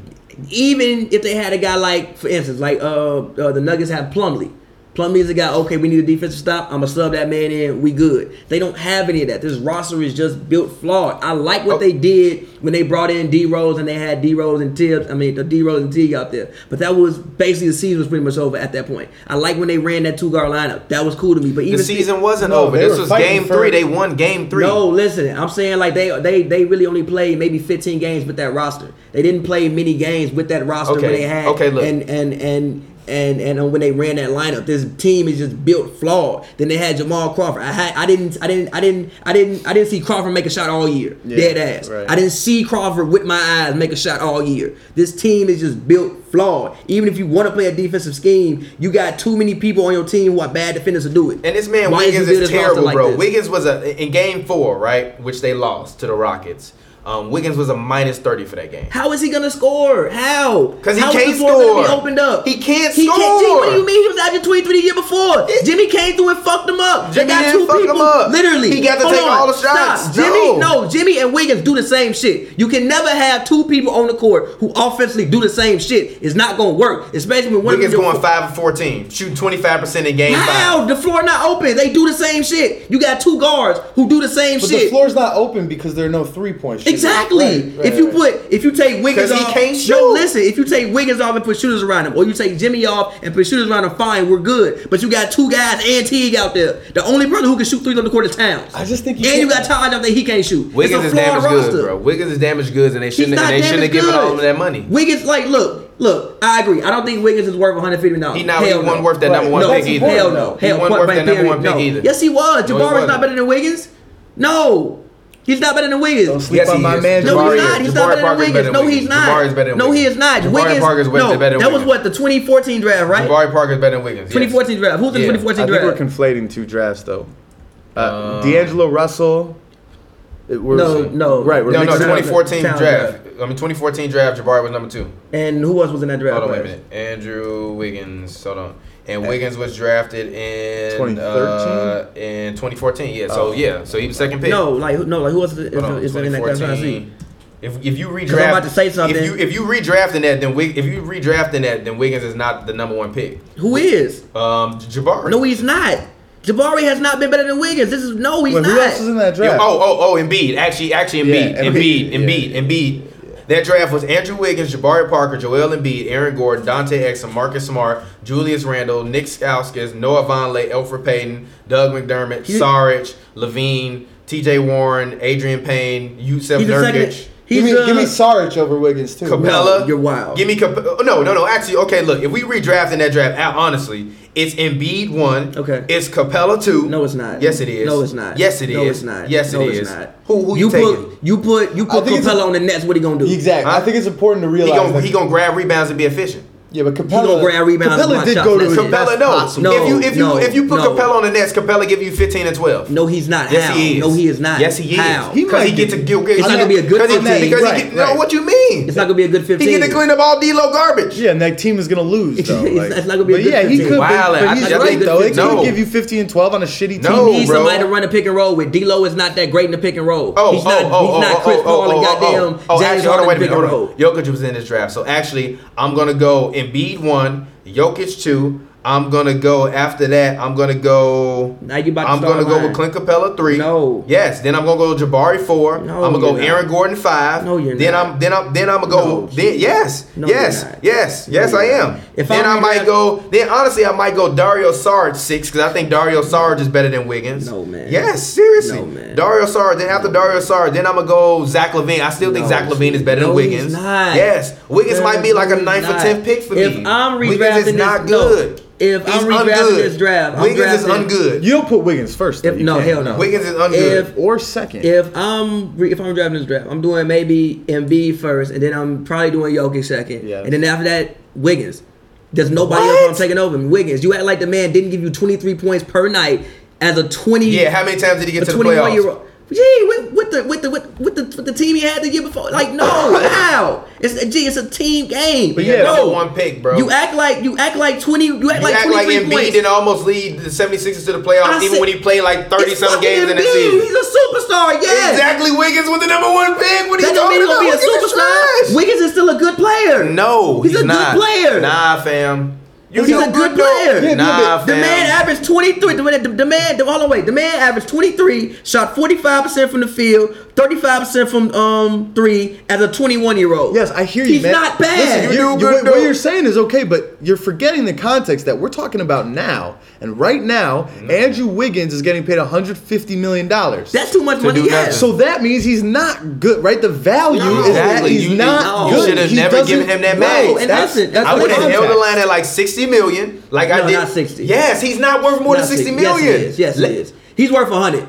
[SPEAKER 2] Even if they had a guy like, for instance, like uh, uh the Nuggets have Plumlee. Plumlee is a guy. Okay, we need a defensive stop. I'ma sub that man in. We good. They don't have any of that. This roster is just built flawed. I like what
[SPEAKER 1] Oh.
[SPEAKER 2] they did when they brought in D Rose and they had D Rose and Tibbs. I mean, the D Rose and T out there. But that was basically the season was pretty much over at that point. I like when they ran that two guard lineup. That was cool to me. But even
[SPEAKER 1] The season wasn't
[SPEAKER 3] No,
[SPEAKER 1] over.
[SPEAKER 3] they
[SPEAKER 1] This
[SPEAKER 3] were
[SPEAKER 1] was
[SPEAKER 3] fighting
[SPEAKER 1] game
[SPEAKER 3] for-
[SPEAKER 1] three. They won game three.
[SPEAKER 2] no, listen. I'm saying like they they they really only played maybe 15 games with that roster. They didn't play many games with that roster when
[SPEAKER 1] Okay,
[SPEAKER 2] they had.
[SPEAKER 1] okay, look.
[SPEAKER 2] And and and. And, and uh, when they ran that lineup, this team is just built flawed. Then they had Jamal Crawford. I had I didn't I didn't I didn't I didn't I didn't see Crawford make a shot all year. Dead ass.
[SPEAKER 3] right.
[SPEAKER 2] I didn't see Crawford with my eyes make a shot all year. This team is just built flawed. Even if you want to play a defensive scheme, you got too many people on your team who are bad defenders to do it.
[SPEAKER 1] And this man
[SPEAKER 2] Why
[SPEAKER 1] Wiggins
[SPEAKER 2] you build
[SPEAKER 1] is
[SPEAKER 2] this roster
[SPEAKER 1] terrible,
[SPEAKER 2] like
[SPEAKER 1] bro.
[SPEAKER 2] this?
[SPEAKER 1] Wiggins was a in game four, right, which they lost to the Rockets. Um, Wiggins was a minus thirty for that game.
[SPEAKER 2] How is he gonna score? How?
[SPEAKER 1] 'Cause he
[SPEAKER 2] How is
[SPEAKER 1] can't
[SPEAKER 2] the floor gonna
[SPEAKER 1] score.
[SPEAKER 2] Be opened up.
[SPEAKER 1] He can't
[SPEAKER 2] Gee,
[SPEAKER 1] score.
[SPEAKER 2] what do you mean? He was out there 23 the year before.
[SPEAKER 1] It-
[SPEAKER 2] Jimmy came through and fucked him up.
[SPEAKER 1] Jimmy
[SPEAKER 2] they got
[SPEAKER 1] didn't
[SPEAKER 2] two
[SPEAKER 1] fuck him
[SPEAKER 2] people.
[SPEAKER 1] up.
[SPEAKER 2] Literally,
[SPEAKER 1] He got to
[SPEAKER 2] Hold
[SPEAKER 1] take
[SPEAKER 2] on.
[SPEAKER 1] all the
[SPEAKER 2] Stop.
[SPEAKER 1] shots.
[SPEAKER 2] Jimmy,
[SPEAKER 1] No.
[SPEAKER 2] no, Jimmy and Wiggins do the same shit. You can never have two people on the court who offensively do the same shit. It's not gonna work, especially when one
[SPEAKER 1] Wiggins
[SPEAKER 2] of them
[SPEAKER 1] going five of fourteen, shooting twenty five percent in game
[SPEAKER 2] How
[SPEAKER 1] five.
[SPEAKER 2] the floor not open? They do the same shit. You got two guards who do the same
[SPEAKER 3] But
[SPEAKER 2] shit.
[SPEAKER 3] the floor's not open because there are no three point shooters.
[SPEAKER 2] Exactly.
[SPEAKER 3] Right, right,
[SPEAKER 2] if you
[SPEAKER 3] right.
[SPEAKER 2] put, if you take Wiggins
[SPEAKER 1] 'Cause he
[SPEAKER 2] off,
[SPEAKER 1] can't
[SPEAKER 2] no.
[SPEAKER 1] shoot.
[SPEAKER 2] Listen, if you take Wiggins off and put shooters around him, or you take Jimmy off and put shooters around him, fine, we're good. But you got two guys and Teague out there. The only brother who can shoot threes on the court is Towns.
[SPEAKER 3] I just think you
[SPEAKER 2] and you got
[SPEAKER 3] can't-
[SPEAKER 2] Todd out there, he can't shoot.
[SPEAKER 1] Wiggins is
[SPEAKER 2] it's a flawed
[SPEAKER 1] damaged
[SPEAKER 2] roster.
[SPEAKER 1] goods, bro. Wiggins is damaged goods, and they
[SPEAKER 2] He's
[SPEAKER 1] shouldn't.
[SPEAKER 2] not
[SPEAKER 1] And they
[SPEAKER 2] damn
[SPEAKER 1] shouldn't have
[SPEAKER 2] good.
[SPEAKER 1] given all of that money.
[SPEAKER 2] Wiggins, like, look, look, I agree. I don't think Wiggins is worth 150 dollars.
[SPEAKER 1] He not
[SPEAKER 2] Hell
[SPEAKER 1] he
[SPEAKER 2] no.
[SPEAKER 1] wasn't worth that number one
[SPEAKER 2] no,
[SPEAKER 1] pick either.
[SPEAKER 2] Hell no.
[SPEAKER 1] He wasn't
[SPEAKER 2] Hell, point
[SPEAKER 1] worth
[SPEAKER 2] blank
[SPEAKER 1] that number
[SPEAKER 2] period,
[SPEAKER 1] one pick
[SPEAKER 2] no.
[SPEAKER 1] either.
[SPEAKER 2] Yes, he was.
[SPEAKER 1] he
[SPEAKER 2] Jabari's
[SPEAKER 1] wasn't.
[SPEAKER 2] not better than Wiggins. No. He's not better than Wiggins.
[SPEAKER 3] Don't sleep
[SPEAKER 1] Yes,
[SPEAKER 3] on
[SPEAKER 1] he
[SPEAKER 3] my
[SPEAKER 1] is.
[SPEAKER 3] man.
[SPEAKER 2] No,
[SPEAKER 1] Jabari
[SPEAKER 2] he's
[SPEAKER 1] is-
[SPEAKER 2] not. He's not
[SPEAKER 1] Jabari
[SPEAKER 2] better than
[SPEAKER 1] Parker's
[SPEAKER 2] Wiggins.
[SPEAKER 1] better than
[SPEAKER 2] no, he's
[SPEAKER 1] Wiggins. Jabari is better
[SPEAKER 2] not.
[SPEAKER 1] than
[SPEAKER 2] No,
[SPEAKER 1] Wiggins.
[SPEAKER 2] he's not.
[SPEAKER 1] Jabari
[SPEAKER 2] Wiggins.
[SPEAKER 1] Parker's way
[SPEAKER 2] no,
[SPEAKER 1] better than
[SPEAKER 2] that was
[SPEAKER 1] Wiggins.
[SPEAKER 2] what the 2014 draft, right?
[SPEAKER 1] Jabari Parker's better than Wiggins. yes.
[SPEAKER 2] 2014 draft. Who's the
[SPEAKER 1] Yeah,
[SPEAKER 3] I think
[SPEAKER 2] 2014
[SPEAKER 3] we're
[SPEAKER 2] draft?
[SPEAKER 3] conflating two drafts though. Uh,
[SPEAKER 1] Uh,
[SPEAKER 3] D'Angelo Russell. it- we're-
[SPEAKER 2] No, no.
[SPEAKER 3] Right, we're
[SPEAKER 1] No, no,
[SPEAKER 3] mixing it up.
[SPEAKER 1] 2014
[SPEAKER 2] Town
[SPEAKER 1] draft.
[SPEAKER 2] draft.
[SPEAKER 1] I mean, 2014 draft. Jabari was number two.
[SPEAKER 2] and who else was in that draft?
[SPEAKER 1] Hold on, wait a
[SPEAKER 2] class?
[SPEAKER 1] minute. Andrew Wiggins. Hold on. And Wiggins was drafted in 2013
[SPEAKER 3] 2013?
[SPEAKER 1] in 2014. Yeah. So yeah. So he was second pick.
[SPEAKER 2] No, like who- no, like who else is,
[SPEAKER 1] Hold on,
[SPEAKER 2] is, is in that class? I'm trying to see.
[SPEAKER 1] 2014. If, if you redraft,
[SPEAKER 2] I'm about to say
[SPEAKER 1] If
[SPEAKER 2] something.
[SPEAKER 1] you if you redrafting that, then Wig, if you redrafting that, then Wiggins is not the number one pick.
[SPEAKER 2] Who is?
[SPEAKER 1] Um, Jabari.
[SPEAKER 2] No, he's not. Jabari has not been better than Wiggins. This is no, he's
[SPEAKER 3] Wait,
[SPEAKER 2] not.
[SPEAKER 3] who else is in that
[SPEAKER 1] Yeah,
[SPEAKER 3] draft?
[SPEAKER 1] oh, oh, oh, Embiid. Actually, actually, Embiid,
[SPEAKER 3] Yeah,
[SPEAKER 1] Embiid,
[SPEAKER 3] Embiid.
[SPEAKER 1] Embiid, Embiid. That draft was Andrew Wiggins, Jabari Parker, Joel Embiid, Aaron Gordon, Dante Exum, Marcus Smart, Julius Randle, Nick Stauskas, Noah Vonleh, Elfrid Payton, Doug McDermott, Saric, Levine, T.J. Warren, Adrian Payne, Yusef
[SPEAKER 2] He's the second.
[SPEAKER 1] Nurkic.
[SPEAKER 3] give
[SPEAKER 2] He's
[SPEAKER 3] me,
[SPEAKER 2] uh,
[SPEAKER 3] give me Saric over Wiggins too.
[SPEAKER 1] Capella.
[SPEAKER 2] No, you're wild.
[SPEAKER 1] Give me Capella. No, no, no. Actually, okay. Look, if we redrafting that draft, uh, honestly, it's Embiid one.
[SPEAKER 2] Okay.
[SPEAKER 1] It's Capella two.
[SPEAKER 2] No, it's not.
[SPEAKER 1] Yes, it is.
[SPEAKER 2] No, it's not.
[SPEAKER 1] Yes, it is.
[SPEAKER 2] no, it's not.
[SPEAKER 1] Yes, it
[SPEAKER 2] no,
[SPEAKER 1] is.
[SPEAKER 2] It's not.
[SPEAKER 1] Who? Who you, taking?
[SPEAKER 2] put? You put? You put
[SPEAKER 3] think it's
[SPEAKER 2] Capella
[SPEAKER 3] a-
[SPEAKER 2] on the Nets. What he gonna do?
[SPEAKER 3] Exactly. I think it's important to
[SPEAKER 1] He
[SPEAKER 3] realize.
[SPEAKER 1] gonna
[SPEAKER 3] that-
[SPEAKER 1] he gonna grab rebounds and be efficient.
[SPEAKER 3] yeah, but Capella.
[SPEAKER 2] grab rebounds and
[SPEAKER 3] Capella
[SPEAKER 2] block
[SPEAKER 3] did
[SPEAKER 2] shots.
[SPEAKER 3] go to
[SPEAKER 2] That's
[SPEAKER 3] his
[SPEAKER 2] it.
[SPEAKER 1] Capella,
[SPEAKER 3] best
[SPEAKER 1] no.
[SPEAKER 3] possible.
[SPEAKER 2] No,
[SPEAKER 1] If you if you
[SPEAKER 2] no,
[SPEAKER 1] if you put
[SPEAKER 2] no.
[SPEAKER 1] Capella on the Nets, Capella give you fifteen and twelve.
[SPEAKER 2] No, he's not.
[SPEAKER 1] Yes,
[SPEAKER 2] How?
[SPEAKER 1] he is.
[SPEAKER 2] No, he is not.
[SPEAKER 1] Yes, he is.
[SPEAKER 2] How?
[SPEAKER 3] He
[SPEAKER 1] Because he,
[SPEAKER 3] might
[SPEAKER 1] gets to
[SPEAKER 3] be.
[SPEAKER 1] get.
[SPEAKER 2] It's not gonna be a good
[SPEAKER 1] because he-
[SPEAKER 2] 15.
[SPEAKER 1] Because
[SPEAKER 3] Right,
[SPEAKER 1] he get, no,
[SPEAKER 3] right.
[SPEAKER 1] what you mean?
[SPEAKER 2] It's not gonna be a good
[SPEAKER 1] He
[SPEAKER 2] fifteen.
[SPEAKER 1] get to clean up all D'Lo garbage.
[SPEAKER 3] Yeah, and that team is gonna lose though.
[SPEAKER 2] It's-
[SPEAKER 3] like-
[SPEAKER 2] it's not gonna be a
[SPEAKER 3] But
[SPEAKER 2] good
[SPEAKER 3] yeah, he
[SPEAKER 2] 15.
[SPEAKER 3] could.
[SPEAKER 1] Wow,
[SPEAKER 3] but,
[SPEAKER 1] I-
[SPEAKER 3] but he's
[SPEAKER 1] I
[SPEAKER 3] right
[SPEAKER 1] think
[SPEAKER 3] though. It
[SPEAKER 1] no.
[SPEAKER 3] could give you 15 and 12 on a shitty
[SPEAKER 1] No,
[SPEAKER 3] team.
[SPEAKER 2] He needs
[SPEAKER 1] bro.
[SPEAKER 2] somebody to run a pick and roll with. D'Lo is not that great in the pick and roll.
[SPEAKER 1] Oh,
[SPEAKER 2] he's
[SPEAKER 1] oh,
[SPEAKER 2] not.
[SPEAKER 1] oh,
[SPEAKER 2] he's
[SPEAKER 1] oh,
[SPEAKER 2] not
[SPEAKER 1] oh,
[SPEAKER 2] Chris
[SPEAKER 1] oh,
[SPEAKER 2] Paul
[SPEAKER 1] oh,
[SPEAKER 2] and
[SPEAKER 1] oh,
[SPEAKER 2] goddamn
[SPEAKER 1] oh, oh, actually,
[SPEAKER 2] James
[SPEAKER 1] hold on,
[SPEAKER 2] Harden
[SPEAKER 1] wait a
[SPEAKER 2] in pick
[SPEAKER 1] minute,
[SPEAKER 2] and
[SPEAKER 1] hold
[SPEAKER 2] roll.
[SPEAKER 1] on. Jokic was in this draft, so actually, I'm gonna go Embiid one, Jokic two. I'm gonna go after that. I'm gonna go.
[SPEAKER 2] Now you about to
[SPEAKER 1] I'm
[SPEAKER 2] start
[SPEAKER 1] gonna go
[SPEAKER 2] lying.
[SPEAKER 1] with Clint Capella three.
[SPEAKER 2] No.
[SPEAKER 1] Yes. Then I'm gonna go Jabari four.
[SPEAKER 2] No,
[SPEAKER 1] I'm gonna go
[SPEAKER 2] you're not.
[SPEAKER 1] Aaron Gordon five.
[SPEAKER 2] No, you're
[SPEAKER 1] then
[SPEAKER 2] not.
[SPEAKER 1] I'm then I'm then I'm gonna go.
[SPEAKER 2] No,
[SPEAKER 1] then, yes.
[SPEAKER 2] No, you're
[SPEAKER 1] yes.
[SPEAKER 2] not.
[SPEAKER 1] Yes.
[SPEAKER 2] No,
[SPEAKER 1] yes,
[SPEAKER 2] you're
[SPEAKER 1] I
[SPEAKER 2] not.
[SPEAKER 1] am.
[SPEAKER 2] If
[SPEAKER 1] then
[SPEAKER 2] I'm
[SPEAKER 1] I might
[SPEAKER 2] redraft-
[SPEAKER 1] go. Then honestly, I might go Dario Sarge six because I think Dario Sarge is better than Wiggins.
[SPEAKER 2] No, man.
[SPEAKER 1] Yes, seriously.
[SPEAKER 2] No, man.
[SPEAKER 1] Dario Sarge. Then after Dario Sarge, then I'm gonna go Zach Levine. I still think
[SPEAKER 2] No,
[SPEAKER 1] Zach Levine is better
[SPEAKER 2] no,
[SPEAKER 1] than
[SPEAKER 2] he's
[SPEAKER 1] Wiggins.
[SPEAKER 2] not.
[SPEAKER 1] Yes, Wiggins
[SPEAKER 2] No,
[SPEAKER 1] might be like a
[SPEAKER 2] he's
[SPEAKER 1] ninth or
[SPEAKER 2] not.
[SPEAKER 1] tenth pick for
[SPEAKER 2] If
[SPEAKER 1] me.
[SPEAKER 2] I'm
[SPEAKER 1] Wiggins
[SPEAKER 2] redrafting
[SPEAKER 1] is
[SPEAKER 2] this-
[SPEAKER 1] not
[SPEAKER 2] no.
[SPEAKER 1] good.
[SPEAKER 2] If I'm redrafting
[SPEAKER 1] ungood.
[SPEAKER 2] this draft, I'm
[SPEAKER 1] Wiggins is
[SPEAKER 2] drafting-
[SPEAKER 1] ungood.
[SPEAKER 3] You'll put Wiggins first. though.
[SPEAKER 2] If-
[SPEAKER 3] You
[SPEAKER 2] no,
[SPEAKER 3] can't.
[SPEAKER 2] hell no.
[SPEAKER 1] Wiggins is ungood.
[SPEAKER 2] If
[SPEAKER 3] Or second.
[SPEAKER 2] if I'm re- if I'm driving this draft, I'm doing maybe Embiid first, and then I'm probably doing Jokic second,
[SPEAKER 3] Yeah.
[SPEAKER 2] and then after that Wiggins. There's nobody
[SPEAKER 1] What?
[SPEAKER 2] else I'm taking over. him. Wiggins, you act like the man didn't give you 23 points per night as a 20.
[SPEAKER 1] yeah, how many times did he
[SPEAKER 2] a
[SPEAKER 1] get to the
[SPEAKER 2] 21 year
[SPEAKER 1] playoffs?
[SPEAKER 2] old. Gee, with, with the with the with, with the with the team he had the year before,
[SPEAKER 1] *laughs*
[SPEAKER 2] like no, how? It's gee, it's a team game.
[SPEAKER 1] But
[SPEAKER 3] yeah,
[SPEAKER 1] yeah,
[SPEAKER 2] no
[SPEAKER 1] number one pick, bro.
[SPEAKER 2] You act like you act like 20. You act
[SPEAKER 1] You
[SPEAKER 2] like
[SPEAKER 1] act like
[SPEAKER 2] 23
[SPEAKER 1] Embiid
[SPEAKER 2] points.
[SPEAKER 1] didn't almost lead the 76ers to the playoffs,
[SPEAKER 2] I
[SPEAKER 1] even
[SPEAKER 2] said-
[SPEAKER 1] when he played like 30
[SPEAKER 2] It's
[SPEAKER 1] some
[SPEAKER 2] fucking
[SPEAKER 1] games in the
[SPEAKER 2] Embiid.
[SPEAKER 1] season.
[SPEAKER 2] He's a superstar. Yes,
[SPEAKER 1] Exactly, Wiggins was the number one pick. What are
[SPEAKER 2] That
[SPEAKER 1] you
[SPEAKER 2] don't mean
[SPEAKER 1] talking
[SPEAKER 2] he's
[SPEAKER 1] about?
[SPEAKER 2] gonna be a
[SPEAKER 1] Wiggins is
[SPEAKER 2] superstar.
[SPEAKER 1] trash.
[SPEAKER 2] Wiggins is still a good player.
[SPEAKER 1] No,
[SPEAKER 2] he's, a
[SPEAKER 1] not.
[SPEAKER 2] good player.
[SPEAKER 1] Nah, fam. You
[SPEAKER 2] He's
[SPEAKER 1] know
[SPEAKER 2] a good
[SPEAKER 1] though.
[SPEAKER 2] player. Yeah,
[SPEAKER 1] Nah, fam.
[SPEAKER 2] The man averaged 23. The, man- the man, the, hold on, wait. The man averaged 23, shot 45% from the field, 35% from um three as a 21 year old.
[SPEAKER 3] Yes, I hear you,
[SPEAKER 2] He's
[SPEAKER 3] man.
[SPEAKER 2] not bad.
[SPEAKER 3] Listen,
[SPEAKER 1] You
[SPEAKER 3] you,
[SPEAKER 1] do
[SPEAKER 3] you,
[SPEAKER 1] good,
[SPEAKER 3] what, what
[SPEAKER 1] though.
[SPEAKER 3] you're saying is okay, but you're forgetting the context that we're talking about now. And right now, Andrew Wiggins is getting paid 150 million dollars.
[SPEAKER 2] That's too much
[SPEAKER 1] To
[SPEAKER 2] money.
[SPEAKER 1] do
[SPEAKER 2] Yes.
[SPEAKER 1] nothing.
[SPEAKER 3] So that means he's not good, right? The value
[SPEAKER 2] No.
[SPEAKER 3] is that
[SPEAKER 1] Exactly.
[SPEAKER 3] he's
[SPEAKER 1] You-
[SPEAKER 3] not
[SPEAKER 2] you
[SPEAKER 3] good.
[SPEAKER 1] should've
[SPEAKER 3] He
[SPEAKER 1] never
[SPEAKER 3] doesn't-
[SPEAKER 1] given him that
[SPEAKER 3] No,
[SPEAKER 1] bag. And
[SPEAKER 2] listen, that's
[SPEAKER 1] I would have
[SPEAKER 2] Contact.
[SPEAKER 1] held the line at like 60 million. Like I
[SPEAKER 2] No,
[SPEAKER 1] did.
[SPEAKER 2] not 60.
[SPEAKER 1] Yes, he's not worth more
[SPEAKER 2] Not
[SPEAKER 1] than 60
[SPEAKER 2] six- yes,
[SPEAKER 1] million.
[SPEAKER 2] he is. Yes,
[SPEAKER 1] Le-
[SPEAKER 2] he is. He's worth 100.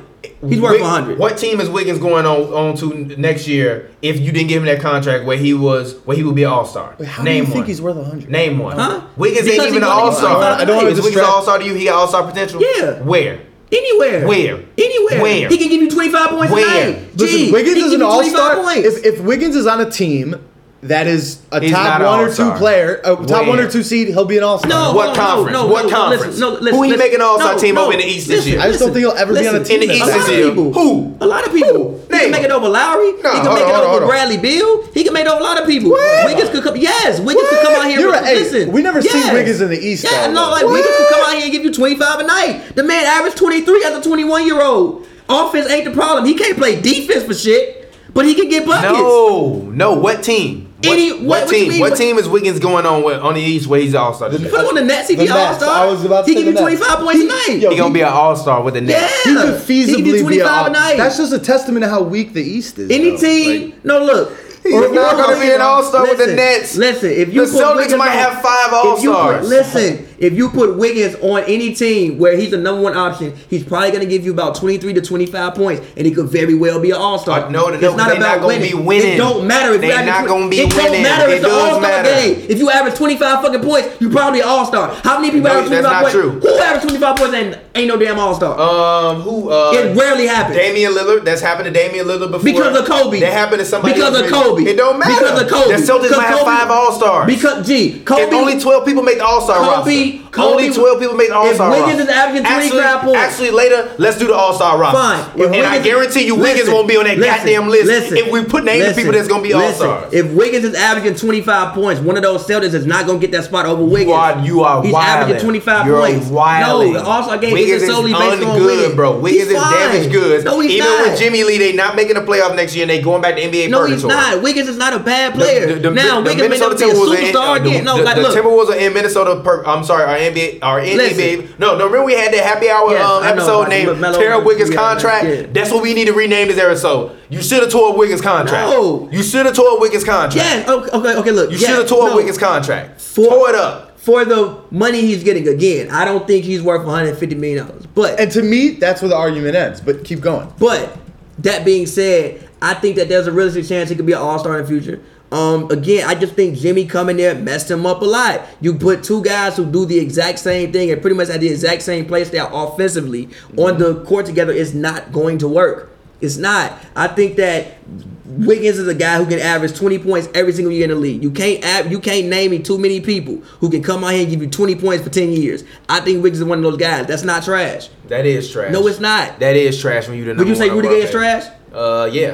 [SPEAKER 2] He's worth
[SPEAKER 1] Wig-
[SPEAKER 2] 100.
[SPEAKER 1] What team is Wiggins going on, on to next year if you didn't give him that contract where he was where he would be an all star?
[SPEAKER 3] how do you think he's worth 100?
[SPEAKER 1] Name one.
[SPEAKER 2] Huh?
[SPEAKER 1] Wiggins
[SPEAKER 2] Because
[SPEAKER 1] ain't
[SPEAKER 2] he
[SPEAKER 1] even an
[SPEAKER 2] wanna get
[SPEAKER 1] all star.
[SPEAKER 2] twenty-five I
[SPEAKER 3] don't wanna
[SPEAKER 1] Is Wiggins an
[SPEAKER 3] distract-
[SPEAKER 1] all star to you? He got all star potential.
[SPEAKER 2] Yeah.
[SPEAKER 1] Where?
[SPEAKER 2] Anywhere.
[SPEAKER 1] Where?
[SPEAKER 2] Anywhere.
[SPEAKER 1] Where?
[SPEAKER 2] He can give you 25 points
[SPEAKER 1] Where?
[SPEAKER 2] a night.
[SPEAKER 3] Listen,
[SPEAKER 2] Gee,
[SPEAKER 3] Wiggins
[SPEAKER 2] he can
[SPEAKER 3] is
[SPEAKER 2] give
[SPEAKER 3] an
[SPEAKER 2] you
[SPEAKER 3] all
[SPEAKER 2] 25
[SPEAKER 3] star.
[SPEAKER 2] points.
[SPEAKER 3] If, if Wiggins is on a team that is a
[SPEAKER 1] He's not
[SPEAKER 3] top
[SPEAKER 1] an
[SPEAKER 3] one or two
[SPEAKER 1] all-star.
[SPEAKER 3] player, a top
[SPEAKER 1] Where?
[SPEAKER 3] one or two seed, he'll be an all star.
[SPEAKER 2] No,
[SPEAKER 1] What
[SPEAKER 2] no,
[SPEAKER 1] conference?
[SPEAKER 2] No, no,
[SPEAKER 1] What
[SPEAKER 2] no,
[SPEAKER 1] conference?
[SPEAKER 2] Listen, no, listen,
[SPEAKER 1] Who he
[SPEAKER 2] listen,
[SPEAKER 1] making all-star
[SPEAKER 2] no,
[SPEAKER 1] team
[SPEAKER 2] no,
[SPEAKER 1] over in the East this
[SPEAKER 2] listen,
[SPEAKER 1] year?
[SPEAKER 3] I just don't
[SPEAKER 2] listen,
[SPEAKER 3] think he'll ever be on a
[SPEAKER 2] listen.
[SPEAKER 3] team
[SPEAKER 1] In the East
[SPEAKER 2] a
[SPEAKER 3] that's
[SPEAKER 2] lot
[SPEAKER 1] this
[SPEAKER 2] of
[SPEAKER 1] year.
[SPEAKER 2] people.
[SPEAKER 1] Who?
[SPEAKER 2] A lot of people. He
[SPEAKER 1] Name
[SPEAKER 2] can make it
[SPEAKER 1] them.
[SPEAKER 2] over Lowry.
[SPEAKER 1] Nah,
[SPEAKER 2] he can
[SPEAKER 1] hold on, hold
[SPEAKER 2] make it
[SPEAKER 1] on,
[SPEAKER 2] over
[SPEAKER 1] hold on.
[SPEAKER 2] Bradley Beal. He can make it over a lot of people.
[SPEAKER 1] What?
[SPEAKER 2] Wiggins could come. Yes, Wiggins could come out here.
[SPEAKER 3] You're
[SPEAKER 2] and-
[SPEAKER 3] a- hey,
[SPEAKER 2] listen,
[SPEAKER 3] we never seen
[SPEAKER 2] yes.
[SPEAKER 3] Wiggins in the East,
[SPEAKER 2] Yeah,
[SPEAKER 3] though.
[SPEAKER 2] no, like
[SPEAKER 3] What?
[SPEAKER 2] Wiggins could come out here and give you 25 a night. The man averaged 23 as a 21 year old. Offense ain't the problem. He can't play defense for shit, but he can get buckets.
[SPEAKER 1] No, no. What team? What,
[SPEAKER 2] Any-
[SPEAKER 1] what,
[SPEAKER 2] what- what you
[SPEAKER 1] team?
[SPEAKER 2] mean?
[SPEAKER 1] What team is Wiggins going on with on the East where he's all star?
[SPEAKER 3] The-
[SPEAKER 2] Put him on the Nets. He
[SPEAKER 3] The
[SPEAKER 2] be
[SPEAKER 3] Nets.
[SPEAKER 2] all
[SPEAKER 3] I was
[SPEAKER 2] star.
[SPEAKER 3] about to
[SPEAKER 2] He
[SPEAKER 3] say
[SPEAKER 2] give you
[SPEAKER 3] the Nets.
[SPEAKER 2] 25 points a
[SPEAKER 3] He-
[SPEAKER 2] night.
[SPEAKER 3] yo,
[SPEAKER 1] He gonna be an all star with the
[SPEAKER 2] Yeah,
[SPEAKER 1] Nets.
[SPEAKER 3] He could
[SPEAKER 2] He
[SPEAKER 3] feasibly
[SPEAKER 2] can do
[SPEAKER 3] be
[SPEAKER 2] 25
[SPEAKER 3] all-
[SPEAKER 2] a night.
[SPEAKER 3] That's just a testament of how weak the East is.
[SPEAKER 2] Any
[SPEAKER 3] though.
[SPEAKER 2] team?
[SPEAKER 3] Like,
[SPEAKER 2] no, look.
[SPEAKER 1] *laughs* He's
[SPEAKER 2] If you
[SPEAKER 1] not
[SPEAKER 2] put-
[SPEAKER 1] gonna be an all-star with the
[SPEAKER 2] Listen,
[SPEAKER 1] Nets.
[SPEAKER 2] Listen, if you
[SPEAKER 1] The
[SPEAKER 2] put
[SPEAKER 1] Celtics
[SPEAKER 2] Wiggins
[SPEAKER 1] might
[SPEAKER 2] on-
[SPEAKER 1] have five
[SPEAKER 2] if you put-
[SPEAKER 1] all-stars.
[SPEAKER 2] Listen, If you put Wiggins on any team where he's the number one option, he's probably going to give you about 23 to 25 points, and he could very well be an All Star.
[SPEAKER 1] Uh, no, no, no, they not gonna be winning.
[SPEAKER 2] It don't matter if
[SPEAKER 1] They
[SPEAKER 2] you average
[SPEAKER 1] not
[SPEAKER 2] 20
[SPEAKER 1] gonna be
[SPEAKER 2] It
[SPEAKER 1] winning.
[SPEAKER 2] don't matter.
[SPEAKER 1] It
[SPEAKER 2] It's an
[SPEAKER 1] does
[SPEAKER 2] All Star
[SPEAKER 1] matter.
[SPEAKER 2] game. If you average 25 fucking points, you probably All Star. How many people
[SPEAKER 1] No,
[SPEAKER 2] average
[SPEAKER 1] that's
[SPEAKER 2] 25
[SPEAKER 1] not
[SPEAKER 2] points?
[SPEAKER 1] true.
[SPEAKER 2] Who averaged 25 points and ain't no damn All Star?
[SPEAKER 1] Um, who? Uh,
[SPEAKER 2] it rarely happens.
[SPEAKER 1] Damian Lillard. That's happened to Damian Lillard before.
[SPEAKER 2] Because of Kobe.
[SPEAKER 1] That happened to somebody.
[SPEAKER 2] Because
[SPEAKER 1] else.
[SPEAKER 2] of Kobe.
[SPEAKER 1] It don't matter.
[SPEAKER 2] Because of Kobe.
[SPEAKER 1] The Celtics
[SPEAKER 2] Because
[SPEAKER 1] might have
[SPEAKER 2] Kobe-
[SPEAKER 1] five All Stars.
[SPEAKER 2] Because G, Kobe
[SPEAKER 1] If only 12 people make the All Star
[SPEAKER 2] Kobe-
[SPEAKER 1] roster.
[SPEAKER 2] Kobe-
[SPEAKER 1] only 12 people make the All Star roster.
[SPEAKER 2] Wiggins is averaging 25
[SPEAKER 1] actually,
[SPEAKER 2] points.
[SPEAKER 1] Actually, later, let's do the All Star roster.
[SPEAKER 2] Fine. If
[SPEAKER 1] and I
[SPEAKER 2] Wiggins-
[SPEAKER 1] guarantee you, Wiggins
[SPEAKER 2] listen,
[SPEAKER 1] won't be on that
[SPEAKER 2] listen,
[SPEAKER 1] goddamn list
[SPEAKER 2] listen,
[SPEAKER 1] if we put name the
[SPEAKER 2] listen,
[SPEAKER 1] people that's going to be All
[SPEAKER 2] listen.
[SPEAKER 1] Stars.
[SPEAKER 2] If Wiggins is averaging 25 points, one of those Celtics is not going to get that spot over Wiggins.
[SPEAKER 1] You are, you are
[SPEAKER 2] He's
[SPEAKER 1] wildin'.
[SPEAKER 2] averaging 25
[SPEAKER 1] You're
[SPEAKER 2] points.
[SPEAKER 1] wildin'.
[SPEAKER 2] No, the All-Star game
[SPEAKER 1] Wiggins
[SPEAKER 2] isn't solely based on
[SPEAKER 1] ungood,
[SPEAKER 2] Wiggins.
[SPEAKER 1] bro. Wiggins
[SPEAKER 2] He's
[SPEAKER 1] is damaged
[SPEAKER 2] fine.
[SPEAKER 1] goods.
[SPEAKER 2] No, he's
[SPEAKER 1] Even
[SPEAKER 2] not.
[SPEAKER 1] with Jimmy Lee, they not making the playoff next year, and they going back to NBA
[SPEAKER 2] No,
[SPEAKER 1] purgatory.
[SPEAKER 2] he's not. Wiggins is not a bad player.
[SPEAKER 1] The- the-
[SPEAKER 2] now,
[SPEAKER 1] the
[SPEAKER 2] Wiggins may
[SPEAKER 1] Minnesota
[SPEAKER 2] not be a
[SPEAKER 1] Timberwolves are in-
[SPEAKER 2] superstar
[SPEAKER 1] the-
[SPEAKER 2] again. No,
[SPEAKER 1] the,
[SPEAKER 2] like,
[SPEAKER 1] the
[SPEAKER 2] look.
[SPEAKER 1] Timberwolves are in Minnesota. Per, I'm sorry, our NBA, our
[SPEAKER 2] Listen.
[SPEAKER 1] NBA. No, no. Remember we had that happy hour
[SPEAKER 2] Yes,
[SPEAKER 1] um,
[SPEAKER 2] I know,
[SPEAKER 1] episode
[SPEAKER 2] like,
[SPEAKER 1] named
[SPEAKER 2] with Melo
[SPEAKER 1] Terrell
[SPEAKER 2] and-
[SPEAKER 1] Wiggins
[SPEAKER 2] yeah,
[SPEAKER 1] contract.
[SPEAKER 2] yeah.
[SPEAKER 1] That's what we need to rename this episode. You should have tore Wiggins contract.
[SPEAKER 2] No.
[SPEAKER 1] you should have tore Wiggins contract.
[SPEAKER 2] yeah, okay, okay, okay, look.
[SPEAKER 1] you
[SPEAKER 2] yeah,
[SPEAKER 1] should have tore
[SPEAKER 2] no.
[SPEAKER 1] Wiggins contract.
[SPEAKER 2] For-
[SPEAKER 1] tore it up.
[SPEAKER 2] For the money he's getting, again, I don't think he's worth 150 million dollars. But
[SPEAKER 3] And to me, that's where the argument ends. But keep going.
[SPEAKER 2] But that being said, I think that there's a realistic chance he could be an all star in the future. Um, again, I just think Jimmy coming there messed him up a lot. You put two guys who do the exact same thing and pretty much at the exact same place they are offensively on the court together is not going to work. It's not. I think that Wiggins is a guy who can average 20 points every single year in the league. You can't ab- you can't name me too many people who can come out here and give you 20 points for 10 years. I think Wiggins is one of those guys. That's not trash.
[SPEAKER 1] That is trash.
[SPEAKER 2] No, it's not.
[SPEAKER 1] That is trash when you the
[SPEAKER 2] Would you
[SPEAKER 1] number
[SPEAKER 2] say
[SPEAKER 1] one
[SPEAKER 2] Rudy
[SPEAKER 1] overall
[SPEAKER 2] Gay is
[SPEAKER 1] pick.
[SPEAKER 2] trash?
[SPEAKER 1] Uh, yeah.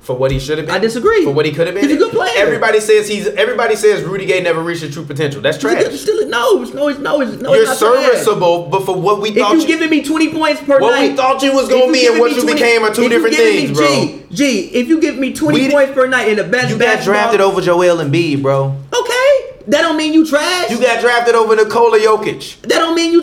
[SPEAKER 1] For what he should have been.
[SPEAKER 2] I disagree.
[SPEAKER 1] For what he could have been.
[SPEAKER 2] He's a good player.
[SPEAKER 1] Everybody says he's. Everybody says Rudy Gay never reached his true potential. That's
[SPEAKER 2] It's
[SPEAKER 1] trash.
[SPEAKER 2] a good- *laughs* Still, no, it's- no, it's no, it's no.
[SPEAKER 1] You're
[SPEAKER 2] it's not trash.
[SPEAKER 1] serviceable, but for what we
[SPEAKER 2] If
[SPEAKER 1] thought
[SPEAKER 2] you giving me twenty points per
[SPEAKER 1] What we
[SPEAKER 2] night,
[SPEAKER 1] thought you was
[SPEAKER 2] if
[SPEAKER 1] gonna be
[SPEAKER 2] giving
[SPEAKER 1] and what
[SPEAKER 2] me
[SPEAKER 1] you became are two
[SPEAKER 2] if you
[SPEAKER 1] different
[SPEAKER 2] giving
[SPEAKER 1] things,
[SPEAKER 2] me,
[SPEAKER 1] bro.
[SPEAKER 2] G, G, if you give me twenty
[SPEAKER 1] We-
[SPEAKER 2] points per night in the best,
[SPEAKER 1] you got
[SPEAKER 2] basketball-
[SPEAKER 1] drafted over Joel Embiid, bro.
[SPEAKER 2] Okay, that don't mean you trash.
[SPEAKER 1] You got drafted over Nikola Jokic.
[SPEAKER 2] that don't mean you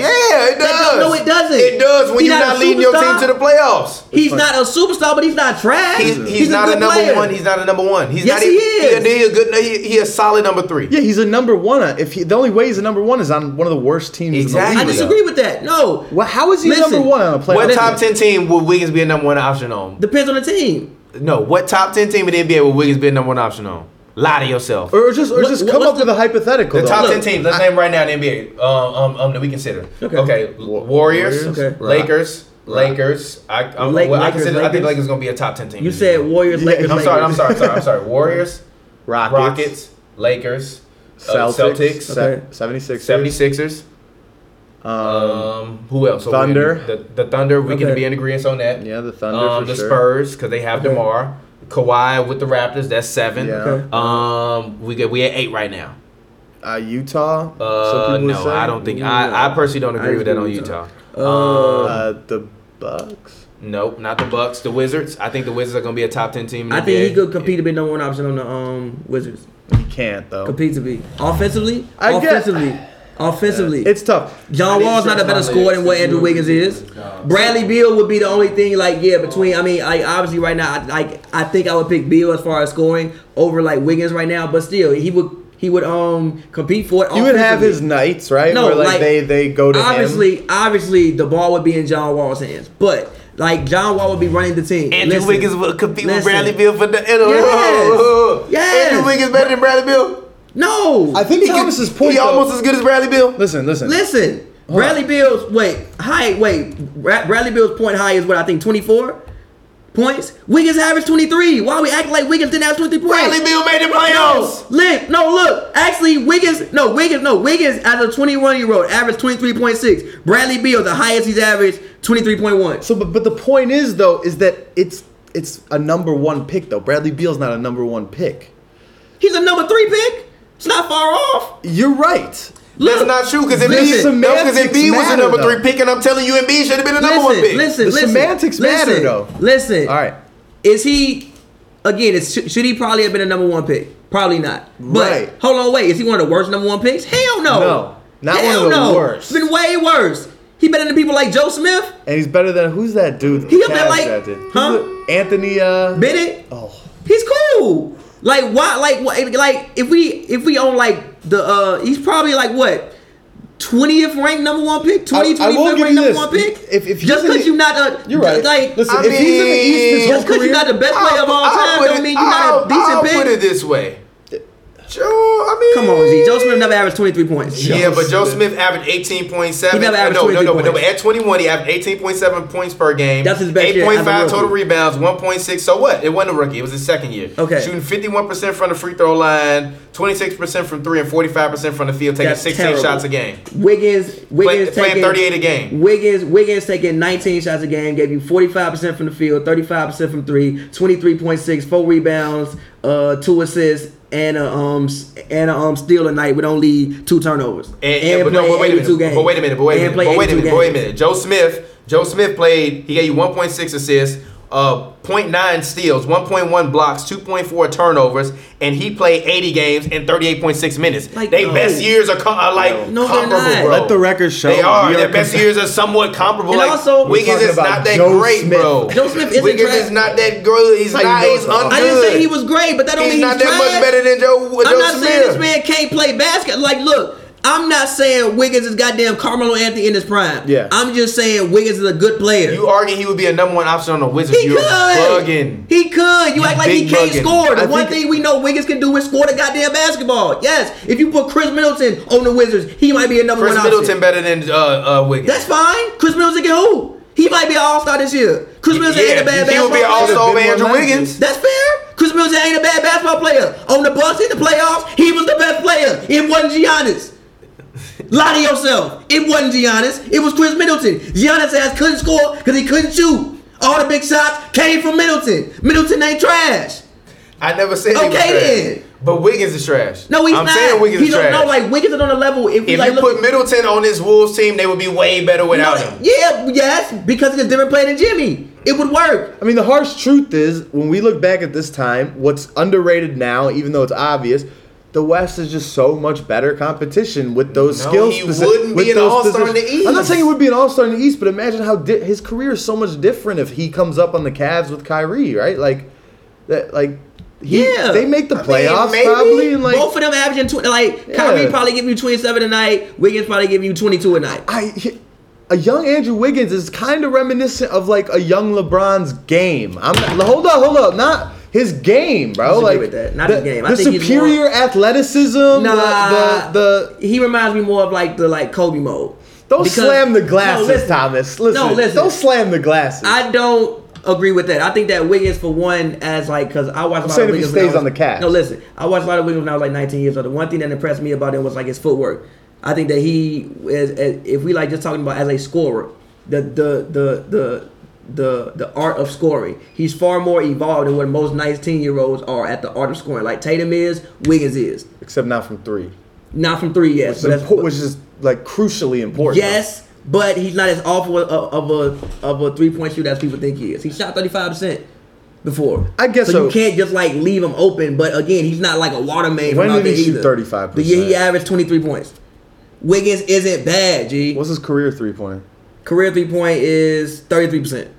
[SPEAKER 1] Yeah, it
[SPEAKER 2] That
[SPEAKER 1] does.
[SPEAKER 2] don't- no, it doesn't.
[SPEAKER 1] It does when
[SPEAKER 2] He
[SPEAKER 1] you're
[SPEAKER 2] not a
[SPEAKER 1] not, leading your team
[SPEAKER 2] superstar.
[SPEAKER 1] to the playoffs.
[SPEAKER 2] He's not a superstar, but he's not trash.
[SPEAKER 1] He's, he's,
[SPEAKER 2] a
[SPEAKER 1] not a,
[SPEAKER 2] good
[SPEAKER 1] number
[SPEAKER 2] player.
[SPEAKER 1] one. He's not a number one. He's
[SPEAKER 2] Yes,
[SPEAKER 1] not.
[SPEAKER 2] he
[SPEAKER 1] even-
[SPEAKER 2] is.
[SPEAKER 1] He, a good. He, he a solid number three.
[SPEAKER 3] Yeah, he's a number one. uh, If he, the only way he's a number one is on one of the worst teams.
[SPEAKER 1] Exactly.
[SPEAKER 3] In
[SPEAKER 2] I
[SPEAKER 3] the league.
[SPEAKER 2] disagree with that. No.
[SPEAKER 3] Well, how is he
[SPEAKER 2] Listen,
[SPEAKER 3] number one on a playoff?
[SPEAKER 1] What
[SPEAKER 3] team?
[SPEAKER 1] top ten team would Wiggins be a number one option on?
[SPEAKER 2] Depends on the team.
[SPEAKER 1] No, what top ten team in the NBA would Wiggins be a number one option on? Lie to yourself.
[SPEAKER 3] Or just, or
[SPEAKER 2] What-
[SPEAKER 3] just
[SPEAKER 2] what-
[SPEAKER 3] come
[SPEAKER 2] what's
[SPEAKER 3] up with
[SPEAKER 2] the-
[SPEAKER 3] a hypothetical.
[SPEAKER 1] The
[SPEAKER 3] though.
[SPEAKER 1] top
[SPEAKER 2] Look,
[SPEAKER 1] ten teams. Let's name right now in the NBA. Um, um, um, that we consider. Okay.
[SPEAKER 2] Okay.
[SPEAKER 3] Wa-
[SPEAKER 1] Warriors.
[SPEAKER 3] Warriors,
[SPEAKER 2] Okay.
[SPEAKER 1] Lakers. Lakers. I, I'm,
[SPEAKER 2] Lake-
[SPEAKER 1] well, I
[SPEAKER 2] Lakers,
[SPEAKER 1] consider. I think
[SPEAKER 2] Lakers.
[SPEAKER 1] Lakers gonna be a top ten team.
[SPEAKER 2] You
[SPEAKER 1] this year.
[SPEAKER 2] said Warriors,
[SPEAKER 3] Yeah,
[SPEAKER 2] Lakers.
[SPEAKER 1] I'm
[SPEAKER 2] Lakers.
[SPEAKER 1] sorry. I'm sorry. I'm sorry. I'm
[SPEAKER 2] *laughs*
[SPEAKER 1] sorry. Warriors.
[SPEAKER 3] Rockets,
[SPEAKER 1] Rockets. Lakers. uh,
[SPEAKER 3] Celtics,
[SPEAKER 1] Celtics.
[SPEAKER 3] Se-
[SPEAKER 2] Okay.
[SPEAKER 3] 76ers,
[SPEAKER 1] 76ers.
[SPEAKER 3] um,
[SPEAKER 1] Um, who else? So we're
[SPEAKER 3] Thunder.
[SPEAKER 1] gonna- the, the Thunder. We can
[SPEAKER 2] Okay.
[SPEAKER 1] be in agreement on that.
[SPEAKER 3] Yeah, the Thunder
[SPEAKER 1] Um,
[SPEAKER 3] for
[SPEAKER 1] the
[SPEAKER 3] sure.
[SPEAKER 1] Spurs because they have Demar. Kawhi with the Raptors. That's seven.
[SPEAKER 3] Yeah.
[SPEAKER 2] Okay.
[SPEAKER 1] Um, we get we at eight right now.
[SPEAKER 3] uh, Utah. some
[SPEAKER 1] Uh,
[SPEAKER 3] people would
[SPEAKER 1] no,
[SPEAKER 3] say.
[SPEAKER 1] I don't think. I, I personally don't agree with that on Utah.
[SPEAKER 3] Uh, the Bucks.
[SPEAKER 1] Nope, not the Bucks. The Wizards. I think the Wizards are going to be a top ten team. In
[SPEAKER 2] I
[SPEAKER 1] the
[SPEAKER 2] think he
[SPEAKER 1] NBA.
[SPEAKER 2] could compete to be number one option on the um Wizards.
[SPEAKER 3] You can't though.
[SPEAKER 2] Compete to be offensively,
[SPEAKER 3] I guess-
[SPEAKER 2] offensivally, offensively.
[SPEAKER 3] It's tough.
[SPEAKER 2] John Wall's not a better scorer than what Andrew Wiggins is. Bradley Beal would be the only thing like yeah between. I mean, I obviously right now, I, like I think I would pick Beal as far as scoring over like Wiggins right now, but still he would he would um compete for it.
[SPEAKER 3] You would have his
[SPEAKER 2] offensively.
[SPEAKER 3] nights, right?
[SPEAKER 2] No,
[SPEAKER 3] Where like,
[SPEAKER 2] like,
[SPEAKER 3] they they go to him.
[SPEAKER 2] obviously obviously the ball would be in John Wall's hands, but like John Wall would be running the team.
[SPEAKER 1] Andrew
[SPEAKER 2] Listen,
[SPEAKER 1] Wiggins will compete with
[SPEAKER 2] listen.
[SPEAKER 1] Bradley Bill for the. *laughs*
[SPEAKER 2] Yes. Yes.
[SPEAKER 1] Andrew Wiggins better than Bradley Bill.
[SPEAKER 2] No,
[SPEAKER 3] I think Thomas's point.
[SPEAKER 1] He
[SPEAKER 3] though-
[SPEAKER 1] almost as good as Bradley Bill.
[SPEAKER 3] Listen, listen.
[SPEAKER 2] Listen, Bradley Bill's wait height wait Bra- Bradley Bill's point high is what I think twenty four points. Wiggins averaged twenty three. Why we acting like Wiggins didn't have twenty three points?
[SPEAKER 1] Bradley Bill made the
[SPEAKER 2] no,
[SPEAKER 1] playoffs.
[SPEAKER 2] look, no, look. Actually, Wiggins, no, Wiggins, no, Wiggins as a 21 year old averaged 23.6. Bradley Beal, the highest he's averaged, 23.1.
[SPEAKER 3] So, but but the point is though, is that it's it's a number one pick though. Bradley Beal's not a number one pick.
[SPEAKER 2] He's a number three pick. It's not far off.
[SPEAKER 3] You're right.
[SPEAKER 1] That's
[SPEAKER 2] Look,
[SPEAKER 1] not true because
[SPEAKER 3] Listen,
[SPEAKER 1] Embiid, no, 'cause
[SPEAKER 3] semantics
[SPEAKER 1] Embiid was the
[SPEAKER 3] matter,
[SPEAKER 1] number
[SPEAKER 3] though.
[SPEAKER 1] three pick, and I'm telling you, Embiid should have been the number one pick.
[SPEAKER 2] Listen, listen,
[SPEAKER 3] The
[SPEAKER 2] listen.
[SPEAKER 3] semantics matter,
[SPEAKER 2] listen,
[SPEAKER 3] though.
[SPEAKER 2] Listen.
[SPEAKER 3] All right.
[SPEAKER 2] Is he again? Is, should should he probably have been a number one pick? Probably not. But
[SPEAKER 3] Right.
[SPEAKER 2] hold on, wait. Is he one of the worst number one picks? Hell no.
[SPEAKER 3] No, not one
[SPEAKER 2] Hell
[SPEAKER 3] of the
[SPEAKER 2] no.
[SPEAKER 3] worst.
[SPEAKER 2] It's been way worse. He better than people like Joe Smith.
[SPEAKER 3] And he's better than who's that dude? that
[SPEAKER 2] He
[SPEAKER 3] the
[SPEAKER 2] up there
[SPEAKER 3] Cavs
[SPEAKER 2] like-
[SPEAKER 3] drafted? Who's
[SPEAKER 2] huh?
[SPEAKER 3] the- Anthony. Uh,
[SPEAKER 2] Bennett.
[SPEAKER 3] oh,
[SPEAKER 2] He's cool. Like why? Like what? Like if we if we own like the uh, he's probably like what twentieth ranked number one pick,
[SPEAKER 3] I- I
[SPEAKER 2] 20,
[SPEAKER 3] will
[SPEAKER 2] 25th
[SPEAKER 3] give
[SPEAKER 2] ranked
[SPEAKER 3] you
[SPEAKER 2] number
[SPEAKER 3] this.
[SPEAKER 2] one pick.
[SPEAKER 3] If- if he's
[SPEAKER 2] just
[SPEAKER 3] in
[SPEAKER 2] because
[SPEAKER 3] the-
[SPEAKER 2] you're not a
[SPEAKER 3] You're right.
[SPEAKER 2] Like
[SPEAKER 3] Listen,
[SPEAKER 2] I
[SPEAKER 3] if he's in the East his
[SPEAKER 2] mean,
[SPEAKER 3] whole
[SPEAKER 2] just because
[SPEAKER 3] career,
[SPEAKER 2] you're not the best player of all time, don't mean you're not a decent
[SPEAKER 6] I'll
[SPEAKER 2] pick.
[SPEAKER 6] put it this way. Joe, I mean,
[SPEAKER 2] Come on, G. Joe Smith never averaged twenty three points.
[SPEAKER 1] Yeah, but Joe Smith averaged 18.7.
[SPEAKER 2] He never averaged
[SPEAKER 1] Uh, no, no, no,
[SPEAKER 2] 23
[SPEAKER 1] no, but
[SPEAKER 2] points.
[SPEAKER 1] at 21, he averaged 18.7 points per game.
[SPEAKER 2] That's his best year as a
[SPEAKER 1] 8.5 total
[SPEAKER 2] rookie.
[SPEAKER 1] rebounds, 1.6. So what? It wasn't a rookie. It was his second year.
[SPEAKER 2] Okay.
[SPEAKER 1] Shooting 51% from the free throw line, 26% from three, and 45% from the field, taking
[SPEAKER 2] That's
[SPEAKER 1] 16
[SPEAKER 2] terrible.
[SPEAKER 1] shots a game.
[SPEAKER 2] Wiggins, Wiggins
[SPEAKER 1] playing
[SPEAKER 2] taking
[SPEAKER 1] 38 a game.
[SPEAKER 2] Wiggins, Wiggins taking 19 shots a game, gave you 45% from the field, 35% from three, 23.6, four rebounds, uh, two assists, and a um s- and a um steal a night with only two turnovers.
[SPEAKER 1] And, and, Eh, but, no,
[SPEAKER 2] played
[SPEAKER 1] but wait a
[SPEAKER 2] 82
[SPEAKER 1] minute.
[SPEAKER 2] games.
[SPEAKER 1] But wait a minute. But wait a minute.
[SPEAKER 2] And played
[SPEAKER 1] But wait a
[SPEAKER 2] 82
[SPEAKER 1] minute. But wait a
[SPEAKER 2] games.
[SPEAKER 1] minute. Joe Smith. Joe Smith played. He gave you 1.6 assists, uh, 0.9 steals, 1.1 blocks, 2.4 turnovers, and he played 80 games in 38.6 minutes.
[SPEAKER 2] Like,
[SPEAKER 1] they
[SPEAKER 2] no.
[SPEAKER 1] best years are, com- are like
[SPEAKER 2] No, they're
[SPEAKER 1] comparable,
[SPEAKER 2] not.
[SPEAKER 1] bro.
[SPEAKER 2] Let
[SPEAKER 3] the record show
[SPEAKER 1] They are.
[SPEAKER 3] we are
[SPEAKER 1] Their best
[SPEAKER 3] compa-
[SPEAKER 1] years are somewhat comparable.
[SPEAKER 2] And
[SPEAKER 1] like,
[SPEAKER 2] also- We're
[SPEAKER 1] Wiggins
[SPEAKER 3] talking
[SPEAKER 1] is
[SPEAKER 3] about
[SPEAKER 1] not that
[SPEAKER 3] Joe
[SPEAKER 1] great,
[SPEAKER 3] Smith.
[SPEAKER 1] bro.
[SPEAKER 2] Joe Smith isn't
[SPEAKER 1] Wiggins
[SPEAKER 2] trash.
[SPEAKER 1] is not that good. He's
[SPEAKER 3] How you
[SPEAKER 1] not.
[SPEAKER 3] know
[SPEAKER 1] He's
[SPEAKER 3] it's all-
[SPEAKER 1] ungood.
[SPEAKER 2] I didn't say he was great, but that don't
[SPEAKER 1] He's
[SPEAKER 2] mean
[SPEAKER 1] not
[SPEAKER 2] he's
[SPEAKER 1] that much
[SPEAKER 2] trash.
[SPEAKER 1] better than Joe.
[SPEAKER 2] I'm
[SPEAKER 1] Joe
[SPEAKER 2] not
[SPEAKER 1] Smith.
[SPEAKER 2] saying this man can't play basketball. Like, look, I'm not saying Wiggins is goddamn Carmelo Anthony in his prime.
[SPEAKER 3] Yeah.
[SPEAKER 2] I'm just saying Wiggins is a good player.
[SPEAKER 1] You argue he would be a number one option on the Wizards.
[SPEAKER 2] He
[SPEAKER 1] You're
[SPEAKER 2] could.
[SPEAKER 1] bugging.
[SPEAKER 2] He could. You act like he
[SPEAKER 1] big
[SPEAKER 2] can't
[SPEAKER 1] bugging.
[SPEAKER 2] score. The
[SPEAKER 3] I
[SPEAKER 2] one
[SPEAKER 3] think-
[SPEAKER 2] thing we know Wiggins can do is score the goddamn basketball. Yes. If you put Chris Middleton on the Wizards, he might be a number
[SPEAKER 1] Chris
[SPEAKER 2] one
[SPEAKER 1] Middleton
[SPEAKER 2] option.
[SPEAKER 1] better than uh, uh, Wiggins.
[SPEAKER 2] That's fine. Chris Middleton can who? He might be an all star this year. Chris Middleton ain't a bad
[SPEAKER 1] he
[SPEAKER 2] basketball
[SPEAKER 1] would be an
[SPEAKER 2] player.
[SPEAKER 1] all-star over
[SPEAKER 3] Been
[SPEAKER 1] Andrew
[SPEAKER 3] more likely.
[SPEAKER 1] Wiggins.
[SPEAKER 2] That's fair. Chris Middleton ain't a bad basketball player. On the Bucks in the playoffs, he was the best player. It wasn't
[SPEAKER 1] *laughs*
[SPEAKER 2] Giannis. Lie to yourself. It wasn't Giannis. It was Chris Middleton. Giannis ass couldn't score because he couldn't shoot. All the big shots came from Middleton. Middleton ain't trash.
[SPEAKER 1] I never said he was
[SPEAKER 2] Okay,
[SPEAKER 1] trash.
[SPEAKER 2] then.
[SPEAKER 1] But Wiggins is trash.
[SPEAKER 2] No, he's
[SPEAKER 1] I'm
[SPEAKER 2] not.
[SPEAKER 1] saying Wiggins
[SPEAKER 2] he
[SPEAKER 1] is
[SPEAKER 2] don't
[SPEAKER 1] trash.
[SPEAKER 2] know like Wiggins is on the level. If, we,
[SPEAKER 1] if
[SPEAKER 2] like,
[SPEAKER 1] you
[SPEAKER 2] look-
[SPEAKER 1] put Middleton on this Wolves team, they would be way better
[SPEAKER 2] no,
[SPEAKER 1] without him.
[SPEAKER 2] yeah, yes, because it's a different player than Jimmy. It would work.
[SPEAKER 3] I mean, the harsh truth is when we look back at this time, what's underrated now, even though it's obvious, the West is just so much better competition with those
[SPEAKER 1] No,
[SPEAKER 3] skills.
[SPEAKER 1] he
[SPEAKER 3] speci-
[SPEAKER 1] wouldn't
[SPEAKER 3] with
[SPEAKER 1] be an
[SPEAKER 3] those
[SPEAKER 1] all-star in the
[SPEAKER 3] positions. I'm not
[SPEAKER 1] East.
[SPEAKER 3] saying he would be an all-star in the East, but imagine how di- his career is so much different if he comes up on the Cavs with Kyrie, right? Like that, like he,
[SPEAKER 2] Yeah.
[SPEAKER 3] they make the
[SPEAKER 1] mean,
[SPEAKER 3] playoffs
[SPEAKER 1] maybe.
[SPEAKER 3] probably, and like
[SPEAKER 2] Both of them averaging twenty. Like
[SPEAKER 3] Yeah.
[SPEAKER 2] Kyrie probably give you twenty seven a night. Wiggins probably give you twenty two a night.
[SPEAKER 3] I he- a young Andrew Wiggins is kind of reminiscent of like a young LeBron's game. I'm not, hold up, hold up, not his game, bro.
[SPEAKER 2] Disagree
[SPEAKER 3] Like
[SPEAKER 2] with that. Not
[SPEAKER 3] the,
[SPEAKER 2] his game.
[SPEAKER 3] The
[SPEAKER 2] I think he's
[SPEAKER 3] superior athleticism. the-
[SPEAKER 2] Nah.
[SPEAKER 3] The, the,
[SPEAKER 2] he reminds me more of like the like Kobe mode.
[SPEAKER 3] don't
[SPEAKER 2] Because-
[SPEAKER 3] slam the
[SPEAKER 2] No,
[SPEAKER 3] glasses,
[SPEAKER 2] listen.
[SPEAKER 3] Thomas. Listen,
[SPEAKER 2] No, listen.
[SPEAKER 3] Don't slam the glasses.
[SPEAKER 2] I don't agree with that. I think that Wiggins, for one, as like, because I watched a lot
[SPEAKER 3] saying
[SPEAKER 2] of
[SPEAKER 3] if he
[SPEAKER 2] Wiggins. when I
[SPEAKER 3] stays
[SPEAKER 2] was-
[SPEAKER 3] on the Cavs.
[SPEAKER 2] No, listen, I watched a lot of Wiggins when I was like 19 years old. The one thing that impressed me about him was like his footwork. I think that he, as, as, if we like just talking about as a scorer, the the the the the the art of scoring. He's far more evolved than what most 19 year olds are at the art of scoring. Like Tatum is, Wiggins is.
[SPEAKER 3] Except not from three,
[SPEAKER 2] Not from three, yes, but
[SPEAKER 3] So,
[SPEAKER 2] that's
[SPEAKER 3] which is like crucially important.
[SPEAKER 2] Yes, but he's not as awful of of a of a three point shooter as people think he is. He shot thirty five percent before.
[SPEAKER 3] I guess
[SPEAKER 2] so.
[SPEAKER 3] so.
[SPEAKER 2] You can't just like leave him open. But again, he's not like a water main.
[SPEAKER 3] When
[SPEAKER 2] from out
[SPEAKER 3] did he
[SPEAKER 2] there
[SPEAKER 3] shoot
[SPEAKER 2] either.
[SPEAKER 3] 35%?
[SPEAKER 2] The year he averaged twenty three points. Wiggins isn't bad. G
[SPEAKER 3] What's his career three pointer?
[SPEAKER 2] career three point is thirty three percent.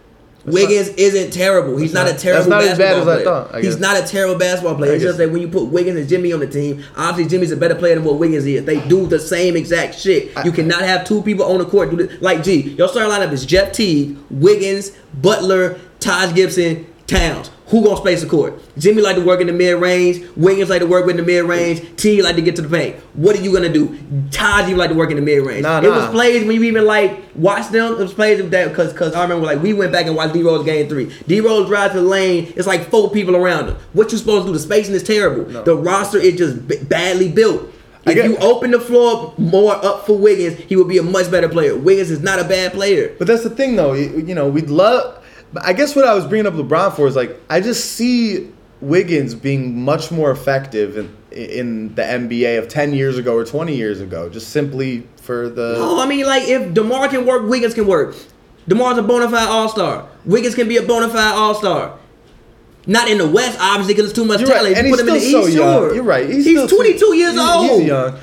[SPEAKER 2] Wiggins isn't terrible. He's not,
[SPEAKER 3] not-
[SPEAKER 2] a terrible
[SPEAKER 3] that's not as bad
[SPEAKER 2] basketball
[SPEAKER 3] as I
[SPEAKER 2] player.
[SPEAKER 3] thought, I
[SPEAKER 2] He's
[SPEAKER 3] guess.
[SPEAKER 2] not a terrible basketball player.
[SPEAKER 3] I
[SPEAKER 2] It's just
[SPEAKER 3] guess.
[SPEAKER 2] that when you put Wiggins and Jimmy on the team, obviously Jimmy's a better player than what Wiggins is. They do the same exact shit. you cannot have two people on the court do this. Like, gee, your starting lineup is Jeff Teague, Wiggins, Butler, Taj Gibson, Towns. Who gonna space the court? Jimmy like to work in the mid range. Wiggins like to work in the mid range. Teague like to get to the paint. What are you gonna do? Taj even like to work in the mid range.
[SPEAKER 3] Nah,
[SPEAKER 2] it
[SPEAKER 3] nah.
[SPEAKER 2] was plays when you even like watch them. It was plays of that because because I remember like we went back and watched D Rose game three. D Rose drives to the lane. It's like four people around him. What you supposed to do? The spacing is terrible. The roster is just b- badly built.
[SPEAKER 3] I
[SPEAKER 2] If
[SPEAKER 3] get-
[SPEAKER 2] you open the floor up more up for Wiggins, he would be a much better player. Wiggins is not a bad player.
[SPEAKER 3] But that's the thing, though. You, you know, we'd love. but I guess what I was bringing up LeBron for is like I just see Wiggins being much more effective in in the NBA of ten years ago or twenty years ago, just simply for the.
[SPEAKER 2] Oh, I mean, like if Demar can work, Wiggins can work. Demar's a bona fide All Star. Wiggins can be a bona fide All Star. Not in the West, obviously, because it's too much
[SPEAKER 3] You're
[SPEAKER 2] talent.
[SPEAKER 3] right, and
[SPEAKER 2] You
[SPEAKER 3] he's
[SPEAKER 2] put him in
[SPEAKER 3] still
[SPEAKER 2] the
[SPEAKER 3] so
[SPEAKER 2] East,
[SPEAKER 3] young.
[SPEAKER 2] sure.
[SPEAKER 3] You're right.
[SPEAKER 2] He's,
[SPEAKER 3] still too-
[SPEAKER 2] 22 years
[SPEAKER 3] he's-
[SPEAKER 2] old.
[SPEAKER 3] He's young.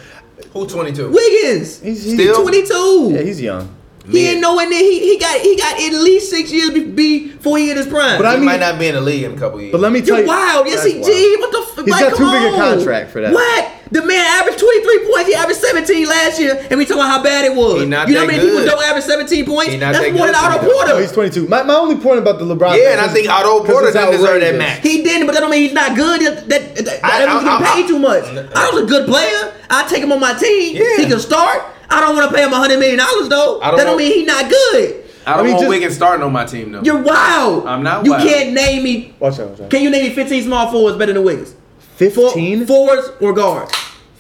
[SPEAKER 1] Who 22?
[SPEAKER 2] Wiggins,
[SPEAKER 3] He's, he's
[SPEAKER 1] Still?
[SPEAKER 2] 22.
[SPEAKER 3] Yeah, he's young.
[SPEAKER 2] he ain't know when they- he he got he got at least six years be- before he hit his prime.
[SPEAKER 3] But I
[SPEAKER 1] he
[SPEAKER 3] mean-
[SPEAKER 1] might not be in the league in a couple years.
[SPEAKER 3] But let me tell
[SPEAKER 2] You're
[SPEAKER 3] you,
[SPEAKER 2] wild. Yes,
[SPEAKER 3] That's
[SPEAKER 2] he
[SPEAKER 3] wild.
[SPEAKER 2] did. What the? F-
[SPEAKER 3] He's
[SPEAKER 2] like,
[SPEAKER 3] got
[SPEAKER 2] come
[SPEAKER 3] too big
[SPEAKER 2] on.
[SPEAKER 3] a contract for that.
[SPEAKER 2] What? The man averaged 23 points he averaged 17 last year, and we talking about how bad it was.
[SPEAKER 1] He not
[SPEAKER 2] you know
[SPEAKER 1] that
[SPEAKER 2] how many people
[SPEAKER 1] good.
[SPEAKER 2] don't average 17 points?
[SPEAKER 1] He not
[SPEAKER 2] That's
[SPEAKER 1] that
[SPEAKER 2] more
[SPEAKER 1] good
[SPEAKER 2] than
[SPEAKER 1] to me,
[SPEAKER 2] Otto
[SPEAKER 1] though. Oh,
[SPEAKER 3] No, he's
[SPEAKER 2] Porter.
[SPEAKER 3] 22. My, my only point about the LeBron.
[SPEAKER 1] Yeah, and
[SPEAKER 3] thing
[SPEAKER 1] I
[SPEAKER 3] is-
[SPEAKER 1] think Otto
[SPEAKER 3] 'cause
[SPEAKER 1] Porter
[SPEAKER 3] it's
[SPEAKER 1] didn't deserve that
[SPEAKER 3] outrageous.
[SPEAKER 1] max.
[SPEAKER 2] He didn't, but that don't mean he's not good. That, that, that, that
[SPEAKER 1] I-
[SPEAKER 2] means he's
[SPEAKER 1] I-
[SPEAKER 2] getting
[SPEAKER 1] I-
[SPEAKER 2] paid too much.
[SPEAKER 1] I-
[SPEAKER 2] Otto's a good player. I take him on my team.
[SPEAKER 1] Yeah.
[SPEAKER 2] He can start. I don't want to pay him 100 million dollars though.
[SPEAKER 1] I don't
[SPEAKER 2] that don't
[SPEAKER 1] want-
[SPEAKER 2] mean he's not good.
[SPEAKER 6] I don't
[SPEAKER 3] I mean,
[SPEAKER 6] want
[SPEAKER 3] just-
[SPEAKER 6] Wiggins starting on my team though.
[SPEAKER 2] You're wild.
[SPEAKER 6] I'm not
[SPEAKER 2] You
[SPEAKER 6] wild.
[SPEAKER 2] can't name me.
[SPEAKER 3] Watch out, watch out.
[SPEAKER 2] Can you name me 15 small forwards better than Wiggins? Four-
[SPEAKER 3] 15?
[SPEAKER 2] forwards or guards.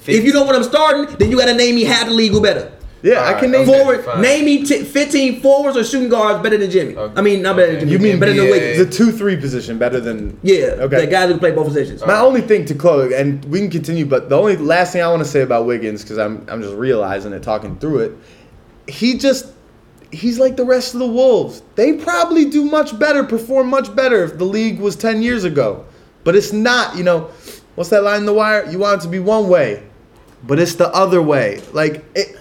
[SPEAKER 2] If you don't want them starting, then you got to name me half the league who better.
[SPEAKER 3] Yeah, I
[SPEAKER 1] Alright,
[SPEAKER 3] can name
[SPEAKER 1] okay.
[SPEAKER 2] Forward,
[SPEAKER 1] fine.
[SPEAKER 2] name me t- 15 forwards or shooting guards better than Jimmy.
[SPEAKER 1] Okay.
[SPEAKER 2] I mean, not better than
[SPEAKER 1] Okay.
[SPEAKER 2] Jimmy.
[SPEAKER 3] You mean
[SPEAKER 2] better than
[SPEAKER 1] NBA.
[SPEAKER 2] Wiggins?
[SPEAKER 3] the two three position better than
[SPEAKER 2] Yeah,
[SPEAKER 3] Okay.
[SPEAKER 2] the guys who play both positions.
[SPEAKER 3] My only thing to close, and we can continue, but the only last thing I want to say about Wiggins, because I'm I'm just realizing it, talking through it, he just he's like the rest of the Wolves. They probably do much better, perform much better if the league was ten years ago. But it's not, you know, what's that line in the wire? You want it to be one way, but it's the other way. Like it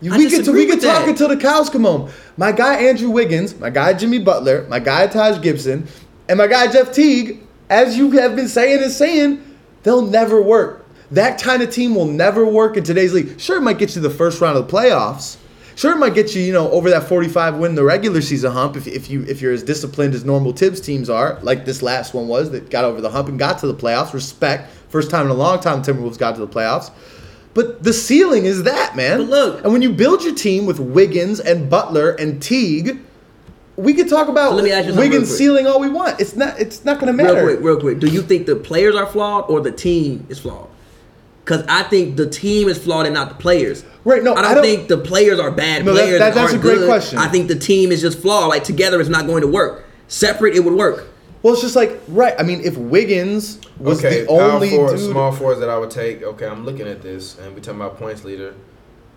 [SPEAKER 3] you-
[SPEAKER 2] I
[SPEAKER 3] we get to
[SPEAKER 2] disagree
[SPEAKER 3] we can
[SPEAKER 2] with that.
[SPEAKER 3] talk until the cows come home. My guy Andrew Wiggins, my guy Jimmy Butler, my guy Taj Gibson, and my guy Jeff Teague, as you have been saying and saying, they'll never work. That kind of team will never work in today's league. Sure, it might get you the first round of the playoffs. Sure, it might get you, you know, over that 45 win the regular season hump if, if you if you're as disciplined as normal Tibbs teams are, like this last one was that got over the hump and got to the playoffs. Respect. First time in a long time Timberwolves got to the playoffs. But the ceiling is that, man.
[SPEAKER 2] But look-
[SPEAKER 3] and when you build your team with Wiggins and Butler and Teague, we could talk about
[SPEAKER 2] So let me ask you something real
[SPEAKER 3] Wiggins
[SPEAKER 2] quick.
[SPEAKER 3] ceiling all we want. It's not. It's not going to
[SPEAKER 2] real
[SPEAKER 3] matter.
[SPEAKER 2] quick, real quick. Do you think the players are flawed or the team is flawed? Because I think the team is flawed and not the players.
[SPEAKER 3] Right, no,
[SPEAKER 2] I don't,
[SPEAKER 3] I don't-
[SPEAKER 2] think the players are bad
[SPEAKER 3] No, that-
[SPEAKER 2] players.
[SPEAKER 3] that-
[SPEAKER 2] and
[SPEAKER 3] that's a
[SPEAKER 2] aren't
[SPEAKER 3] great
[SPEAKER 2] good.
[SPEAKER 3] question.
[SPEAKER 2] I think the team is just flawed. Like together, it's not going to work. Separate, it would work.
[SPEAKER 3] Well, it's just like right. I mean, if Wiggins was
[SPEAKER 1] okay,
[SPEAKER 3] the only
[SPEAKER 1] power forward,
[SPEAKER 3] dude,
[SPEAKER 1] small forwards that I would take. Okay, I'm looking at this, and we're talking about points leader.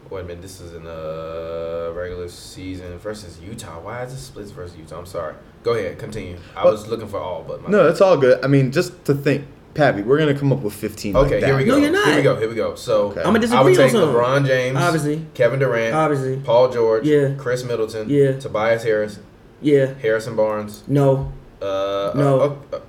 [SPEAKER 1] Wait a minute, this is in the regular season versus Utah. Why is this split versus Utah? I'm sorry. Go ahead, continue. I
[SPEAKER 3] Well-
[SPEAKER 1] was looking for all, but my
[SPEAKER 3] no, it's all good. I mean, just to think, Pappy, we're going to come up with fifteen. like
[SPEAKER 1] Okay,
[SPEAKER 3] that.
[SPEAKER 1] here we go.
[SPEAKER 2] No, you're not.
[SPEAKER 1] Here we go. Here we go. So
[SPEAKER 3] Okay.
[SPEAKER 1] I
[SPEAKER 2] I'ma disagree
[SPEAKER 1] would
[SPEAKER 2] on
[SPEAKER 1] take
[SPEAKER 2] something.
[SPEAKER 1] LeBron James,
[SPEAKER 2] Obviously.
[SPEAKER 1] Kevin Durant,
[SPEAKER 2] Obviously.
[SPEAKER 1] Paul George,
[SPEAKER 2] Yeah.
[SPEAKER 1] Chris Middleton,
[SPEAKER 2] Yeah.
[SPEAKER 1] Tobias Harris,
[SPEAKER 2] Yeah.
[SPEAKER 1] Harrison Barnes.
[SPEAKER 2] No.
[SPEAKER 1] Uh, uh,
[SPEAKER 2] No.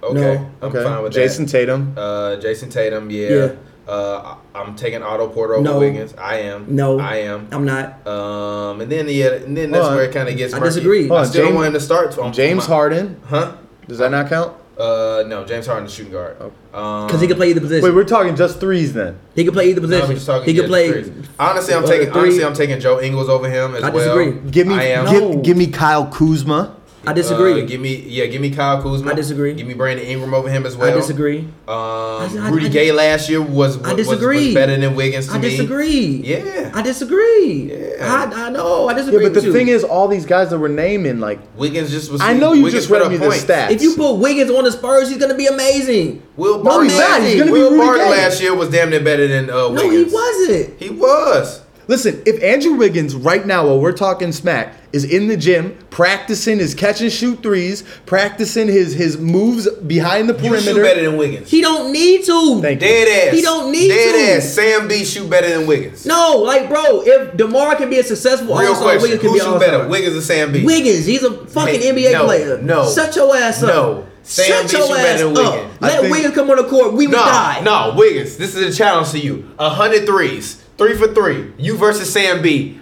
[SPEAKER 1] o- okay,
[SPEAKER 2] No.
[SPEAKER 1] I'm
[SPEAKER 3] okay,
[SPEAKER 1] fine with
[SPEAKER 3] Jason
[SPEAKER 1] that.
[SPEAKER 3] Tatum.
[SPEAKER 1] Uh, Jason Tatum, yeah.
[SPEAKER 2] Yeah.
[SPEAKER 1] Uh, I- I'm taking Otto Porter over
[SPEAKER 2] No.
[SPEAKER 1] Wiggins. I am.
[SPEAKER 2] No.
[SPEAKER 1] I am.
[SPEAKER 2] I'm not.
[SPEAKER 1] Um, and then yeah, and then that's
[SPEAKER 3] Hold on.
[SPEAKER 1] where it kind of gets
[SPEAKER 2] I
[SPEAKER 1] murky.
[SPEAKER 2] disagree. Hold
[SPEAKER 1] I
[SPEAKER 3] on,
[SPEAKER 1] still
[SPEAKER 3] James-
[SPEAKER 1] want him to start. on-
[SPEAKER 3] James
[SPEAKER 1] on my-
[SPEAKER 3] Harden.
[SPEAKER 1] huh?
[SPEAKER 3] Does that not count?
[SPEAKER 1] Uh, no, James Harden, shooting guard.
[SPEAKER 3] Oh.
[SPEAKER 1] Um,
[SPEAKER 2] Because he can play either position.
[SPEAKER 3] Wait, we're talking just threes then.
[SPEAKER 2] he can play either
[SPEAKER 1] No,
[SPEAKER 2] position.
[SPEAKER 1] I'm just talking-
[SPEAKER 2] he
[SPEAKER 1] yeah,
[SPEAKER 2] can play.
[SPEAKER 1] just threes. Honestly, I'm
[SPEAKER 2] Other
[SPEAKER 1] taking.
[SPEAKER 2] three.
[SPEAKER 1] Honestly, I'm taking Joe Ingles over him as
[SPEAKER 2] I
[SPEAKER 1] well.
[SPEAKER 2] disagree.
[SPEAKER 3] Give me,
[SPEAKER 1] I am.
[SPEAKER 2] No.
[SPEAKER 3] give, give me Kyle Kuzma.
[SPEAKER 2] I disagree.
[SPEAKER 1] Uh, give me, yeah, give me Kyle Kuzma.
[SPEAKER 2] I disagree.
[SPEAKER 1] Give me Brandon Ingram over him as well.
[SPEAKER 2] I disagree.
[SPEAKER 1] Um,
[SPEAKER 2] I-
[SPEAKER 1] Rudy
[SPEAKER 2] I-
[SPEAKER 1] Gay last year was was, was- was
[SPEAKER 2] disagree.
[SPEAKER 1] better than Wiggins to
[SPEAKER 2] I
[SPEAKER 1] me.
[SPEAKER 2] disagree.
[SPEAKER 1] Yeah.
[SPEAKER 2] I disagree.
[SPEAKER 1] Yeah.
[SPEAKER 2] I, I know. I
[SPEAKER 3] Yeah,
[SPEAKER 2] disagree.
[SPEAKER 3] but the
[SPEAKER 2] with you.
[SPEAKER 3] thing is, all these guys that we're naming, like,
[SPEAKER 1] Wiggins just was.
[SPEAKER 3] I know you
[SPEAKER 1] Wiggins
[SPEAKER 3] just
[SPEAKER 1] put
[SPEAKER 3] read
[SPEAKER 1] up
[SPEAKER 3] me the
[SPEAKER 1] points.
[SPEAKER 3] stats.
[SPEAKER 2] If you put Wiggins on the Spurs, he's gonna be amazing.
[SPEAKER 1] Will
[SPEAKER 2] No,
[SPEAKER 1] Barton,
[SPEAKER 2] he's not. He's gonna be
[SPEAKER 1] Will
[SPEAKER 3] Rudy
[SPEAKER 1] Barton
[SPEAKER 3] Gay.
[SPEAKER 1] last year was damn near better than uh,
[SPEAKER 2] No,
[SPEAKER 1] Wiggins.
[SPEAKER 2] he wasn't.
[SPEAKER 1] He was.
[SPEAKER 3] Listen, if Andrew Wiggins right now, while we're talking smack, is in the gym practicing his catch and shoot threes, practicing his his moves behind the
[SPEAKER 1] You shoot
[SPEAKER 3] perimeter,
[SPEAKER 1] better than Wiggins.
[SPEAKER 2] He don't need to.
[SPEAKER 3] Thank you.
[SPEAKER 1] Dead ass.
[SPEAKER 2] He don't need
[SPEAKER 1] Dead
[SPEAKER 2] to.
[SPEAKER 1] ass. Sam B shoot better than Wiggins.
[SPEAKER 2] No, like bro, if Demar can be a successful
[SPEAKER 1] Real
[SPEAKER 2] all-star,
[SPEAKER 1] question.
[SPEAKER 2] Wiggins can
[SPEAKER 1] Who
[SPEAKER 2] be
[SPEAKER 1] shoot
[SPEAKER 2] all
[SPEAKER 1] better,
[SPEAKER 2] star.
[SPEAKER 1] Wiggins or Sam B?
[SPEAKER 2] Wiggins, he's a fucking
[SPEAKER 1] Hey,
[SPEAKER 2] NBA
[SPEAKER 1] no,
[SPEAKER 2] player.
[SPEAKER 1] no.
[SPEAKER 2] shut your ass up.
[SPEAKER 1] No. Sam
[SPEAKER 2] shut
[SPEAKER 1] B shoot
[SPEAKER 2] your ass
[SPEAKER 1] better than
[SPEAKER 2] up.
[SPEAKER 1] Wiggins. I
[SPEAKER 2] Let
[SPEAKER 3] think-
[SPEAKER 2] Wiggins come on the court. We would
[SPEAKER 1] No,
[SPEAKER 2] die.
[SPEAKER 1] no, Wiggins. This is a challenge to you. A hundred threes, three for three. You versus Sam B.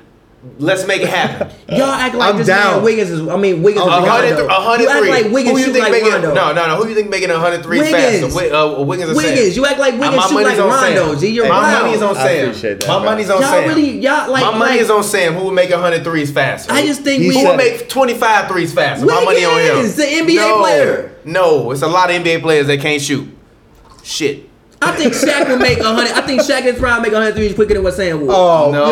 [SPEAKER 1] Let's make it
[SPEAKER 2] *laughs*
[SPEAKER 1] happen.
[SPEAKER 2] Y'all act like
[SPEAKER 3] I'm
[SPEAKER 2] this
[SPEAKER 3] down.
[SPEAKER 2] man Wiggins is. I mean Wiggins.
[SPEAKER 1] A
[SPEAKER 2] is
[SPEAKER 1] hundred,
[SPEAKER 2] Rondo.
[SPEAKER 1] a hundred
[SPEAKER 2] You act
[SPEAKER 1] three.
[SPEAKER 2] like Wiggins
[SPEAKER 1] Who you
[SPEAKER 2] shoot
[SPEAKER 1] think
[SPEAKER 2] like
[SPEAKER 1] making?
[SPEAKER 2] Rondo.
[SPEAKER 1] No, no, no. Who you think making a hundred three
[SPEAKER 2] Wiggins.
[SPEAKER 1] faster? Wi- uh, Wiggins or Sam?
[SPEAKER 2] Wiggins, you act like
[SPEAKER 1] Uh,
[SPEAKER 2] Wiggins
[SPEAKER 1] my
[SPEAKER 2] shoot
[SPEAKER 1] money's
[SPEAKER 2] like
[SPEAKER 1] on
[SPEAKER 2] Rondo,
[SPEAKER 1] Sam.
[SPEAKER 2] G, you're
[SPEAKER 1] my
[SPEAKER 2] wild.
[SPEAKER 1] money's on
[SPEAKER 3] I
[SPEAKER 1] Sam.
[SPEAKER 3] appreciate that,
[SPEAKER 1] my
[SPEAKER 3] bro.
[SPEAKER 1] money's on
[SPEAKER 2] Y'all
[SPEAKER 1] Sam.
[SPEAKER 2] really- y'all like-
[SPEAKER 1] my money
[SPEAKER 2] like-
[SPEAKER 1] is on Sam. Who will make a hundred threes faster?
[SPEAKER 2] I just think
[SPEAKER 3] He
[SPEAKER 2] we.
[SPEAKER 1] Who
[SPEAKER 3] said-
[SPEAKER 1] will make 25 threes faster? My money on him.
[SPEAKER 2] Wiggins, the NBA
[SPEAKER 1] no,
[SPEAKER 2] player.
[SPEAKER 1] No, it's a lot of NBA players that can't shoot. Shit.
[SPEAKER 2] I think Shaq will make hundred. I think Shaq is probably make hundred threes quicker than what Sam would.
[SPEAKER 3] oh no,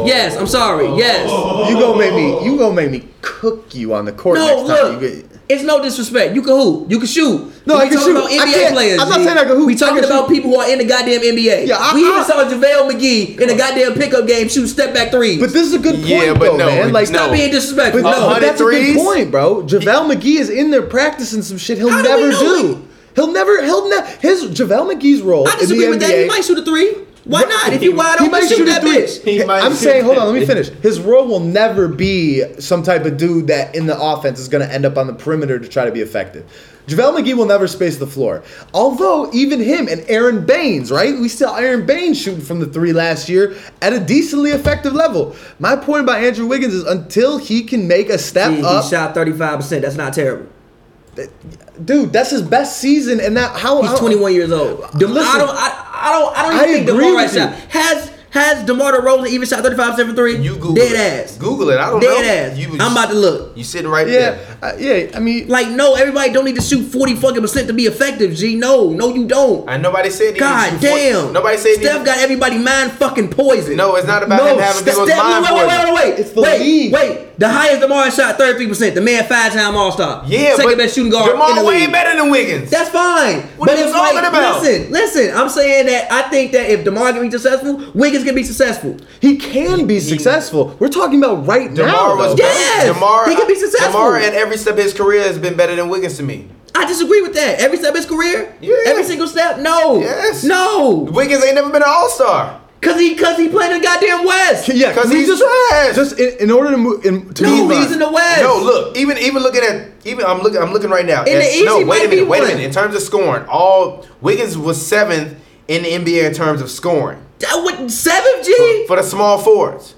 [SPEAKER 1] No.
[SPEAKER 2] Yes, I'm sorry. Yes.
[SPEAKER 3] you gonna make me, you gonna make me cook you on the court
[SPEAKER 2] No,
[SPEAKER 3] next time.
[SPEAKER 2] look.
[SPEAKER 3] You get,
[SPEAKER 2] It's no disrespect. You can hoop. You can shoot.
[SPEAKER 3] No,
[SPEAKER 2] we
[SPEAKER 3] I can
[SPEAKER 2] talking
[SPEAKER 3] shoot.
[SPEAKER 2] about
[SPEAKER 3] I
[SPEAKER 2] NBA
[SPEAKER 3] can't-
[SPEAKER 2] players.
[SPEAKER 3] I'm not
[SPEAKER 2] G.
[SPEAKER 3] saying I can hoop.
[SPEAKER 2] We
[SPEAKER 3] I
[SPEAKER 2] talking
[SPEAKER 3] can
[SPEAKER 2] about
[SPEAKER 3] shoot.
[SPEAKER 2] people who are in the goddamn NBA.
[SPEAKER 3] Yeah, I-
[SPEAKER 2] we even
[SPEAKER 3] I-
[SPEAKER 2] saw JaVale McGee in a goddamn pickup game shoot step back three.
[SPEAKER 3] but this is a good point,
[SPEAKER 1] Yeah, but
[SPEAKER 3] though,
[SPEAKER 1] no,
[SPEAKER 3] man. Like,
[SPEAKER 1] no.
[SPEAKER 2] Stop being
[SPEAKER 3] but
[SPEAKER 2] disrespectful.
[SPEAKER 3] no,
[SPEAKER 2] No.
[SPEAKER 3] but that's a
[SPEAKER 1] 100
[SPEAKER 3] good
[SPEAKER 1] threes?
[SPEAKER 3] point, bro. Javale McGee is in there practicing some shit he'll
[SPEAKER 2] How do we
[SPEAKER 3] never
[SPEAKER 2] know
[SPEAKER 3] do. He'll never, he'll never. His Javale McGee's role
[SPEAKER 2] I disagree
[SPEAKER 3] in the
[SPEAKER 2] with
[SPEAKER 3] NBA.
[SPEAKER 2] that. He might shoot a three. Why not? If you wide open, shoot that bitch.
[SPEAKER 1] He might
[SPEAKER 3] I'm
[SPEAKER 1] shoot
[SPEAKER 3] saying, hold
[SPEAKER 1] that
[SPEAKER 3] on, let me
[SPEAKER 1] bitch.
[SPEAKER 3] finish. His role will never be some type of dude that in the offense is going to end up on the perimeter to try to be effective. JaVale McGee will never space the floor. Although, even him and Aaron Baines, right? We saw Aaron Baines shooting from the three last year at a decently effective level. My point about Andrew Wiggins is until he can make a step
[SPEAKER 2] He, he
[SPEAKER 3] up,
[SPEAKER 2] shot 35%. That's not terrible.
[SPEAKER 3] dude, that's his best season. And that how
[SPEAKER 2] He's
[SPEAKER 3] how-
[SPEAKER 2] 21 years old. Dem- I
[SPEAKER 3] Listen.
[SPEAKER 2] don't. I, I don't. I don't
[SPEAKER 3] I
[SPEAKER 2] even think
[SPEAKER 3] agree
[SPEAKER 2] Demar
[SPEAKER 3] with
[SPEAKER 2] Rice shot. Has Has Demar Derozan even shot 35 7 3?
[SPEAKER 1] You Google
[SPEAKER 2] dead
[SPEAKER 1] it.
[SPEAKER 2] ass.
[SPEAKER 1] Google it. I don't know.
[SPEAKER 2] Dead ass.
[SPEAKER 1] You-
[SPEAKER 2] I'm about to look.
[SPEAKER 1] You sitting right there.
[SPEAKER 3] Yeah, uh, yeah. I mean,
[SPEAKER 2] Like no, everybody don't need to shoot 40 fucking percent to be effective. G, no, no, you don't.
[SPEAKER 1] And nobody said he
[SPEAKER 2] God
[SPEAKER 1] needed to shoot forty-
[SPEAKER 2] damn.
[SPEAKER 1] Nobody said he
[SPEAKER 2] Steph
[SPEAKER 1] needed-
[SPEAKER 2] got everybody mind fucking poisoned.
[SPEAKER 1] No, it's not about
[SPEAKER 3] No,
[SPEAKER 1] him having
[SPEAKER 3] Steph-
[SPEAKER 1] people's
[SPEAKER 2] Steph,
[SPEAKER 1] mind
[SPEAKER 2] wait, wait, wait, wait, wait,
[SPEAKER 3] It's the
[SPEAKER 2] wait,
[SPEAKER 3] league.
[SPEAKER 2] wait. The highest Demar shot 33 percent. The man five time All Star.
[SPEAKER 1] Yeah,
[SPEAKER 2] second
[SPEAKER 1] but
[SPEAKER 2] best shooting guard
[SPEAKER 1] Jamal
[SPEAKER 2] in the
[SPEAKER 1] way
[SPEAKER 2] league.
[SPEAKER 1] better than Wiggins.
[SPEAKER 2] That's fine.
[SPEAKER 1] What are you
[SPEAKER 2] it's
[SPEAKER 1] talking about?
[SPEAKER 2] Listen, listen. I'm saying that I think that if Demar can be successful, Wiggins can be successful.
[SPEAKER 3] he can be successful. We're talking about right now.
[SPEAKER 1] Demar was
[SPEAKER 3] though.
[SPEAKER 2] better. Yes!
[SPEAKER 1] Demar,
[SPEAKER 2] He could be successful.
[SPEAKER 1] Demar at every step of his career has been better than Wiggins to me.
[SPEAKER 2] I disagree with that. Every step of his career,
[SPEAKER 1] Yeah.
[SPEAKER 2] every single step, no,
[SPEAKER 1] Yes.
[SPEAKER 2] no,
[SPEAKER 1] Wiggins ain't never been an All Star.
[SPEAKER 2] because he because he played in the goddamn West.
[SPEAKER 3] Yeah,
[SPEAKER 1] Because
[SPEAKER 3] we
[SPEAKER 1] he's
[SPEAKER 3] just
[SPEAKER 1] trash.
[SPEAKER 3] Just in, in order to move in, to
[SPEAKER 2] No,
[SPEAKER 3] move
[SPEAKER 2] he's
[SPEAKER 3] on.
[SPEAKER 2] in the West.
[SPEAKER 1] No, look, even even looking at even I'm looking I'm looking right now.
[SPEAKER 2] In the
[SPEAKER 1] Yes,
[SPEAKER 2] East,
[SPEAKER 1] no,
[SPEAKER 2] he
[SPEAKER 1] wait
[SPEAKER 2] might
[SPEAKER 1] a minute,
[SPEAKER 2] be
[SPEAKER 1] wait a
[SPEAKER 2] one.
[SPEAKER 1] minute. In terms of scoring, all Wiggins was seventh in the NBA in terms of scoring
[SPEAKER 2] That would seven G.
[SPEAKER 1] for the small forwards.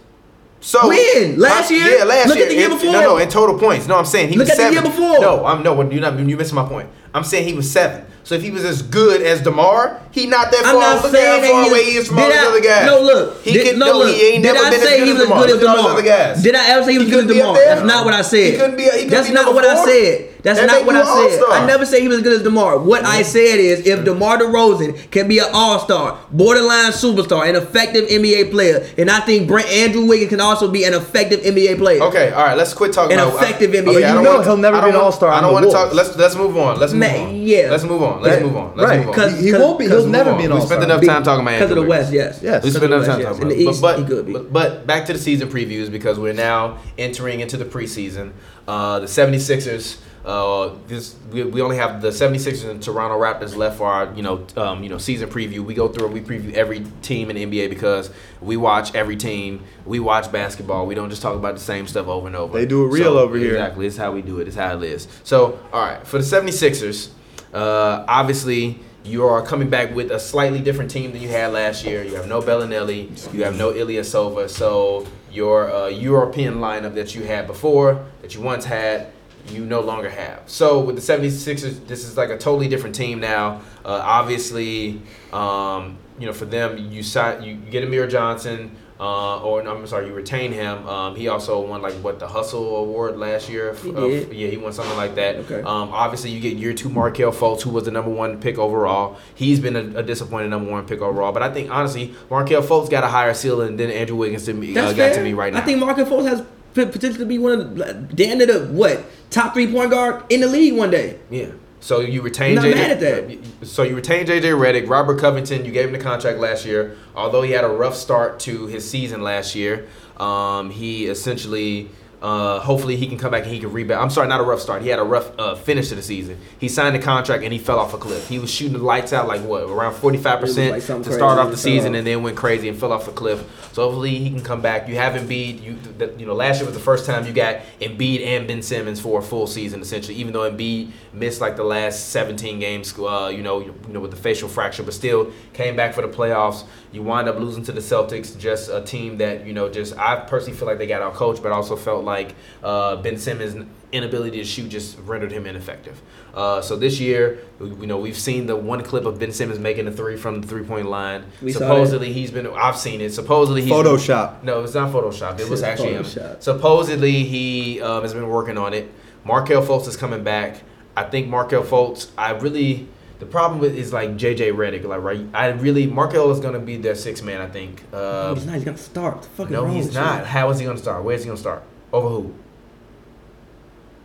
[SPEAKER 1] So
[SPEAKER 2] When? Last
[SPEAKER 1] My-
[SPEAKER 2] year?
[SPEAKER 1] Yeah, last
[SPEAKER 2] Look
[SPEAKER 1] year.
[SPEAKER 2] at the year
[SPEAKER 1] In-
[SPEAKER 2] before.
[SPEAKER 1] No, no, in total points. No, I'm saying he
[SPEAKER 2] Look
[SPEAKER 1] was
[SPEAKER 2] at the year
[SPEAKER 1] seventh.
[SPEAKER 2] before.
[SPEAKER 1] No, I'm no. You're not. You're missing my point. I'm saying he was seven. So if he was as good as Demar, he not that
[SPEAKER 2] I'm
[SPEAKER 1] far.
[SPEAKER 2] not
[SPEAKER 1] look
[SPEAKER 2] saying
[SPEAKER 1] at how far
[SPEAKER 2] that
[SPEAKER 1] away
[SPEAKER 2] he
[SPEAKER 1] he is from all these
[SPEAKER 2] I,
[SPEAKER 1] other guys.
[SPEAKER 2] No, look.
[SPEAKER 1] he
[SPEAKER 2] did,
[SPEAKER 1] could,
[SPEAKER 2] no,
[SPEAKER 1] no,
[SPEAKER 2] look.
[SPEAKER 1] he ain't
[SPEAKER 2] did
[SPEAKER 1] never
[SPEAKER 2] I
[SPEAKER 1] been as
[SPEAKER 2] say he
[SPEAKER 1] good
[SPEAKER 2] was
[SPEAKER 1] as Demar.
[SPEAKER 2] good as
[SPEAKER 1] Look at all these
[SPEAKER 2] Demar?
[SPEAKER 1] other guys.
[SPEAKER 2] Did I ever say he was
[SPEAKER 1] He
[SPEAKER 2] good as
[SPEAKER 1] couldn't be up
[SPEAKER 2] Demar?
[SPEAKER 1] there.
[SPEAKER 2] That's not what I said.
[SPEAKER 1] He couldn't be- he couldn't
[SPEAKER 2] That's
[SPEAKER 1] be
[SPEAKER 2] not
[SPEAKER 1] number
[SPEAKER 2] what I
[SPEAKER 1] four.
[SPEAKER 2] said. That's
[SPEAKER 1] That
[SPEAKER 2] not
[SPEAKER 1] make
[SPEAKER 2] what
[SPEAKER 1] you
[SPEAKER 2] I
[SPEAKER 1] an
[SPEAKER 2] said.
[SPEAKER 1] all-star. Mm-hmm.
[SPEAKER 2] I never said he was as good as Demar. What I said is, if Demar Derozan can be an all-star, borderline superstar, an effective NBA player, and I think Brent Andrew Wiggins can also be an effective NBA player.
[SPEAKER 1] Okay, all right. Let's quit talking
[SPEAKER 2] An
[SPEAKER 1] about
[SPEAKER 2] effective
[SPEAKER 1] I-
[SPEAKER 2] NBA. But
[SPEAKER 1] I
[SPEAKER 2] you
[SPEAKER 1] don't
[SPEAKER 2] know
[SPEAKER 1] wanna-
[SPEAKER 3] he'll never
[SPEAKER 1] I
[SPEAKER 3] be an
[SPEAKER 1] don't-
[SPEAKER 3] all-star
[SPEAKER 1] I
[SPEAKER 3] on
[SPEAKER 1] don't
[SPEAKER 3] the
[SPEAKER 1] want to
[SPEAKER 3] Wolves.
[SPEAKER 1] talk. Let's let's move on. Let's move
[SPEAKER 2] Man,
[SPEAKER 1] on.
[SPEAKER 2] yeah.
[SPEAKER 1] Let's move on. Let's
[SPEAKER 3] Right,
[SPEAKER 1] move on. Let's
[SPEAKER 3] right.
[SPEAKER 1] move on.
[SPEAKER 2] 'Cause-
[SPEAKER 3] He, he won't be.
[SPEAKER 2] because
[SPEAKER 3] He'll never
[SPEAKER 1] move
[SPEAKER 3] be an
[SPEAKER 1] on. We
[SPEAKER 3] all-star.
[SPEAKER 1] spent enough time talking about
[SPEAKER 2] Because of the
[SPEAKER 1] Andrew
[SPEAKER 2] West,
[SPEAKER 1] Wiggins.
[SPEAKER 2] yes.
[SPEAKER 3] Yes.
[SPEAKER 1] We
[SPEAKER 2] Because
[SPEAKER 1] spent
[SPEAKER 2] of the
[SPEAKER 1] enough
[SPEAKER 2] West,
[SPEAKER 1] time
[SPEAKER 2] yes.
[SPEAKER 1] talking
[SPEAKER 2] In
[SPEAKER 1] about
[SPEAKER 2] the
[SPEAKER 1] it.
[SPEAKER 2] East,
[SPEAKER 1] But,
[SPEAKER 2] he
[SPEAKER 1] but,
[SPEAKER 2] could be.
[SPEAKER 1] but, but back to the season previews because we're now entering into the preseason. Uh, the 76ers. Uh, this we, we only have the 76ers and Toronto Raptors left for our you know um, you know season preview. We go through and we preview every team in the NBA because we watch every team. We watch basketball. We don't just talk about the same stuff over and over.
[SPEAKER 3] They do it real over here.
[SPEAKER 1] Exactly. It's how we do it. It's how it is. So, all right, for the 76ers, uh, obviously you are coming back with a slightly different team than you had last year. You have no Bellinelli, you have no Ilya Sova. So your uh, European lineup that you had before, that you once had, you no longer have. So with the 76ers, this is like a totally different team now. Uh, obviously, um, you know, for them, you sign, you get Amir Johnson, uh, or no, I'm sorry, you retain him. Um, he also won like what the Hustle Award last year. He
[SPEAKER 2] did.
[SPEAKER 1] yeah, he won something like that.
[SPEAKER 2] Okay.
[SPEAKER 1] Um, obviously, you get year two Markel Fultz, who was the number one pick overall. He's been a, a disappointed number one pick overall, but I think honestly, Markel Fultz got a higher ceiling than Andrew Wiggins to me, uh,
[SPEAKER 2] That's
[SPEAKER 1] got
[SPEAKER 2] fair.
[SPEAKER 1] to me right now.
[SPEAKER 2] I think Markel Fultz has p- potential to be one of the, damn near the what top three point guard in the league one day.
[SPEAKER 1] Yeah. So you retain
[SPEAKER 2] Not
[SPEAKER 1] JJ.
[SPEAKER 2] mad at that.
[SPEAKER 1] So you retain JJ Redick, Robert Covington. You gave him the contract last year, although he had a rough start to his season last year. Um, he essentially, uh, hopefully, he can come back and he can rebound. I'm sorry, not a rough start. He had a rough uh, finish to the season. He signed the contract and he fell off a cliff. He was shooting the lights out like what around 45
[SPEAKER 2] It was
[SPEAKER 1] percent
[SPEAKER 2] like something
[SPEAKER 1] to start
[SPEAKER 2] crazy.
[SPEAKER 1] off the season,
[SPEAKER 2] So-
[SPEAKER 1] and then went crazy and fell off a cliff. So hopefully he can come back. You have Embiid. You the, you know last year was the first time you got Embiid and Ben Simmons for a full season essentially. Even though Embiid missed like the last 17 games, uh, you know you, you know with the facial fracture, but still came back for the playoffs. You wind up losing to the Celtics, just a team that you know just I personally feel like they got out coached, but also felt like uh, Ben Simmons inability to shoot just rendered him ineffective. Uh, so this year, we- you know, we've seen the one clip of Ben Simmons making a three from the three-point line.
[SPEAKER 2] We saw that.
[SPEAKER 1] supposedly he's been. I've seen it. Supposedly he's
[SPEAKER 3] Photoshop.
[SPEAKER 1] no, it's not Photoshop. It was
[SPEAKER 2] It's
[SPEAKER 1] actually him.
[SPEAKER 2] Photoshop.
[SPEAKER 1] Supposedly he um, has been working on it. Markel Fultz is coming back. I think Markel Fultz. I really. The problem with is like JJ Redick, like right. I really Markel is gonna be their sixth man. I think. Uh,
[SPEAKER 2] he's not. He's gonna start. What's fucking
[SPEAKER 1] no,
[SPEAKER 2] wrong
[SPEAKER 1] he's
[SPEAKER 2] with you?
[SPEAKER 1] not. How is he gonna start? Where is he gonna start? Over who?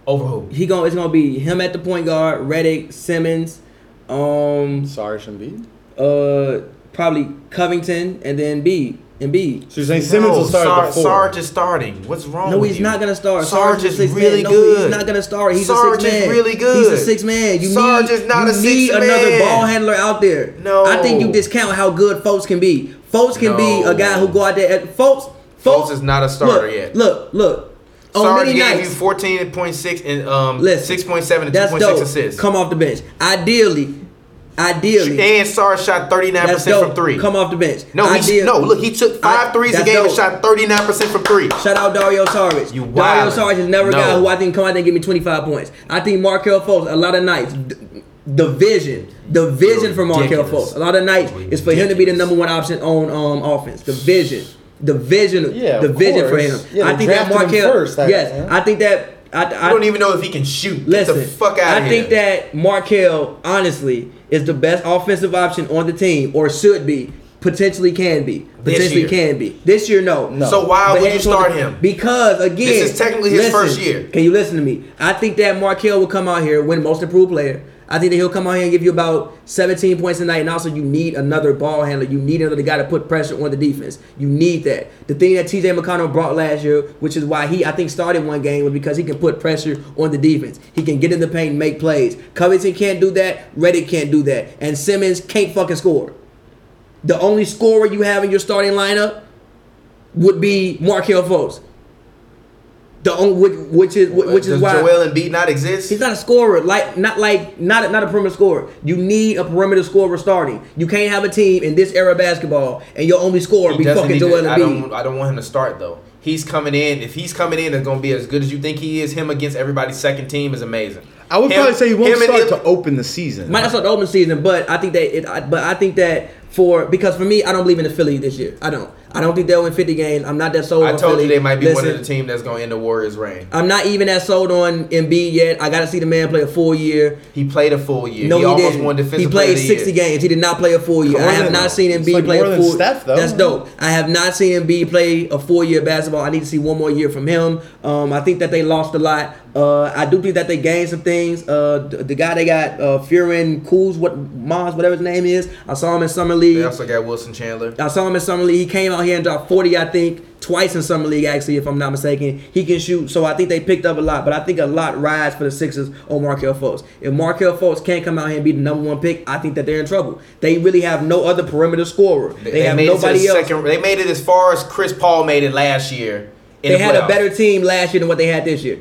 [SPEAKER 1] Over who?
[SPEAKER 2] He going It's gonna be him at the point guard. Reddick, Simmons, um,
[SPEAKER 3] Sorry, Embiid.
[SPEAKER 2] uh, probably Covington, and then B and B.
[SPEAKER 3] So you're saying Simmons will start
[SPEAKER 1] Sar-
[SPEAKER 3] at the four?
[SPEAKER 1] Sarge is starting. What's wrong?
[SPEAKER 2] No,
[SPEAKER 1] with
[SPEAKER 2] he's
[SPEAKER 1] you?
[SPEAKER 2] not gonna start.
[SPEAKER 1] Sarge,
[SPEAKER 2] Sarge
[SPEAKER 1] is
[SPEAKER 2] is six man.
[SPEAKER 1] really
[SPEAKER 2] No,
[SPEAKER 1] good.
[SPEAKER 2] he's not gonna start. He's a
[SPEAKER 1] Sarge
[SPEAKER 2] six
[SPEAKER 1] is
[SPEAKER 2] man.
[SPEAKER 1] really good.
[SPEAKER 2] He's a six man. You
[SPEAKER 1] Sarge
[SPEAKER 2] need,
[SPEAKER 1] is not
[SPEAKER 2] you
[SPEAKER 1] a six
[SPEAKER 2] need
[SPEAKER 1] man.
[SPEAKER 2] another ball handler out there.
[SPEAKER 1] No.
[SPEAKER 2] I think you discount how good folks can be. Folks can be
[SPEAKER 6] No.
[SPEAKER 2] a guy who go out there. At, folks, folks
[SPEAKER 1] Folks is not a starter
[SPEAKER 2] look,
[SPEAKER 1] yet.
[SPEAKER 2] Look, look. On
[SPEAKER 1] Sarge
[SPEAKER 2] Oh, many
[SPEAKER 1] gave
[SPEAKER 2] nights,
[SPEAKER 1] you fourteen point six and um
[SPEAKER 2] Listen,
[SPEAKER 1] six point seven and two
[SPEAKER 2] that's
[SPEAKER 1] point six
[SPEAKER 2] dope.
[SPEAKER 1] assists.
[SPEAKER 2] Come off the bench. Ideally, ideally,
[SPEAKER 1] and Sarge shot thirty nine
[SPEAKER 2] that's
[SPEAKER 1] percent
[SPEAKER 2] dope.
[SPEAKER 1] from three.
[SPEAKER 2] Come off the bench.
[SPEAKER 1] No, he,
[SPEAKER 2] Ideally-
[SPEAKER 1] no. Look, he took
[SPEAKER 2] I-
[SPEAKER 1] five threes
[SPEAKER 2] that's
[SPEAKER 1] a game and
[SPEAKER 2] dope.
[SPEAKER 1] shot thirty nine percent from three.
[SPEAKER 2] Shout out Dario Saric.
[SPEAKER 1] You wildin'.
[SPEAKER 2] Dario Saric is never a guy
[SPEAKER 1] No.
[SPEAKER 2] who I think come out there and give me 25 points. I think Markel Fultz, a lot of nights, d- the vision, the vision for Markel
[SPEAKER 1] Ridiculous.
[SPEAKER 2] Fultz, a lot of nights is for him to be the number one option on um, offense. The vision. The vision.
[SPEAKER 3] Yeah,
[SPEAKER 2] the
[SPEAKER 3] of
[SPEAKER 2] vision for him.
[SPEAKER 3] course. Yeah,
[SPEAKER 2] I
[SPEAKER 3] they
[SPEAKER 2] think that
[SPEAKER 3] drafted him
[SPEAKER 2] Markel.
[SPEAKER 3] first, I-
[SPEAKER 2] yes,
[SPEAKER 3] yeah.
[SPEAKER 2] I think that. I, I
[SPEAKER 1] I don't even know if he can shoot.
[SPEAKER 2] Listen,
[SPEAKER 1] Get the fuck out
[SPEAKER 2] I think that Markel, honestly, is the best offensive option on the team, or should be, potentially can be,
[SPEAKER 1] This
[SPEAKER 2] potentially
[SPEAKER 1] year.
[SPEAKER 2] can be. This year, no.
[SPEAKER 3] No.
[SPEAKER 1] So why
[SPEAKER 2] But
[SPEAKER 1] would you
[SPEAKER 2] Antoine-
[SPEAKER 1] start him?
[SPEAKER 2] Because again,
[SPEAKER 1] This is technically his first year.
[SPEAKER 2] Can you listen to me? I think that Markel will come out here win Most Improved Player. I think that he'll come out here and give you about 17 points a night. And also, you need another ball handler. You need another guy to put pressure on the defense. You need that. The thing that TJ McConnell brought last year, which is why he, I think, started one game, was because he can put pressure on the defense. He can get in the paint and make plays. Covington can't do that. Reddick can't do that. And Simmons can't fucking score. The only scorer you have in your starting lineup would be Markel Fultz. The only which, which is which is
[SPEAKER 1] Does
[SPEAKER 2] why
[SPEAKER 1] Joel Embiid not exist?
[SPEAKER 2] he's not a scorer. Like not like not a, not a perimeter scorer. You need a perimeter scorer starting. You can't have a team in this era of basketball and your only scorer
[SPEAKER 1] He
[SPEAKER 2] be
[SPEAKER 1] doesn't
[SPEAKER 2] fucking
[SPEAKER 1] need
[SPEAKER 2] Joel
[SPEAKER 1] to- I don't,
[SPEAKER 2] Embiid.
[SPEAKER 1] I don't want him to start though. He's coming in. If he's coming in, it's gonna be as good as you think he is. Him against everybody's second team is amazing.
[SPEAKER 3] I would
[SPEAKER 1] Him-
[SPEAKER 3] probably say he won't
[SPEAKER 1] him and
[SPEAKER 3] start
[SPEAKER 1] Im-
[SPEAKER 3] to open the season.
[SPEAKER 2] Might not start the open season, but I think that it. I, but I think that for because for me, I don't believe in the Philly this year. I don't. I don't think they'll win 50 games. I'm not that sold.
[SPEAKER 1] I
[SPEAKER 2] on
[SPEAKER 1] told
[SPEAKER 2] Philly.
[SPEAKER 1] you they might be one
[SPEAKER 2] Listen,
[SPEAKER 1] of the team that's gonna end the Warriors' reign.
[SPEAKER 2] I'm not even that sold on Embiid yet. I got to see the man play a full year.
[SPEAKER 1] He played a full year.
[SPEAKER 2] No,
[SPEAKER 1] he,
[SPEAKER 2] he,
[SPEAKER 1] almost
[SPEAKER 2] didn't.
[SPEAKER 1] won defensive
[SPEAKER 2] he
[SPEAKER 1] player
[SPEAKER 2] played
[SPEAKER 1] of the year.
[SPEAKER 2] 60 games. He did not play a full year. I
[SPEAKER 3] Correct.
[SPEAKER 2] have not seen Embiid
[SPEAKER 3] It's like
[SPEAKER 2] play
[SPEAKER 3] more
[SPEAKER 2] a
[SPEAKER 3] than
[SPEAKER 2] full.
[SPEAKER 3] Steph, though.
[SPEAKER 2] That's dope. I have not seen Embiid play a four year basketball. I need to see one more year from him. Um, I think that they lost a lot. Uh, I do think that they gained some things. Uh, the, the guy they got, uh, Furin Kuz, what Mons, whatever his name is. I saw him in summer
[SPEAKER 1] They
[SPEAKER 2] league.
[SPEAKER 1] also got Wilson Chandler.
[SPEAKER 2] I saw him in summer league. He came out here and dropped 40, I think, twice in summer league. Actually, if I'm not mistaken, he can shoot. So I think they picked up a lot, but I think a lot rides for the Sixers on Markel Fultz. If Markel Fultz can't come out here and be the number one pick, I think that they're in trouble. They really have no other perimeter scorer. They, have
[SPEAKER 1] made it
[SPEAKER 2] nobody
[SPEAKER 1] to the
[SPEAKER 2] else.
[SPEAKER 1] Second, they made it as far as Chris Paul made it last year. in the
[SPEAKER 2] they had a
[SPEAKER 1] playoffs.
[SPEAKER 2] better team last year than what they had this year.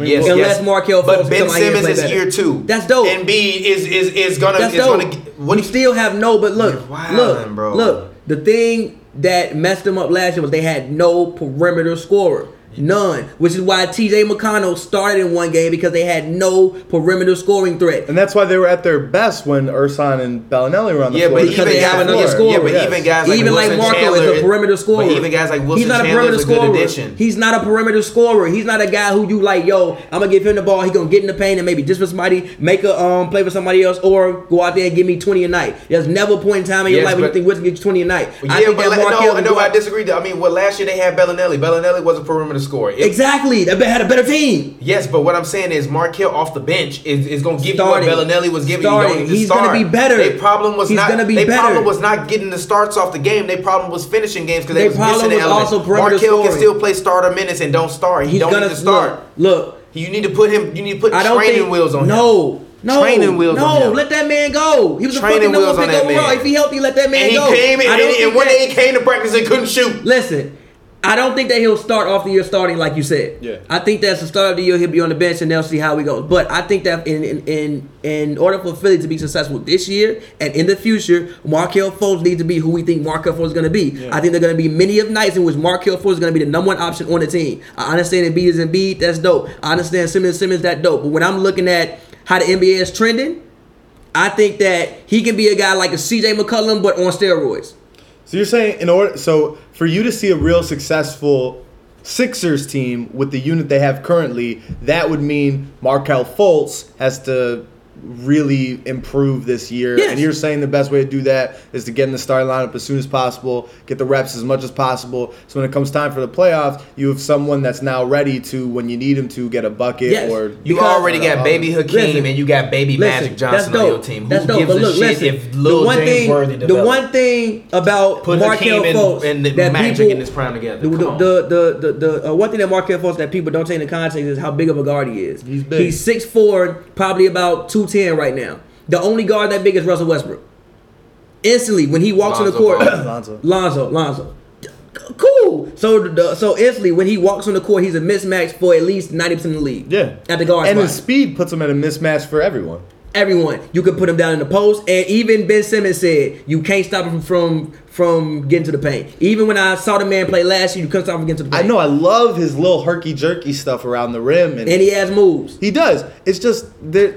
[SPEAKER 1] yes,
[SPEAKER 2] unless
[SPEAKER 1] yes.
[SPEAKER 2] Markelle
[SPEAKER 1] But
[SPEAKER 2] Fultz
[SPEAKER 1] Ben
[SPEAKER 2] come out here and
[SPEAKER 1] Simmons
[SPEAKER 2] play
[SPEAKER 1] is
[SPEAKER 2] better.
[SPEAKER 1] year two.
[SPEAKER 2] That's dope.
[SPEAKER 1] Embiid is is is gonna
[SPEAKER 2] That's
[SPEAKER 1] is
[SPEAKER 2] dope.
[SPEAKER 1] gonna get- what do
[SPEAKER 2] you
[SPEAKER 1] you
[SPEAKER 2] still have no, but
[SPEAKER 1] You're
[SPEAKER 2] look,
[SPEAKER 1] wildin',
[SPEAKER 2] look,
[SPEAKER 1] bro.
[SPEAKER 2] look. The thing that messed them up last year was they had no perimeter scorer. None, which is why TJ McConnell started in one game because they had no perimeter scoring threat.
[SPEAKER 3] And that's why they were at their best when Ursan and Bellinelli were on the
[SPEAKER 1] Yeah,
[SPEAKER 3] floor.
[SPEAKER 1] but
[SPEAKER 2] Because
[SPEAKER 1] even
[SPEAKER 2] they
[SPEAKER 1] guys,
[SPEAKER 2] have another
[SPEAKER 1] scorer. Yeah,
[SPEAKER 2] scorer.
[SPEAKER 1] but
[SPEAKER 3] Yes.
[SPEAKER 1] even guys like
[SPEAKER 2] even like
[SPEAKER 1] Wilson
[SPEAKER 2] Marco
[SPEAKER 1] Chandler,
[SPEAKER 2] is a perimeter scorer.
[SPEAKER 1] But even guys like Wilson
[SPEAKER 2] he's not a
[SPEAKER 1] Chandler
[SPEAKER 2] perimeter
[SPEAKER 1] is a good
[SPEAKER 2] scorer.
[SPEAKER 1] addition.
[SPEAKER 2] He's not a perimeter scorer. He's not a guy who you like. Yo, I'm gonna give him the ball. He gonna get in the paint and maybe just for somebody make a um play for somebody else or go out there and give me 20 a night. There's never a point in time in your
[SPEAKER 1] Yes,
[SPEAKER 2] life when you
[SPEAKER 1] but-
[SPEAKER 2] think Wilson gets 20 a night. I
[SPEAKER 1] yeah,
[SPEAKER 2] think
[SPEAKER 1] but
[SPEAKER 2] that
[SPEAKER 1] la-
[SPEAKER 2] Markel
[SPEAKER 1] no,
[SPEAKER 2] can
[SPEAKER 1] no,
[SPEAKER 2] go
[SPEAKER 1] I
[SPEAKER 2] out-
[SPEAKER 1] disagree. though. I mean, well, last year they had Bellinelli. Bellinelli was a perimeter scorer. It-
[SPEAKER 2] Exactly. They had a better team.
[SPEAKER 1] Yes, but what I'm saying is Markel off the bench is, is going to give
[SPEAKER 2] Starting.
[SPEAKER 1] you what Bellinelli was giving you.
[SPEAKER 2] Starting.
[SPEAKER 1] You don't need to
[SPEAKER 2] He's
[SPEAKER 1] start.
[SPEAKER 2] gonna be better.
[SPEAKER 1] Their problem was
[SPEAKER 2] He's
[SPEAKER 1] not.
[SPEAKER 2] gonna be
[SPEAKER 1] their
[SPEAKER 2] better.
[SPEAKER 1] problem was not getting the starts off the game. Their problem was finishing games because they
[SPEAKER 2] Their
[SPEAKER 1] was
[SPEAKER 2] problem
[SPEAKER 1] missing the
[SPEAKER 2] was
[SPEAKER 1] element.
[SPEAKER 2] also perimeter
[SPEAKER 1] Markel
[SPEAKER 2] scoring.
[SPEAKER 1] can still play starter minutes and don't start. He
[SPEAKER 2] He's
[SPEAKER 1] don't
[SPEAKER 2] gonna
[SPEAKER 1] need to start.
[SPEAKER 2] Look, look
[SPEAKER 1] You need to put him. You need to put
[SPEAKER 2] I don't
[SPEAKER 1] training
[SPEAKER 2] think,
[SPEAKER 1] wheels on him.
[SPEAKER 2] no, No,
[SPEAKER 1] Training wheels
[SPEAKER 2] no,
[SPEAKER 1] on him.
[SPEAKER 2] let that man go. He was a
[SPEAKER 1] Training
[SPEAKER 2] fucking number
[SPEAKER 1] wheels
[SPEAKER 2] one
[SPEAKER 1] on
[SPEAKER 2] pick
[SPEAKER 1] that
[SPEAKER 2] overall.
[SPEAKER 1] man.
[SPEAKER 2] If he healthy, let that man
[SPEAKER 1] And he
[SPEAKER 2] go.
[SPEAKER 1] came in,
[SPEAKER 2] I
[SPEAKER 1] and,
[SPEAKER 2] don't think
[SPEAKER 1] and one
[SPEAKER 2] that-
[SPEAKER 1] day he came to practice and couldn't shoot.
[SPEAKER 2] Listen, I don't think that he'll start off the year starting like you said.
[SPEAKER 3] Yeah.
[SPEAKER 2] I think that's the start of the year he'll be on the bench and they'll see how he goes. But I think that in in in, in order for Philly to be successful this year and in the future, Markel Fultz needs to be who we think Markel Fultz is going to be. I think there are going to be many of nights in which Markel Fultz is going to be the number one option on the team. I understand Embiid is Embiid, that's dope. I understand Simmons Simmons, that dope. But when I'm looking at how the NBA is trending, I think that he can be a guy like a CJ McCullum but on steroids.
[SPEAKER 3] So you're saying in order so for you to see a real successful Sixers team with the unit they have currently, that would mean Markel Fultz has to really improve this year.
[SPEAKER 2] Yes.
[SPEAKER 3] And you're saying the best way to do that is to get in the starting lineup as soon as possible, get the reps as much as possible. So when it comes time for the playoffs, you have someone that's now ready to when you need him to get a bucket
[SPEAKER 2] Yes.
[SPEAKER 3] or
[SPEAKER 1] You
[SPEAKER 2] Because-
[SPEAKER 1] already got Baby Hakeem
[SPEAKER 2] Um, Listen,
[SPEAKER 1] and you got Baby Magic Johnson on your team. Who
[SPEAKER 2] that's dope.
[SPEAKER 1] gives
[SPEAKER 2] But
[SPEAKER 1] a
[SPEAKER 2] look,
[SPEAKER 1] shit
[SPEAKER 2] listen.
[SPEAKER 1] if Lil
[SPEAKER 2] the one
[SPEAKER 1] James
[SPEAKER 2] thing,
[SPEAKER 1] Worthy
[SPEAKER 2] the
[SPEAKER 1] develops?
[SPEAKER 2] one thing about
[SPEAKER 1] Put
[SPEAKER 2] Markel
[SPEAKER 1] Hakeem and-
[SPEAKER 2] Fultz
[SPEAKER 1] and the
[SPEAKER 2] that
[SPEAKER 1] Magic
[SPEAKER 2] people,
[SPEAKER 1] in his prime together.
[SPEAKER 2] The, the,
[SPEAKER 1] Come on.
[SPEAKER 2] the, the, the, the uh, one thing that Markel Fultz that people don't take into context is how big of a guard he is.
[SPEAKER 3] He's big.
[SPEAKER 2] He's six four, probably about two ten right now. The only guard that big is Russell Westbrook. Instantly, when he walks on the
[SPEAKER 6] Lonzo
[SPEAKER 2] court,
[SPEAKER 6] Ball.
[SPEAKER 3] *coughs* Lonzo.
[SPEAKER 2] Lonzo, Lonzo. C- Cool. So, the, so instantly, when he walks on the court, he's a mismatch for at least ninety percent of the league.
[SPEAKER 3] Yeah.
[SPEAKER 2] at the guard
[SPEAKER 3] And his
[SPEAKER 2] spot.
[SPEAKER 3] speed puts him at a mismatch for everyone.
[SPEAKER 2] everyone. You could put him down in the post, and even Ben Simmons said you can't stop him from from getting to the paint. Even when I saw the man play last year, you couldn't stop him from getting to the
[SPEAKER 3] I
[SPEAKER 2] paint.
[SPEAKER 3] know I love his little herky jerky stuff around the rim, and,
[SPEAKER 2] and he has moves.
[SPEAKER 3] he does. It's just that.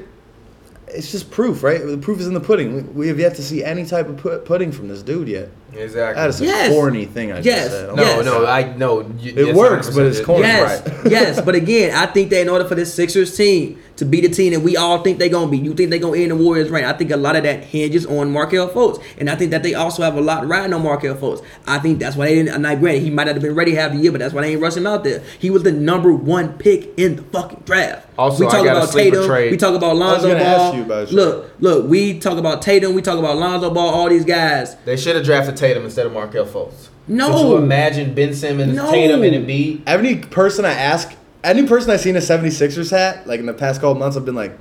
[SPEAKER 3] It's just proof, right? The proof is in the pudding. We, we have yet to see any type of pu- pudding from this dude yet.
[SPEAKER 1] Exactly.
[SPEAKER 3] That is a
[SPEAKER 2] Yes.
[SPEAKER 3] corny thing. I
[SPEAKER 2] Yes.
[SPEAKER 3] just said. Oh
[SPEAKER 1] no,
[SPEAKER 3] my
[SPEAKER 2] Yes.
[SPEAKER 1] no, I no. You,
[SPEAKER 3] It works, but it's
[SPEAKER 1] Oh,
[SPEAKER 3] corny.
[SPEAKER 2] Yes,
[SPEAKER 1] *laughs*
[SPEAKER 2] yes, but again, I think that in order for this Sixers team to be the team that we all think they're gonna be, you think they're gonna end the Warriors' reign. I think a lot of that hinges on Markel Fultz, and I think that they also have a lot riding on Markel Fultz. I think that's why they didn't. And I granted, he might not have been ready half the year, but that's why they ain't rushing him out there. He was the number one pick in the fucking draft.
[SPEAKER 1] Also, I got a sleeper trade.
[SPEAKER 2] we talk about Lonzo
[SPEAKER 3] gonna
[SPEAKER 2] Ball.
[SPEAKER 3] ask you about that.
[SPEAKER 2] look, look, we talk about Tatum, we talk about Lonzo Ball, all these guys.
[SPEAKER 1] They should have drafted Tatum instead of Markel Fultz.
[SPEAKER 2] No.
[SPEAKER 1] Could you imagine Ben Simmons,
[SPEAKER 2] No.
[SPEAKER 1] Tatum, and Embiid?
[SPEAKER 3] Every person I ask, any person I've seen a 76ers hat, like in the past couple months, I've been like,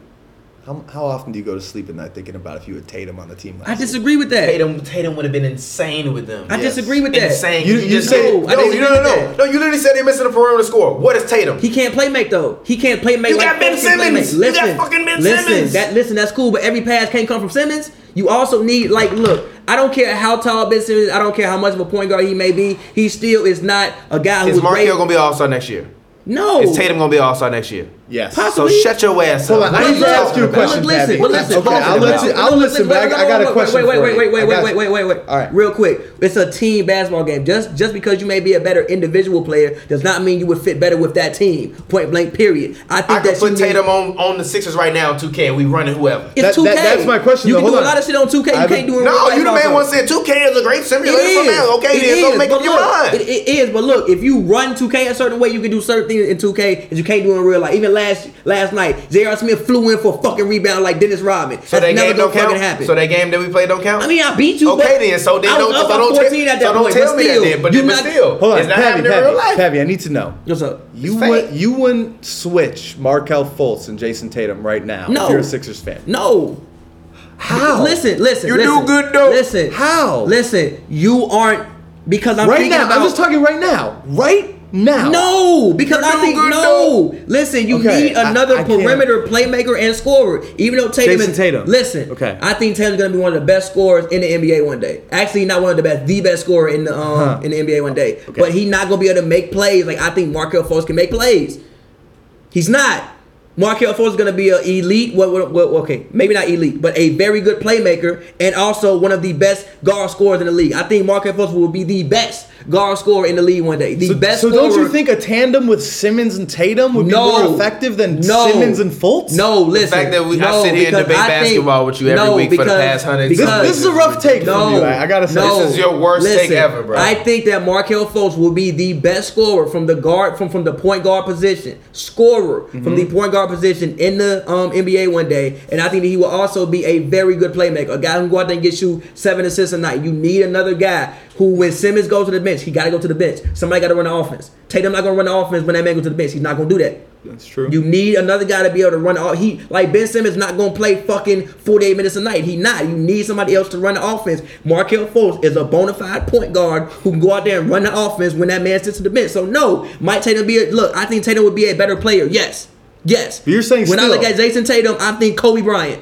[SPEAKER 3] how, how often do you go to sleep at night thinking about if you had Tatum on the team last
[SPEAKER 2] I
[SPEAKER 3] year?
[SPEAKER 2] disagree with that.
[SPEAKER 1] Tatum, Tatum would have been insane with them.
[SPEAKER 2] I
[SPEAKER 3] Yes.
[SPEAKER 2] disagree with that.
[SPEAKER 1] Insane.
[SPEAKER 3] You- you
[SPEAKER 1] just-
[SPEAKER 3] say-
[SPEAKER 1] no,
[SPEAKER 2] I
[SPEAKER 1] no,
[SPEAKER 2] disagree
[SPEAKER 1] you- no, no,
[SPEAKER 2] with
[SPEAKER 1] no,
[SPEAKER 2] that.
[SPEAKER 1] no. You literally said they're missing a perimeter score. What is Tatum?
[SPEAKER 2] He can't play make though. He can't play make.
[SPEAKER 1] You got Ben
[SPEAKER 2] Fultz can play
[SPEAKER 1] Simmons.
[SPEAKER 2] make.
[SPEAKER 1] You got fucking Ben
[SPEAKER 2] listen,
[SPEAKER 1] Simmons.
[SPEAKER 2] That listen, that's cool, but every pass can't come from Simmons. You also need like look. I don't care how tall Ben Simmons. is. I don't care how much of a point guard he may be. He still is not a guy who
[SPEAKER 1] is
[SPEAKER 2] was
[SPEAKER 1] Markel
[SPEAKER 2] raised-
[SPEAKER 1] gonna be an All Star next year?
[SPEAKER 2] No.
[SPEAKER 1] Is Tatum gonna be an All Star next year?
[SPEAKER 3] Yes.
[SPEAKER 2] Possibly.
[SPEAKER 1] So shut your ass
[SPEAKER 3] Hold
[SPEAKER 1] up.
[SPEAKER 3] on, I
[SPEAKER 1] What
[SPEAKER 3] need
[SPEAKER 1] are
[SPEAKER 3] to
[SPEAKER 1] you
[SPEAKER 3] ask you a
[SPEAKER 1] talking about?
[SPEAKER 3] question,
[SPEAKER 2] But listen,
[SPEAKER 3] Pappy.
[SPEAKER 2] but listen.
[SPEAKER 3] Okay, I'll let you- I'll listen, but I- I got a question
[SPEAKER 2] Wait,
[SPEAKER 3] for
[SPEAKER 2] wait,
[SPEAKER 3] you.
[SPEAKER 2] wait, wait,
[SPEAKER 3] I
[SPEAKER 2] wait,
[SPEAKER 3] got-
[SPEAKER 2] wait, wait, wait, wait.
[SPEAKER 3] All right.
[SPEAKER 2] Real quick, it's a team basketball game. Just just because you may be a better individual player does not mean you would fit better with that team. Point blank. Period. I think
[SPEAKER 1] I could
[SPEAKER 2] that
[SPEAKER 1] put
[SPEAKER 2] you need-
[SPEAKER 1] Tatum on, on the Sixers right now in 2K and we running whoever.
[SPEAKER 2] It's
[SPEAKER 3] That-
[SPEAKER 2] 2K.
[SPEAKER 3] that- that's my question,
[SPEAKER 2] You
[SPEAKER 3] though.
[SPEAKER 2] can
[SPEAKER 3] Hold
[SPEAKER 2] do
[SPEAKER 3] on.
[SPEAKER 2] a lot of shit on 2K. You
[SPEAKER 3] I've been-
[SPEAKER 2] can't do it. in real
[SPEAKER 1] No,
[SPEAKER 2] life
[SPEAKER 1] you the
[SPEAKER 2] also.
[SPEAKER 1] man once said 2K is a great
[SPEAKER 2] It
[SPEAKER 1] simulator for
[SPEAKER 2] is.
[SPEAKER 1] now. Okay,
[SPEAKER 2] It
[SPEAKER 1] then so
[SPEAKER 2] is,
[SPEAKER 1] make
[SPEAKER 2] but
[SPEAKER 1] up your
[SPEAKER 2] look,
[SPEAKER 1] mind.
[SPEAKER 2] It, it is, but look, if you run 2K a certain way, you can do certain things in 2K that you can't do in real life. Even last last night, J.R. Smith flew in for a fucking rebound like Dennis Rodman.
[SPEAKER 1] So
[SPEAKER 2] That's
[SPEAKER 1] that
[SPEAKER 2] never
[SPEAKER 1] game don't
[SPEAKER 2] gonna fucking
[SPEAKER 1] count.
[SPEAKER 2] happen.
[SPEAKER 1] So that game that we played don't count.
[SPEAKER 2] I mean, I beat you.
[SPEAKER 1] okay
[SPEAKER 2] but
[SPEAKER 1] then. So then
[SPEAKER 2] I was
[SPEAKER 1] don't.
[SPEAKER 2] up
[SPEAKER 1] So
[SPEAKER 2] by
[SPEAKER 1] don't,
[SPEAKER 2] 14
[SPEAKER 1] tell,
[SPEAKER 2] at that
[SPEAKER 1] so don't
[SPEAKER 2] point,
[SPEAKER 1] tell
[SPEAKER 2] but
[SPEAKER 1] me
[SPEAKER 2] still,
[SPEAKER 1] that. Then, but,
[SPEAKER 2] you
[SPEAKER 1] then, but
[SPEAKER 2] not-
[SPEAKER 1] still,
[SPEAKER 3] Hold on,
[SPEAKER 1] it's not happening
[SPEAKER 3] Pappy,
[SPEAKER 1] in real
[SPEAKER 3] Pappy,
[SPEAKER 1] life.
[SPEAKER 3] Pappy, I need to know.
[SPEAKER 2] What's up?
[SPEAKER 3] You
[SPEAKER 1] It's fake.
[SPEAKER 3] would you wouldn't switch Markel Fultz and Jason Tatum right now
[SPEAKER 2] No.
[SPEAKER 3] if you're a Sixers fan.
[SPEAKER 2] No.
[SPEAKER 3] How?
[SPEAKER 2] Listen, listen.
[SPEAKER 1] You
[SPEAKER 2] listen,
[SPEAKER 1] do good, though.
[SPEAKER 2] Listen.
[SPEAKER 3] How?
[SPEAKER 2] Listen. You aren't because I'm
[SPEAKER 3] right
[SPEAKER 2] thinking
[SPEAKER 3] now.
[SPEAKER 2] about.
[SPEAKER 3] I'm just talking right now. Right now.
[SPEAKER 2] No, because I
[SPEAKER 1] do
[SPEAKER 2] think
[SPEAKER 1] good,
[SPEAKER 2] no. Listen, you
[SPEAKER 3] Okay,
[SPEAKER 2] need
[SPEAKER 3] I-
[SPEAKER 2] another
[SPEAKER 3] I can't.
[SPEAKER 2] perimeter playmaker and scorer. Even though Tatum,
[SPEAKER 3] Jason
[SPEAKER 2] is,
[SPEAKER 3] Tatum.
[SPEAKER 2] Listen,
[SPEAKER 3] Okay.
[SPEAKER 2] I think Tatum's gonna be one of the best scorers in the NBA one day. Actually, not one of the best, the best scorer in the um
[SPEAKER 3] Huh.
[SPEAKER 2] in the NBA one day.
[SPEAKER 3] Okay.
[SPEAKER 2] But he's not gonna be able to make plays. Like I think Markel Fultz can make plays. He's not. Markel Fultz is going to be an elite, well, well, well, okay, maybe not elite, but a very good playmaker and also one of the best guard scorers in the league. I think Markel Fultz will be the best guard scorer in the league one day. The
[SPEAKER 3] So,
[SPEAKER 2] best.
[SPEAKER 3] so don't you
[SPEAKER 2] scorer-
[SPEAKER 3] think a tandem with Simmons and Tatum would be more effective than
[SPEAKER 2] no.
[SPEAKER 3] Simmons and Fultz?
[SPEAKER 2] No, listen.
[SPEAKER 1] fact that we- I
[SPEAKER 2] no,
[SPEAKER 1] sit here and
[SPEAKER 2] because
[SPEAKER 1] debate
[SPEAKER 2] I think-
[SPEAKER 1] basketball with you every
[SPEAKER 2] no,
[SPEAKER 1] week for the
[SPEAKER 2] because-
[SPEAKER 1] past 100
[SPEAKER 3] This,
[SPEAKER 2] because-
[SPEAKER 3] this is a rough take from you. I, I gotta say,
[SPEAKER 1] This is your worst take ever, bro.
[SPEAKER 2] I think that Markel Fultz will be the best scorer from the guard from from the point guard position, scorer from
[SPEAKER 3] Mhm.
[SPEAKER 2] the point guard position in the um, NBA one day, and I think that he will also be a very good playmaker, a guy who can go out there and get you seven assists a night. You need another guy who, when Simmons goes to the bench, he got to go to the bench. Somebody got to run the offense. Tatum not gonna run the offense when that man goes to the bench. He's not gonna do that.
[SPEAKER 3] that's true.
[SPEAKER 2] You need another guy to be able to run all he like Ben Simmons not gonna play fucking 48 minutes a night. He not. You need somebody else to run the offense. Markel Fultz is a bona fide point guard who can go out there and run the offense when that man sits to the bench. So no, Mike Tatum be a look, I think Tatum would be a better player. Yes. Yes.
[SPEAKER 3] But you're saying
[SPEAKER 2] when I
[SPEAKER 3] still-
[SPEAKER 2] look at Jason Tatum, I think Kobe Bryant.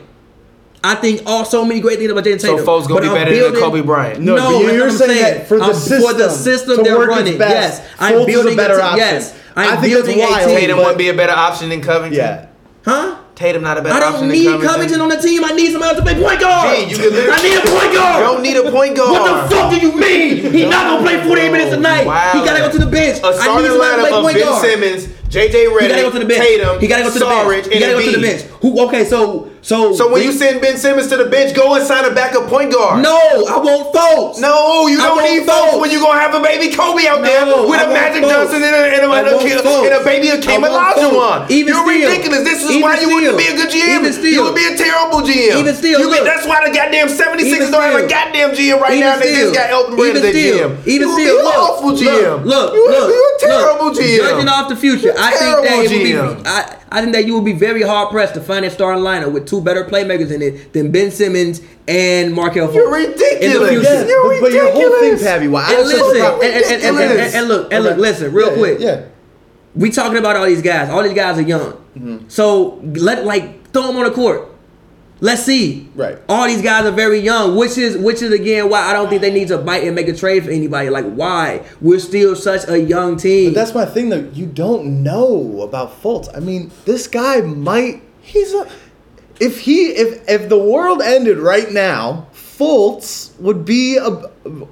[SPEAKER 2] I think all so many great things about Jason
[SPEAKER 1] So
[SPEAKER 2] Tatum.
[SPEAKER 1] Fultz gonna
[SPEAKER 2] But
[SPEAKER 1] be
[SPEAKER 2] I'm
[SPEAKER 1] better than
[SPEAKER 2] building-
[SPEAKER 1] Kobe Bryant.
[SPEAKER 3] No, but
[SPEAKER 2] that's
[SPEAKER 3] you're
[SPEAKER 2] what I'm
[SPEAKER 3] saying that for the
[SPEAKER 2] I'm- for the
[SPEAKER 3] system
[SPEAKER 2] system
[SPEAKER 3] to
[SPEAKER 2] they're
[SPEAKER 3] work its
[SPEAKER 2] running.
[SPEAKER 3] best,
[SPEAKER 2] Yes,
[SPEAKER 3] Fultz
[SPEAKER 2] I'm
[SPEAKER 3] is
[SPEAKER 2] building
[SPEAKER 3] a better
[SPEAKER 2] a team-
[SPEAKER 3] option.
[SPEAKER 2] Yes,
[SPEAKER 3] I
[SPEAKER 2] I'm
[SPEAKER 3] think that's
[SPEAKER 2] building
[SPEAKER 3] wild.
[SPEAKER 2] a team.
[SPEAKER 1] Tatum
[SPEAKER 3] but-
[SPEAKER 1] wouldn't be a better option than Covington.
[SPEAKER 3] Yeah.
[SPEAKER 2] Huh?
[SPEAKER 1] Tatum not a better
[SPEAKER 2] I
[SPEAKER 1] option
[SPEAKER 2] don't
[SPEAKER 1] than
[SPEAKER 2] need
[SPEAKER 1] Covington.
[SPEAKER 2] Covington. on the team. I need somebody else to play point guard.
[SPEAKER 1] Gee, you can literally-
[SPEAKER 2] I need a point guard.
[SPEAKER 1] You don't need a point guard.
[SPEAKER 2] What the fuck do you mean? He not gonna play 48 minutes a night. He gotta go to the bench.
[SPEAKER 1] A
[SPEAKER 2] I need
[SPEAKER 1] starting
[SPEAKER 2] somebody to
[SPEAKER 1] lineup
[SPEAKER 2] play
[SPEAKER 1] of
[SPEAKER 2] point
[SPEAKER 1] Ben
[SPEAKER 2] guard.
[SPEAKER 1] Simmons, JJ
[SPEAKER 2] He
[SPEAKER 1] Redick,
[SPEAKER 2] gotta go to the bench.
[SPEAKER 1] Tatum,
[SPEAKER 2] he gotta go to the
[SPEAKER 1] Sarge,
[SPEAKER 2] bench. He
[SPEAKER 1] and
[SPEAKER 2] gotta go to the
[SPEAKER 1] Embiid.
[SPEAKER 2] bench. Who? Okay, so so
[SPEAKER 1] So when
[SPEAKER 2] we-
[SPEAKER 1] you send Ben Simmons to the bench, go and sign a backup point guard.
[SPEAKER 2] no, I won't fold.
[SPEAKER 1] No, you
[SPEAKER 2] I
[SPEAKER 1] don't
[SPEAKER 2] want
[SPEAKER 1] need folks
[SPEAKER 2] folks.
[SPEAKER 1] when you gonna have a baby Kobe out
[SPEAKER 2] No,
[SPEAKER 1] there with
[SPEAKER 2] I
[SPEAKER 1] a
[SPEAKER 2] want
[SPEAKER 1] Magic
[SPEAKER 2] folks.
[SPEAKER 1] Johnson and a, and a,
[SPEAKER 2] I
[SPEAKER 1] and a,
[SPEAKER 2] want
[SPEAKER 1] kid-
[SPEAKER 2] folks.
[SPEAKER 1] and a baby Akeem
[SPEAKER 2] I want
[SPEAKER 1] Olajuwon.
[SPEAKER 2] folks. Even
[SPEAKER 1] You're
[SPEAKER 2] still.
[SPEAKER 1] ridiculous. This is
[SPEAKER 2] Even
[SPEAKER 1] why you wouldn't
[SPEAKER 2] still.
[SPEAKER 1] be a good GM.
[SPEAKER 2] Even still.
[SPEAKER 1] you would be a terrible GM.
[SPEAKER 2] Even still,
[SPEAKER 1] You be-
[SPEAKER 2] look.
[SPEAKER 1] that's why the goddamn 76ers
[SPEAKER 2] Even
[SPEAKER 1] don't have a
[SPEAKER 2] still.
[SPEAKER 1] goddamn GM right
[SPEAKER 2] Even
[SPEAKER 1] now. They just
[SPEAKER 2] still.
[SPEAKER 1] got Elton Brand as
[SPEAKER 2] Even
[SPEAKER 1] their
[SPEAKER 2] still.
[SPEAKER 1] GM.
[SPEAKER 2] Even
[SPEAKER 1] you would
[SPEAKER 2] still,
[SPEAKER 1] be an
[SPEAKER 2] look.
[SPEAKER 1] awful
[SPEAKER 2] Look,
[SPEAKER 1] GM.
[SPEAKER 2] look,
[SPEAKER 1] you,
[SPEAKER 2] look.
[SPEAKER 1] you a Terrible GM.
[SPEAKER 2] Judging off the future, I think that
[SPEAKER 1] Terrible
[SPEAKER 2] it would
[SPEAKER 1] GM.
[SPEAKER 2] be. I, I think that you would be very hard pressed to find a starting lineup with two better playmakers in it than Ben Simmons and Markel.
[SPEAKER 1] You're
[SPEAKER 2] Fultz.
[SPEAKER 1] ridiculous.
[SPEAKER 2] In the
[SPEAKER 3] Yeah,
[SPEAKER 2] future.
[SPEAKER 1] You're
[SPEAKER 3] but, but your whole thing,
[SPEAKER 1] ridiculous.
[SPEAKER 3] Pappy. Why? I
[SPEAKER 2] And
[SPEAKER 3] don't think
[SPEAKER 2] listen,
[SPEAKER 3] about-
[SPEAKER 2] and, and, and, and, and, and look, and look,
[SPEAKER 3] Okay.
[SPEAKER 2] listen, real
[SPEAKER 3] Yeah,
[SPEAKER 2] quick.
[SPEAKER 3] Yeah.
[SPEAKER 2] We talking about all these guys. All these guys are young.
[SPEAKER 1] Mm-hmm.
[SPEAKER 2] So let like throw them on the court. Let's see.
[SPEAKER 3] Right.
[SPEAKER 2] All these guys are very young, which is which is again why I don't think they need to bite and make a trade for anybody. Like why? We're still such a young team.
[SPEAKER 3] But that's my thing, though. You don't know about Fultz. I mean, this guy might. He's a. If he, if if the world ended right now, Fultz would be a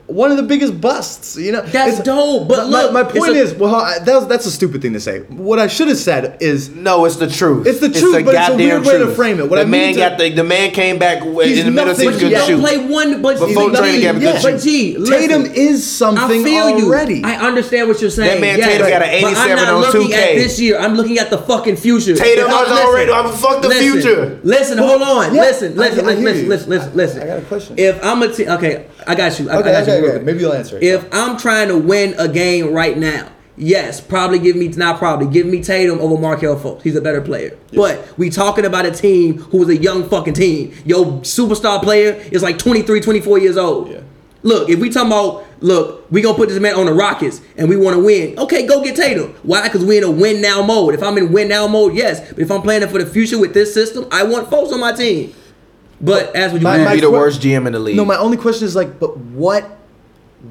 [SPEAKER 3] one of the biggest busts. You know,
[SPEAKER 2] That's dope, but
[SPEAKER 3] my,
[SPEAKER 2] look,
[SPEAKER 3] my
[SPEAKER 2] it's
[SPEAKER 3] point
[SPEAKER 2] a-
[SPEAKER 3] is, well, I- that was, that's a stupid thing to say. What I should have said is,
[SPEAKER 1] No, it's the truth.
[SPEAKER 3] It's the truth, but it's a
[SPEAKER 1] goddamn
[SPEAKER 3] weird way to frame it. What
[SPEAKER 1] the
[SPEAKER 3] I mean
[SPEAKER 1] man
[SPEAKER 3] to-
[SPEAKER 1] got the, the man came back in
[SPEAKER 3] He's
[SPEAKER 1] the middle of season
[SPEAKER 3] nothing
[SPEAKER 2] but you
[SPEAKER 1] good
[SPEAKER 3] to
[SPEAKER 2] don't
[SPEAKER 1] shoot.
[SPEAKER 2] play one. But
[SPEAKER 1] Before
[SPEAKER 2] but
[SPEAKER 1] training
[SPEAKER 2] G,
[SPEAKER 1] camp, he
[SPEAKER 2] yeah.
[SPEAKER 1] could
[SPEAKER 2] but
[SPEAKER 1] shoot.
[SPEAKER 2] G, listen.
[SPEAKER 3] Tatum is something
[SPEAKER 2] I feel you.
[SPEAKER 3] already.
[SPEAKER 2] I understand what you're
[SPEAKER 1] That
[SPEAKER 2] saying.
[SPEAKER 1] man
[SPEAKER 2] yes,
[SPEAKER 1] Tatum got an
[SPEAKER 2] but I'm
[SPEAKER 1] 87
[SPEAKER 2] not
[SPEAKER 1] on
[SPEAKER 2] looking
[SPEAKER 1] 2K.
[SPEAKER 2] at this year. I'm looking at the fucking future.
[SPEAKER 1] Tatum
[SPEAKER 2] If
[SPEAKER 1] was already- I'm- fuck the
[SPEAKER 2] listen,
[SPEAKER 1] future.
[SPEAKER 2] Listen,
[SPEAKER 3] Well,
[SPEAKER 2] hold on.
[SPEAKER 3] yeah, I-
[SPEAKER 2] listen, listen,
[SPEAKER 3] I
[SPEAKER 2] listen,
[SPEAKER 3] hear
[SPEAKER 2] listen,
[SPEAKER 3] you.
[SPEAKER 2] listen, listen, listen.
[SPEAKER 3] I got a question.
[SPEAKER 2] If I'm a team, okay, I got you. I,
[SPEAKER 3] Okay,
[SPEAKER 2] I got
[SPEAKER 3] okay,
[SPEAKER 2] you. real
[SPEAKER 3] okay.
[SPEAKER 2] quick.
[SPEAKER 3] Maybe you'll answer it.
[SPEAKER 2] If I'm trying to win a game right now, yes, probably give me not probably give me Tatum over Markel Fultz. He's a better player. But we talking about a team who is a young fucking team. Your superstar player is like 23, 24 years old.
[SPEAKER 3] Yeah.
[SPEAKER 2] Look, if we talking about look, we gonna put this man on the Rockets and we want to win. Okay, go get Tatum. Why? Because we in a win now mode. If I'm in win now mode, yes. But if I'm planning for the future with this system, I want folks on my team. But as what you
[SPEAKER 3] My-
[SPEAKER 2] asked-
[SPEAKER 3] my
[SPEAKER 1] be the
[SPEAKER 3] que-
[SPEAKER 1] worst GM in the league.
[SPEAKER 3] No, my only question is like, but what,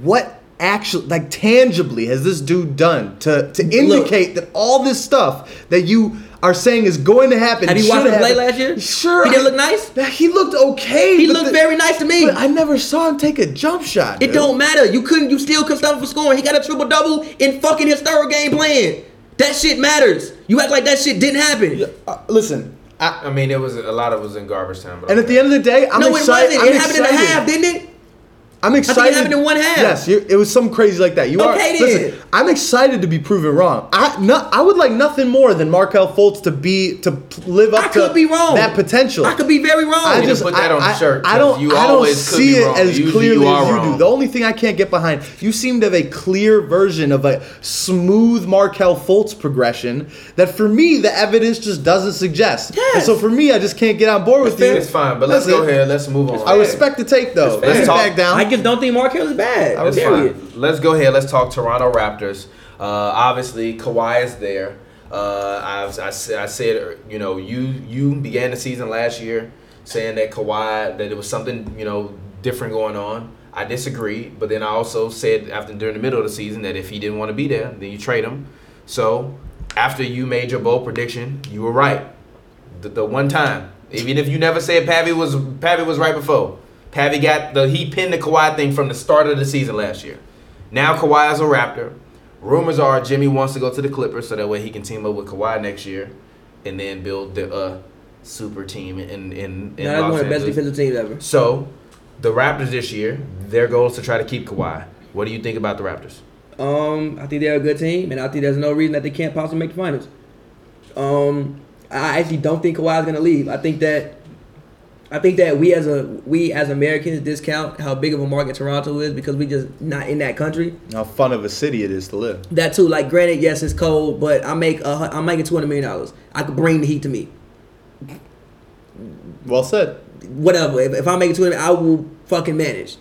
[SPEAKER 3] what actually, like tangibly, has this dude done to to indicate that all this stuff that you are saying is going to happen?
[SPEAKER 2] Have you
[SPEAKER 3] should
[SPEAKER 2] watched him play
[SPEAKER 3] happen-
[SPEAKER 2] last year?
[SPEAKER 3] Sure,
[SPEAKER 2] He didn't look nice?
[SPEAKER 3] Yeah, He looked okay.
[SPEAKER 2] He
[SPEAKER 3] but
[SPEAKER 2] looked
[SPEAKER 3] the-
[SPEAKER 2] very nice to me.
[SPEAKER 3] But I never saw him take a jump shot.
[SPEAKER 2] It
[SPEAKER 3] dude.
[SPEAKER 2] don't matter. You couldn't. You still couldn't stop him from scoring. He got a triple double in fucking his third game playing. That shit matters. You act like that shit didn't happen.
[SPEAKER 3] Uh, listen, I,
[SPEAKER 1] I mean, it was a lot of it was in garbage time. But
[SPEAKER 3] and at the end of the day, I'm
[SPEAKER 2] no, it
[SPEAKER 3] excited.
[SPEAKER 2] wasn't.
[SPEAKER 3] I'm
[SPEAKER 2] it happened in
[SPEAKER 3] excited.
[SPEAKER 2] a half, didn't it?
[SPEAKER 3] I'm excited.
[SPEAKER 2] happened in one half.
[SPEAKER 3] Yes, you, it was some crazy like that. You
[SPEAKER 2] Okay,
[SPEAKER 3] are.
[SPEAKER 2] then.
[SPEAKER 3] Listen, I'm excited to be proven wrong. I no, I would like nothing more than Markel Fultz to be to p- live up
[SPEAKER 2] I
[SPEAKER 3] to
[SPEAKER 2] could be wrong.
[SPEAKER 3] that potential.
[SPEAKER 2] I could be very wrong.
[SPEAKER 3] I
[SPEAKER 1] You
[SPEAKER 3] just
[SPEAKER 1] put that
[SPEAKER 3] I,
[SPEAKER 1] on the
[SPEAKER 3] I-
[SPEAKER 1] shirt,
[SPEAKER 3] I don't.
[SPEAKER 1] 'cause you
[SPEAKER 3] I don't
[SPEAKER 1] always could
[SPEAKER 3] see
[SPEAKER 1] be
[SPEAKER 3] it
[SPEAKER 1] wrong.
[SPEAKER 3] as
[SPEAKER 1] Usually
[SPEAKER 3] clearly
[SPEAKER 1] you
[SPEAKER 3] as
[SPEAKER 1] are
[SPEAKER 3] you do.
[SPEAKER 1] wrong.
[SPEAKER 3] The only thing I can't get behind. You seem to have a clear version of a smooth Markel Fultz progression that, for me, the evidence just doesn't suggest. And
[SPEAKER 2] Yes.
[SPEAKER 3] so for me, I just can't get on board with you.
[SPEAKER 1] it's fine. But let's
[SPEAKER 3] That's
[SPEAKER 1] go
[SPEAKER 3] it.
[SPEAKER 1] ahead. Let's move on.
[SPEAKER 3] I respect the take though.
[SPEAKER 1] fair.
[SPEAKER 3] Let's get
[SPEAKER 1] Talk-
[SPEAKER 3] back down.
[SPEAKER 2] I just don't think Mark Hill is bad.
[SPEAKER 1] That's
[SPEAKER 2] Period.
[SPEAKER 1] fine. Let's go ahead. Let's talk Toronto Raptors. Uh, obviously, Kawhi is there. Uh, I've, I, s- I said, you know, you you began the season last year saying that Kawhi that it was something you know different going on. I disagreed, but then I also said after during the middle of the season that if he didn't want to be there, then you trade him. So after you made your bold prediction, you were right the, the one time. Even if you never said Pavi was Pavi was right before. Pavi got the he pinned the Kawhi thing from the start of the season last year. Now Kawhi is a Raptor. Rumors are Jimmy wants to go to the Clippers so that way he can team up with Kawhi next year, and then build the uh, super team in in, in
[SPEAKER 2] Now that's
[SPEAKER 1] Los
[SPEAKER 2] one of the best
[SPEAKER 1] Angeles.
[SPEAKER 2] defensive teams ever.
[SPEAKER 1] So, the Raptors this year, their goal is to try to keep Kawhi. What do you think about the Raptors?
[SPEAKER 2] Um, I think they're a good team, and I think there's no reason that they can't possibly make the finals. Um, I actually don't think Kawhi's gonna leave. I think that, I think that we as a we as Americans discount how big of a market Toronto is because we just not in that country.
[SPEAKER 3] how fun of a city it is to live.
[SPEAKER 2] That too, like granted, yes, it's cold, but I make a, hu- I'm making two hundred million dollars. I could bring the heat to me.
[SPEAKER 3] Well said.
[SPEAKER 2] whatever. If, if I make it to it, I will fucking manage.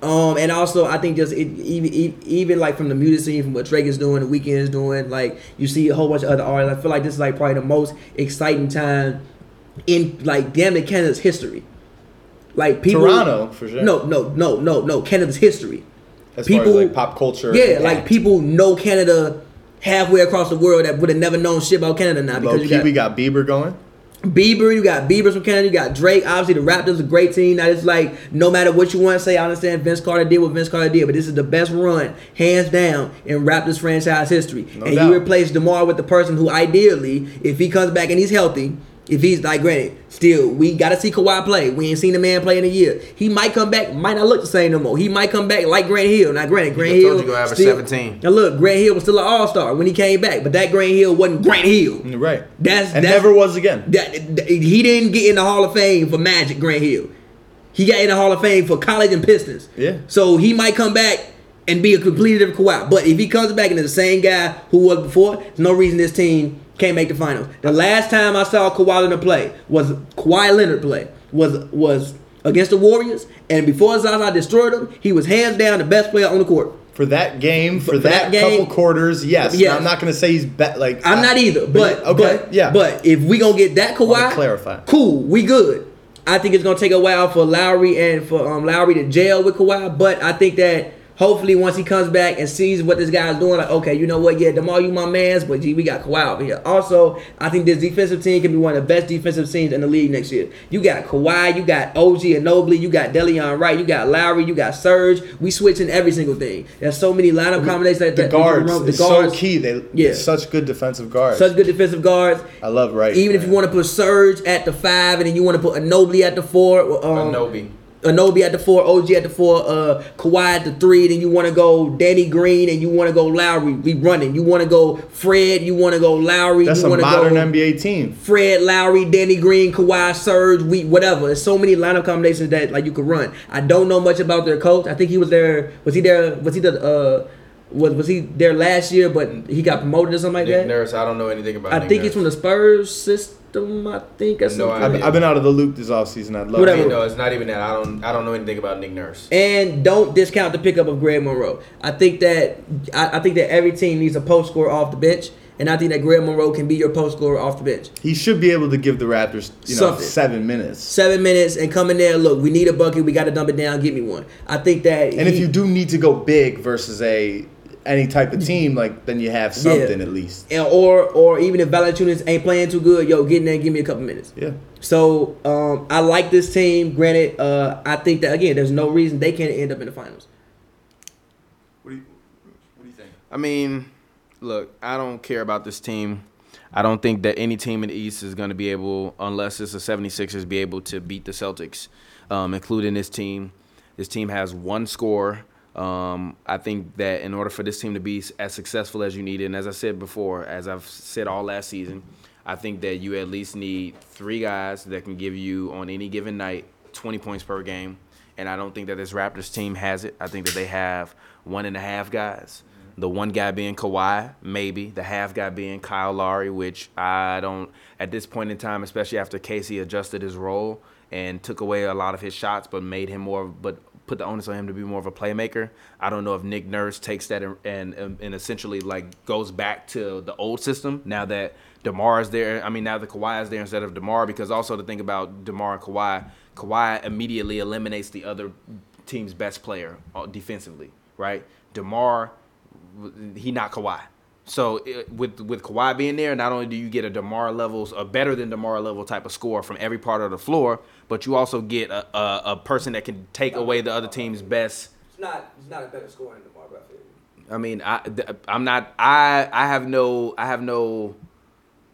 [SPEAKER 2] Um, and also, I think just it, even e- even like from the music scene, from what Drake is doing, the Weeknd is doing, like you see a whole bunch of other artists. I feel like this is like probably the most exciting time in like damn it Canada's history. Like people,
[SPEAKER 3] Toronto, for sure.
[SPEAKER 2] No, no, no, no, no, Canada's history.
[SPEAKER 3] As
[SPEAKER 2] People-
[SPEAKER 3] far as like pop culture.
[SPEAKER 2] Yeah,
[SPEAKER 3] and
[SPEAKER 2] like
[SPEAKER 3] act.
[SPEAKER 2] people know Canada halfway across the world that would have never known shit about Canada now because
[SPEAKER 3] Low
[SPEAKER 2] you
[SPEAKER 3] key,
[SPEAKER 2] got,
[SPEAKER 3] we got Bieber going.
[SPEAKER 2] Bieber, you got Bieber's from Canada, you got Drake. Obviously, the Raptors a great team. That is like no matter what you want to say, I understand Vince Carter did what Vince Carter did, but this is the best run, hands down, in Raptors franchise history. and
[SPEAKER 3] doubt.
[SPEAKER 2] you replace Demar with the person who, ideally, if he comes back and he's healthy, if he's like granted, still we gotta see Kawhi play. We ain't seen the man play in a year. He might come back, might not look the same no more. He might come back like Grant Hill. Now, granted, Grant
[SPEAKER 1] just
[SPEAKER 2] Hill
[SPEAKER 1] told you gonna average 17.
[SPEAKER 2] Now look, Grant Hill was still an All Star when he came back, but that Grant Hill wasn't Grant Hill.
[SPEAKER 3] You're Right.
[SPEAKER 2] That's-
[SPEAKER 3] and
[SPEAKER 2] that's-
[SPEAKER 3] never was again.
[SPEAKER 2] That, that- he didn't get in the Hall of Fame for Magic Grant Hill. He got in the Hall of Fame for college and Pistons.
[SPEAKER 3] Yeah.
[SPEAKER 2] So he might come back and be a completely different Kawhi. But if he comes back and is the same guy who was before, there's no reason this team can't make the finals. The last time I saw Kawhi Leonard play was Kawhi Leonard play was was against the Warriors, and before Zaza destroyed him, he was hands down the best player on the court.
[SPEAKER 3] for that game, for,
[SPEAKER 2] For that
[SPEAKER 3] that,
[SPEAKER 2] game-
[SPEAKER 3] couple quarters, yes.
[SPEAKER 2] Yes.
[SPEAKER 3] I'm not going to say he's bet like
[SPEAKER 2] I'm not either, but but
[SPEAKER 3] yeah.
[SPEAKER 2] But if we gonna get that
[SPEAKER 3] Wanna
[SPEAKER 2] Kawhi,
[SPEAKER 3] clarify.
[SPEAKER 2] cool, we good. I think it's gonna take a while for Lowry and for um, Lowry to jail with Kawhi, but I think that hopefully once he comes back and sees what this guy's doing, like okay, you know what, yeah, Demar, you my man's, but gee, we got Kawhi over here. Also, I think this defensive team can be one of the best defensive teams in the league next year. You got Kawhi, you got OG and Nobly, you got Delion Wright, you got Lowry, you got Serge. We switching every single thing. There's so many lineup combinations that
[SPEAKER 3] the
[SPEAKER 2] that we can
[SPEAKER 3] guards.
[SPEAKER 2] run-
[SPEAKER 3] it's so key. They
[SPEAKER 2] Yeah.
[SPEAKER 3] yeah. such good defensive guards.
[SPEAKER 2] such good defensive guards.
[SPEAKER 3] I love Wright.
[SPEAKER 2] Even if you
[SPEAKER 3] man.
[SPEAKER 2] want to put Surge at the five, and then you want to put Anobly at the four, um,
[SPEAKER 7] Anunoby.
[SPEAKER 2] Anobi at the four, OG at the four, uh, Kawhi at the three. Then you want to go Danny Green, and you want to go Lowry. We running. You want to go Fred. You want to go Lowry.
[SPEAKER 3] that's
[SPEAKER 2] you
[SPEAKER 3] a
[SPEAKER 2] wanna
[SPEAKER 3] modern
[SPEAKER 2] go
[SPEAKER 3] NBA team.
[SPEAKER 2] Fred Lowry, Danny Green, Kawhi, Surge, we whatever. There's so many lineup combinations that like you could run. I don't know much about their coach. I think he was there. Was he there? Was he the? Uh, was was he there last year? But he got promoted or something like
[SPEAKER 7] Nick
[SPEAKER 2] that.
[SPEAKER 7] Nurse, I don't know anything about.
[SPEAKER 2] I
[SPEAKER 7] Nick
[SPEAKER 2] think
[SPEAKER 7] Nurse.
[SPEAKER 2] it's from the Spurs system. I think or
[SPEAKER 7] No
[SPEAKER 2] something.
[SPEAKER 7] idea.
[SPEAKER 3] I've, I've been out of the loop this offseason. I'd love
[SPEAKER 2] Whatever.
[SPEAKER 3] to.
[SPEAKER 7] No, it's not even that. I don't. I don't know anything about Nick Nurse.
[SPEAKER 2] And don't discount the pickup of Greg Monroe. I think that I, I think that every team needs a post scorer off the bench, and I think that Greg Monroe can be your post scorer off the bench.
[SPEAKER 3] He should be able to give the Raptors, you know,
[SPEAKER 2] Something.
[SPEAKER 3] seven minutes.
[SPEAKER 2] Seven minutes and come in there. Look, we need a bucket. We got to dump it down. Get me one. I think that.
[SPEAKER 3] And if
[SPEAKER 2] he-
[SPEAKER 3] you do need to go big versus a any type of team, like then you have something
[SPEAKER 2] Yeah.
[SPEAKER 3] at least.
[SPEAKER 2] and- or or even if Valanciunas ain't playing too good, yo, get in there and give me a couple minutes.
[SPEAKER 3] Yeah.
[SPEAKER 2] So um, I like this team. Granted, uh, I think that again, there's no reason they can't end up in the finals.
[SPEAKER 8] What do you, what do you think?
[SPEAKER 1] I mean, look, I don't care about this team. I don't think that any team in the East is going to be able, unless it's the 76ers, be able to beat the Celtics, um, including this team. This team has one score. Um, I think that in order for this team to be s- as successful as you need, and as I said before, as I've said all last season, I think that you at least need three guys that can give you, on any given night, 20 points per game. And I don't think that this Raptors team has it. I think that they have one and a half guys. The one guy being Kawhi, maybe. The half guy being Kyle Lowry, which I don't, at this point in time, especially after Casey adjusted his role and took away a lot of his shots, but made him more, but put the onus on him to be more of a playmaker. I don't know if Nick Nurse takes that and, and, and essentially like goes back to the old system now that DeMar is there. I mean, now that Kawhi is there instead of DeMar, because also to think about DeMar and Kawhi, Kawhi immediately eliminates the other team's best player uh, defensively, right? DeMar, w- he not Kawhi. So it, with with Kawhi being there, not only do you get a Demar levels, a better than Demar level type of score from every part of the floor, but you also get a, a, a person that can take away the other team's best
[SPEAKER 2] It's not. It's not a better score than DeMar. But I feel.
[SPEAKER 1] I mean, I th- I'm not I I have no I have no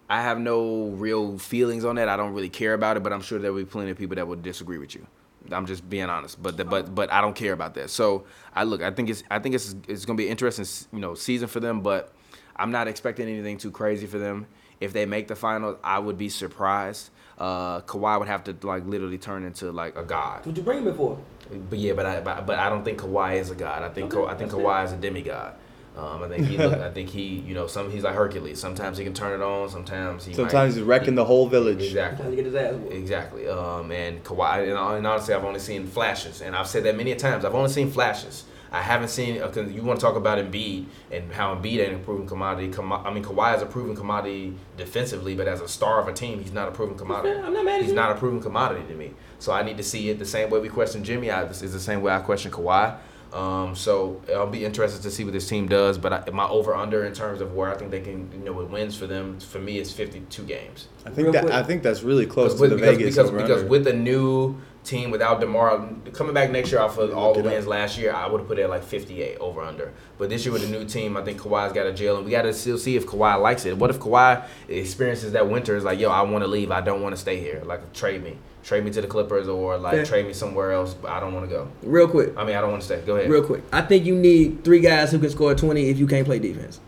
[SPEAKER 1] I have no real feelings on that. I don't really care about it, but I'm sure there'll be plenty of people that will disagree with you. I'm just being honest, but the, but but I don't care about that. So I look, I think it's I think it's it's gonna be an interesting you know season for them, but I'm not expecting anything too crazy for them. If they make the finals, I would be surprised. Uh, Kawhi would have to like literally turn into like a god.
[SPEAKER 2] What you bring him before?
[SPEAKER 1] But yeah, but I but, but I don't think Kawhi is a god. I think Ka- I think Kawhi is a demigod. Um, I think he look, I think he you know some he's like Hercules. Sometimes he can turn it on. Sometimes he might-
[SPEAKER 3] Sometimes he's wrecking the whole village.
[SPEAKER 2] Trying to
[SPEAKER 1] exactly
[SPEAKER 2] get his ass. whooped.
[SPEAKER 1] exactly. Um, and Kawhi and, hon- and honestly, I've only seen flashes, and I've said that many times. I've only seen flashes. I haven't seen uh, 'cause you want to talk about Embiid and how Embiid ain't a proven commodity. Com- I mean, Kawhi is a proven commodity defensively, but as a star of a team, he's not a proven commodity.
[SPEAKER 2] I'm not mad at
[SPEAKER 1] he's
[SPEAKER 2] you.
[SPEAKER 1] not a proven commodity to me. So I need to see it the same way we question Jimmy. I, is the same way I question Kawhi. Um, so I'll be interested to see what this team does. But I, my over under in terms of where I think they can, you know, with wins for them, for me, it's fifty two games.
[SPEAKER 3] I
[SPEAKER 2] Real
[SPEAKER 3] think that
[SPEAKER 2] quick.
[SPEAKER 3] I think that's really close
[SPEAKER 1] Because
[SPEAKER 3] to the
[SPEAKER 1] with, because,
[SPEAKER 3] Vegas
[SPEAKER 1] because, because
[SPEAKER 3] over-under.
[SPEAKER 1] with a new team without Demar coming back next year off of all the wins last year, I would have put it at like 58 over under. But this year with a new team, I think Kawhi's got a jail, and we got to still see if Kawhi likes it. What if Kawhi experiences that winter is like, yo, I want to leave, I don't want to stay here. Like trade me, trade me to the Clippers, or like
[SPEAKER 2] Fair.
[SPEAKER 1] trade me somewhere else. But I don't want to go.
[SPEAKER 2] Real quick.
[SPEAKER 1] I mean, I don't want to stay. Go ahead.
[SPEAKER 2] Real quick, I think you need three guys who can score twenty if you can't play defense.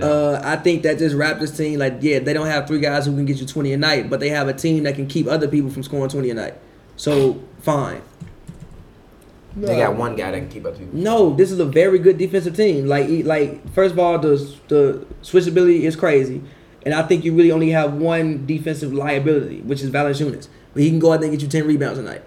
[SPEAKER 2] Uh, I think that this Raptors team, like, yeah, they don't have three guys who can get you twenty a night, but they have a team that can keep other people from scoring twenty a night. So fine.
[SPEAKER 1] They got one guy that can keep up to people.
[SPEAKER 2] No, this is a very good defensive team. Like, e- like first of all, the the switchability is crazy, and I think you really only have one defensive liability, which is Valanciunas. But he can go out there and get you ten rebounds a night,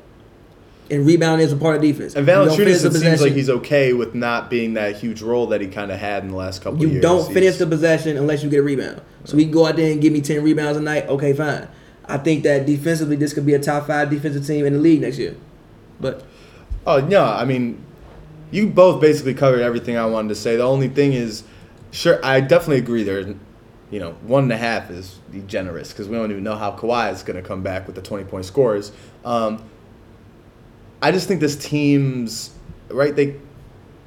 [SPEAKER 2] and rebound is a part of defense.
[SPEAKER 3] And
[SPEAKER 2] You don't finish
[SPEAKER 3] Valanciunas,
[SPEAKER 2] the
[SPEAKER 3] it seems like
[SPEAKER 2] possession.
[SPEAKER 3] he's okay with not being that huge role that he kind of had in the last couple
[SPEAKER 2] You
[SPEAKER 3] of years.
[SPEAKER 2] don't
[SPEAKER 3] He's-
[SPEAKER 2] finish the possession unless you get a rebound. So we can go out there and give me ten rebounds a night. Okay, fine. I think that defensively, this could be a top five defensive team in the league next year. But
[SPEAKER 3] Oh no, I mean, you both basically covered everything I wanted to say. The only thing is, sure, I definitely agree. There, you know, one and a half is generous because we don't even know how Kawhi is going to come back with the twenty point scores. Um, I just think this team's right. They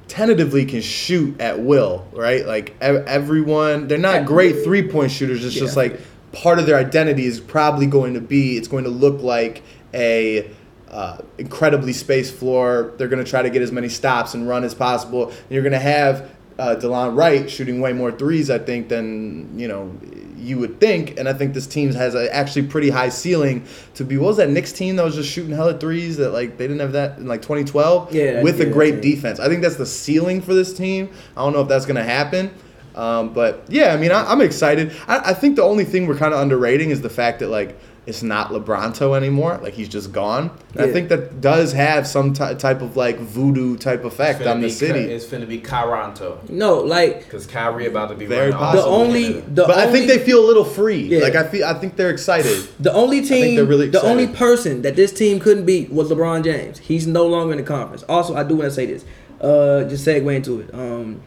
[SPEAKER 3] tentatively can shoot at will, right? Like e- everyone, they're not great three point shooters. It's just
[SPEAKER 2] Yeah.
[SPEAKER 3] like part of their identity is probably going to be it's going to look like a uh, incredibly spaced floor. They're going to try to get as many stops and run as possible. And you're going to have uh, DeLon Wright shooting way more threes, I think, than you know you would think. And I think this team has a actually pretty high ceiling to be. What was that Knicks team that was just shooting hella threes that like they didn't have that in like 2012?
[SPEAKER 2] Yeah,
[SPEAKER 3] with
[SPEAKER 2] yeah,
[SPEAKER 3] a great
[SPEAKER 2] yeah.
[SPEAKER 3] defense defense. I think that's the ceiling for this team. I don't know if that's going to happen. Um, but yeah, I mean, I, I'm excited. I, I think the only thing we're kind of underrating is the fact that like it's not LeBronto anymore. Like he's just gone. And I
[SPEAKER 2] Yeah.
[SPEAKER 3] think that does have some ty type of like voodoo type effect
[SPEAKER 1] It's finna
[SPEAKER 3] on the
[SPEAKER 1] be-
[SPEAKER 3] city.
[SPEAKER 1] It's finna be Toronto
[SPEAKER 2] no, like
[SPEAKER 1] because Kyrie about to be
[SPEAKER 3] Very
[SPEAKER 1] running all
[SPEAKER 2] the
[SPEAKER 3] possible.
[SPEAKER 2] only the
[SPEAKER 3] But
[SPEAKER 2] only,
[SPEAKER 3] I think they feel a little free.
[SPEAKER 2] Yeah.
[SPEAKER 3] Like I feel, I think they're excited.
[SPEAKER 2] The only team,
[SPEAKER 3] they're really
[SPEAKER 2] the only
[SPEAKER 3] excited.
[SPEAKER 2] person that this team couldn't beat was LeBron James. He's no longer in the conference. Also, I do want to say this, uh, just segue into it. Um,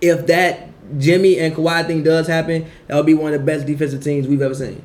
[SPEAKER 2] if that Jimmy and Kawhi thing does happen, that would be one of the best defensive teams we've ever seen,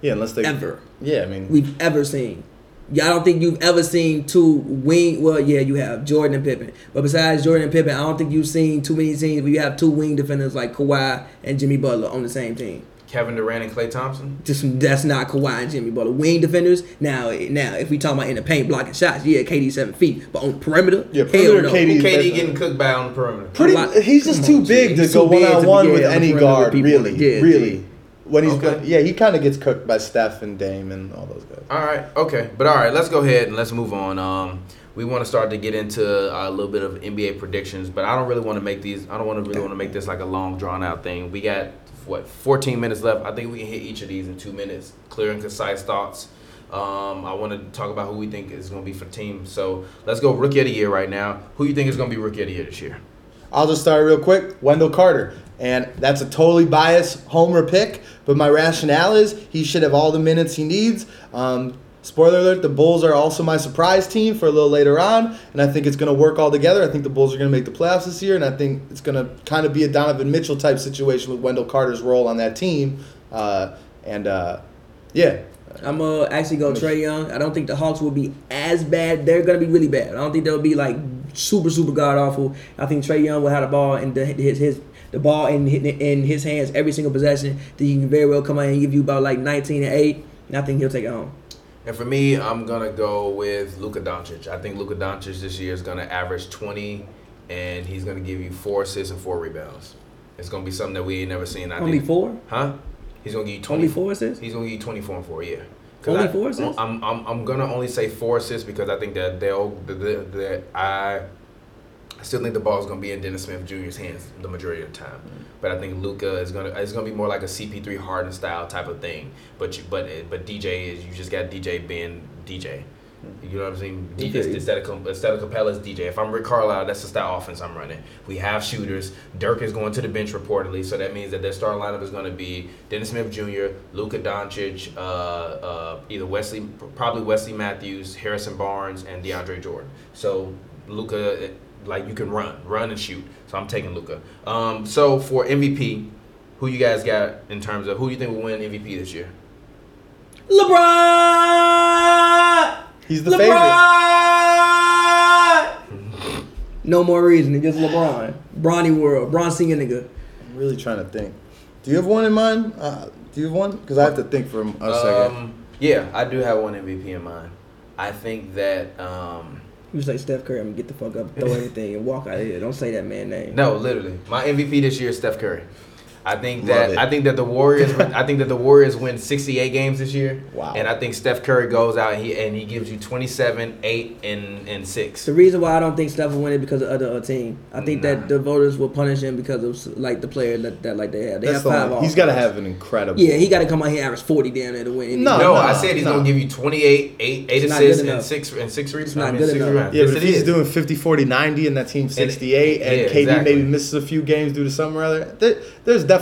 [SPEAKER 3] Yeah, unless they
[SPEAKER 2] ever
[SPEAKER 3] Yeah, I mean,
[SPEAKER 2] we've ever seen. Yeah, I don't think you've ever seen two wing. Well, yeah, you have Jordan and Pippen, but besides Jordan and Pippen, I don't think you've seen too many teams where you have two wing defenders like Kawhi and Jimmy Butler on the same team.
[SPEAKER 1] Kevin Durant and Klay Thompson.
[SPEAKER 2] Just that's not Kawhi and Jimmy Butler. Wing defenders. Now, now, if we talking about in the paint blocking shots, yeah, KD seven feet, but on the perimeter,
[SPEAKER 3] Yeah,
[SPEAKER 2] hell
[SPEAKER 3] perimeter
[SPEAKER 2] no.
[SPEAKER 3] KD
[SPEAKER 1] Who KD
[SPEAKER 3] definitely-
[SPEAKER 1] getting cooked by on the perimeter?
[SPEAKER 3] pretty.
[SPEAKER 2] Like,
[SPEAKER 3] he's just
[SPEAKER 2] come
[SPEAKER 3] too
[SPEAKER 2] on,
[SPEAKER 3] big
[SPEAKER 2] Jay.
[SPEAKER 3] to
[SPEAKER 2] He's
[SPEAKER 3] go
[SPEAKER 2] too big
[SPEAKER 3] one
[SPEAKER 2] to
[SPEAKER 3] on
[SPEAKER 2] be-
[SPEAKER 3] one
[SPEAKER 2] yeah,
[SPEAKER 3] with
[SPEAKER 2] on the
[SPEAKER 3] any
[SPEAKER 2] perimeter with
[SPEAKER 3] guard.
[SPEAKER 2] people.
[SPEAKER 3] Really,
[SPEAKER 2] Yeah,
[SPEAKER 3] really.
[SPEAKER 2] yeah.
[SPEAKER 3] When he's
[SPEAKER 1] Okay.
[SPEAKER 3] yeah, he kind of gets cooked by Steph and Dame and all those guys.
[SPEAKER 1] All right, okay, but all right, let's go ahead and let's move on. Um, we want to start to get into uh, a little bit of NBA predictions, but I don't really want to make these. I don't want to really want to make this like a long drawn out thing. We got what 14 minutes left. I think we can hit each of these in two minutes. Clear and concise thoughts. Um, I want to talk about who we think is going to be for the team. So let's go rookie of the year right now. Who you think is going to be rookie of the year this year?
[SPEAKER 3] I'll just start real quick. Wendell Carter. And that's a totally biased homer pick, but my rationale is he should have all the minutes he needs. Um, spoiler alert, the Bulls are also my surprise team for a little later on, and I think it's going to work all together. I think the Bulls are going to make the playoffs this year, and I think it's going to kind of be a Donovan Mitchell type situation with Wendell Carter's role on that team. Uh, and uh, yeah,
[SPEAKER 2] I'm uh, actually go Trey Young. I don't think the Hawks will be as bad. They're gonna be really bad. I don't think they'll be like super super god awful. I think Trey Young will have the ball and the, his his the ball in in his hands every single possession. That he can very well come out and give you about like 19 and eight. And I think he'll take it home.
[SPEAKER 1] And for me, I'm gonna go with Luka Doncic. I think Luka Doncic this year is gonna average 20, and he's gonna give you four assists and four rebounds. It's gonna be something that we ain't never seen. I
[SPEAKER 2] Only
[SPEAKER 1] think.
[SPEAKER 2] four.
[SPEAKER 1] Huh? He's gonna give you 20,
[SPEAKER 2] Only four assists.
[SPEAKER 1] He's gonna give you 24 and four. Yeah. 'Cause
[SPEAKER 2] Only
[SPEAKER 1] I-
[SPEAKER 2] four assists?
[SPEAKER 1] I'm, I'm I'm gonna only say four assists because I think that they'll that, that I I still think the ball's gonna be in Dennis Smith Jr.'s hands the majority of the time. But I think Luca is gonna it's gonna be more like a CP3 Harden style type of thing. But you but but DJ is you just got DJ being DJ. You know what I'm saying? D-
[SPEAKER 2] Okay.
[SPEAKER 1] it's- Instead of instead of Capella's DJ, if I'm Rick Carlisle, that's just that offense I'm running. We have shooters. Dirk is going to the bench reportedly, so that means that their starting lineup is going to be Dennis Smith Jr., Luka Doncic, uh, uh, either Wesley, probably Wesley Matthews, Harrison Barnes, and DeAndre Jordan. So Luca, like you can run, run and shoot. So I'm taking Luca. Um, so for MVP, who you guys got in terms of who you think will win MVP this year?
[SPEAKER 2] LeBron.
[SPEAKER 3] he's the favorite.
[SPEAKER 2] No more reason. It's just LeBron. Bronny World. Bron Singer nigga.
[SPEAKER 3] I'm really trying to think. Do you have one in mind? Uh, do you have one? Because I have to think for a second.
[SPEAKER 1] Um, yeah, I do have one MVP in mind. I think that um,
[SPEAKER 2] He was like Steph Curry. I'm gonna get the fuck up, throw everything, and walk out of here. Don't say that man name.
[SPEAKER 1] no, literally, my MVP this year is Steph Curry. I think
[SPEAKER 3] Love it.
[SPEAKER 1] that I think that the Warriors I think that the Warriors win 68 games this year.
[SPEAKER 3] Wow.
[SPEAKER 1] And I think Steph Curry goes out and he and he gives you 27, 8 and and 6.
[SPEAKER 2] The reason why I don't think Steph will win it because of other uh, team. I think that the voters will punish him because of like the player that, that like they have. They have
[SPEAKER 3] That's the
[SPEAKER 2] five.
[SPEAKER 3] one. He's
[SPEAKER 2] All-Stars.
[SPEAKER 3] got to have an incredible.
[SPEAKER 2] Yeah, he got to come out here and average forty down there to win.
[SPEAKER 3] No,
[SPEAKER 1] No,
[SPEAKER 3] no,
[SPEAKER 1] I said he's
[SPEAKER 3] no.
[SPEAKER 1] going to give you 28, 8, 8
[SPEAKER 2] It's not
[SPEAKER 1] assists
[SPEAKER 2] good
[SPEAKER 1] and
[SPEAKER 2] enough.
[SPEAKER 1] 6 and 6 rebounds.
[SPEAKER 2] not
[SPEAKER 1] I mean,
[SPEAKER 2] good
[SPEAKER 1] six
[SPEAKER 2] enough.
[SPEAKER 1] rebounds.
[SPEAKER 3] Yeah,
[SPEAKER 1] Yes,
[SPEAKER 3] but if
[SPEAKER 1] it
[SPEAKER 3] he's
[SPEAKER 1] is.
[SPEAKER 3] doing 50, 40, 90 and that team 68 and
[SPEAKER 1] yeah,
[SPEAKER 3] KD
[SPEAKER 1] exactly.
[SPEAKER 3] maybe misses a few games due to something or other, there, there's definitely.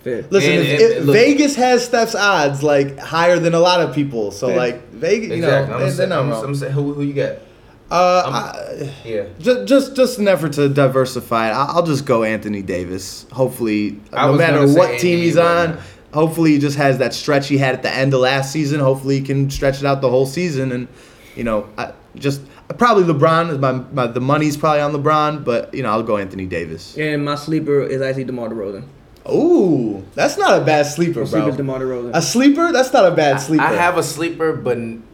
[SPEAKER 2] Fair.
[SPEAKER 3] Listen,
[SPEAKER 1] And
[SPEAKER 3] if,
[SPEAKER 1] if-
[SPEAKER 3] if
[SPEAKER 1] look-
[SPEAKER 3] Vegas has Steph's odds like higher than a lot of people. So, like, Vegas, you know,
[SPEAKER 1] Exactly. I'm
[SPEAKER 3] they, they're
[SPEAKER 1] saying
[SPEAKER 3] not
[SPEAKER 1] I'm,
[SPEAKER 3] wrong.
[SPEAKER 1] I'm saying who who you got?
[SPEAKER 3] Uh, I-
[SPEAKER 1] Yeah.
[SPEAKER 3] Just, just, just an effort to diversify it. I- I'll just go Anthony Davis. Hopefully,
[SPEAKER 1] I
[SPEAKER 3] no
[SPEAKER 1] was
[SPEAKER 3] matter
[SPEAKER 1] gonna say
[SPEAKER 3] what team
[SPEAKER 1] AD,
[SPEAKER 3] he's
[SPEAKER 1] but-
[SPEAKER 3] on, hopefully he just has that stretch he had at the end of last season. Hopefully he can stretch it out the whole season, and you know, I just probably LeBron. is My, my the money's probably on LeBron, but you know, I'll go Anthony Davis.
[SPEAKER 2] And my sleeper is actually DeMar DeRozan.
[SPEAKER 3] Ooh, that's not a bad sleeper,
[SPEAKER 2] My sleeper is DeMar
[SPEAKER 3] bro. A
[SPEAKER 2] DeRozan.
[SPEAKER 3] sleeper? That's not a bad sleeper.
[SPEAKER 1] I have a sleeper, but n-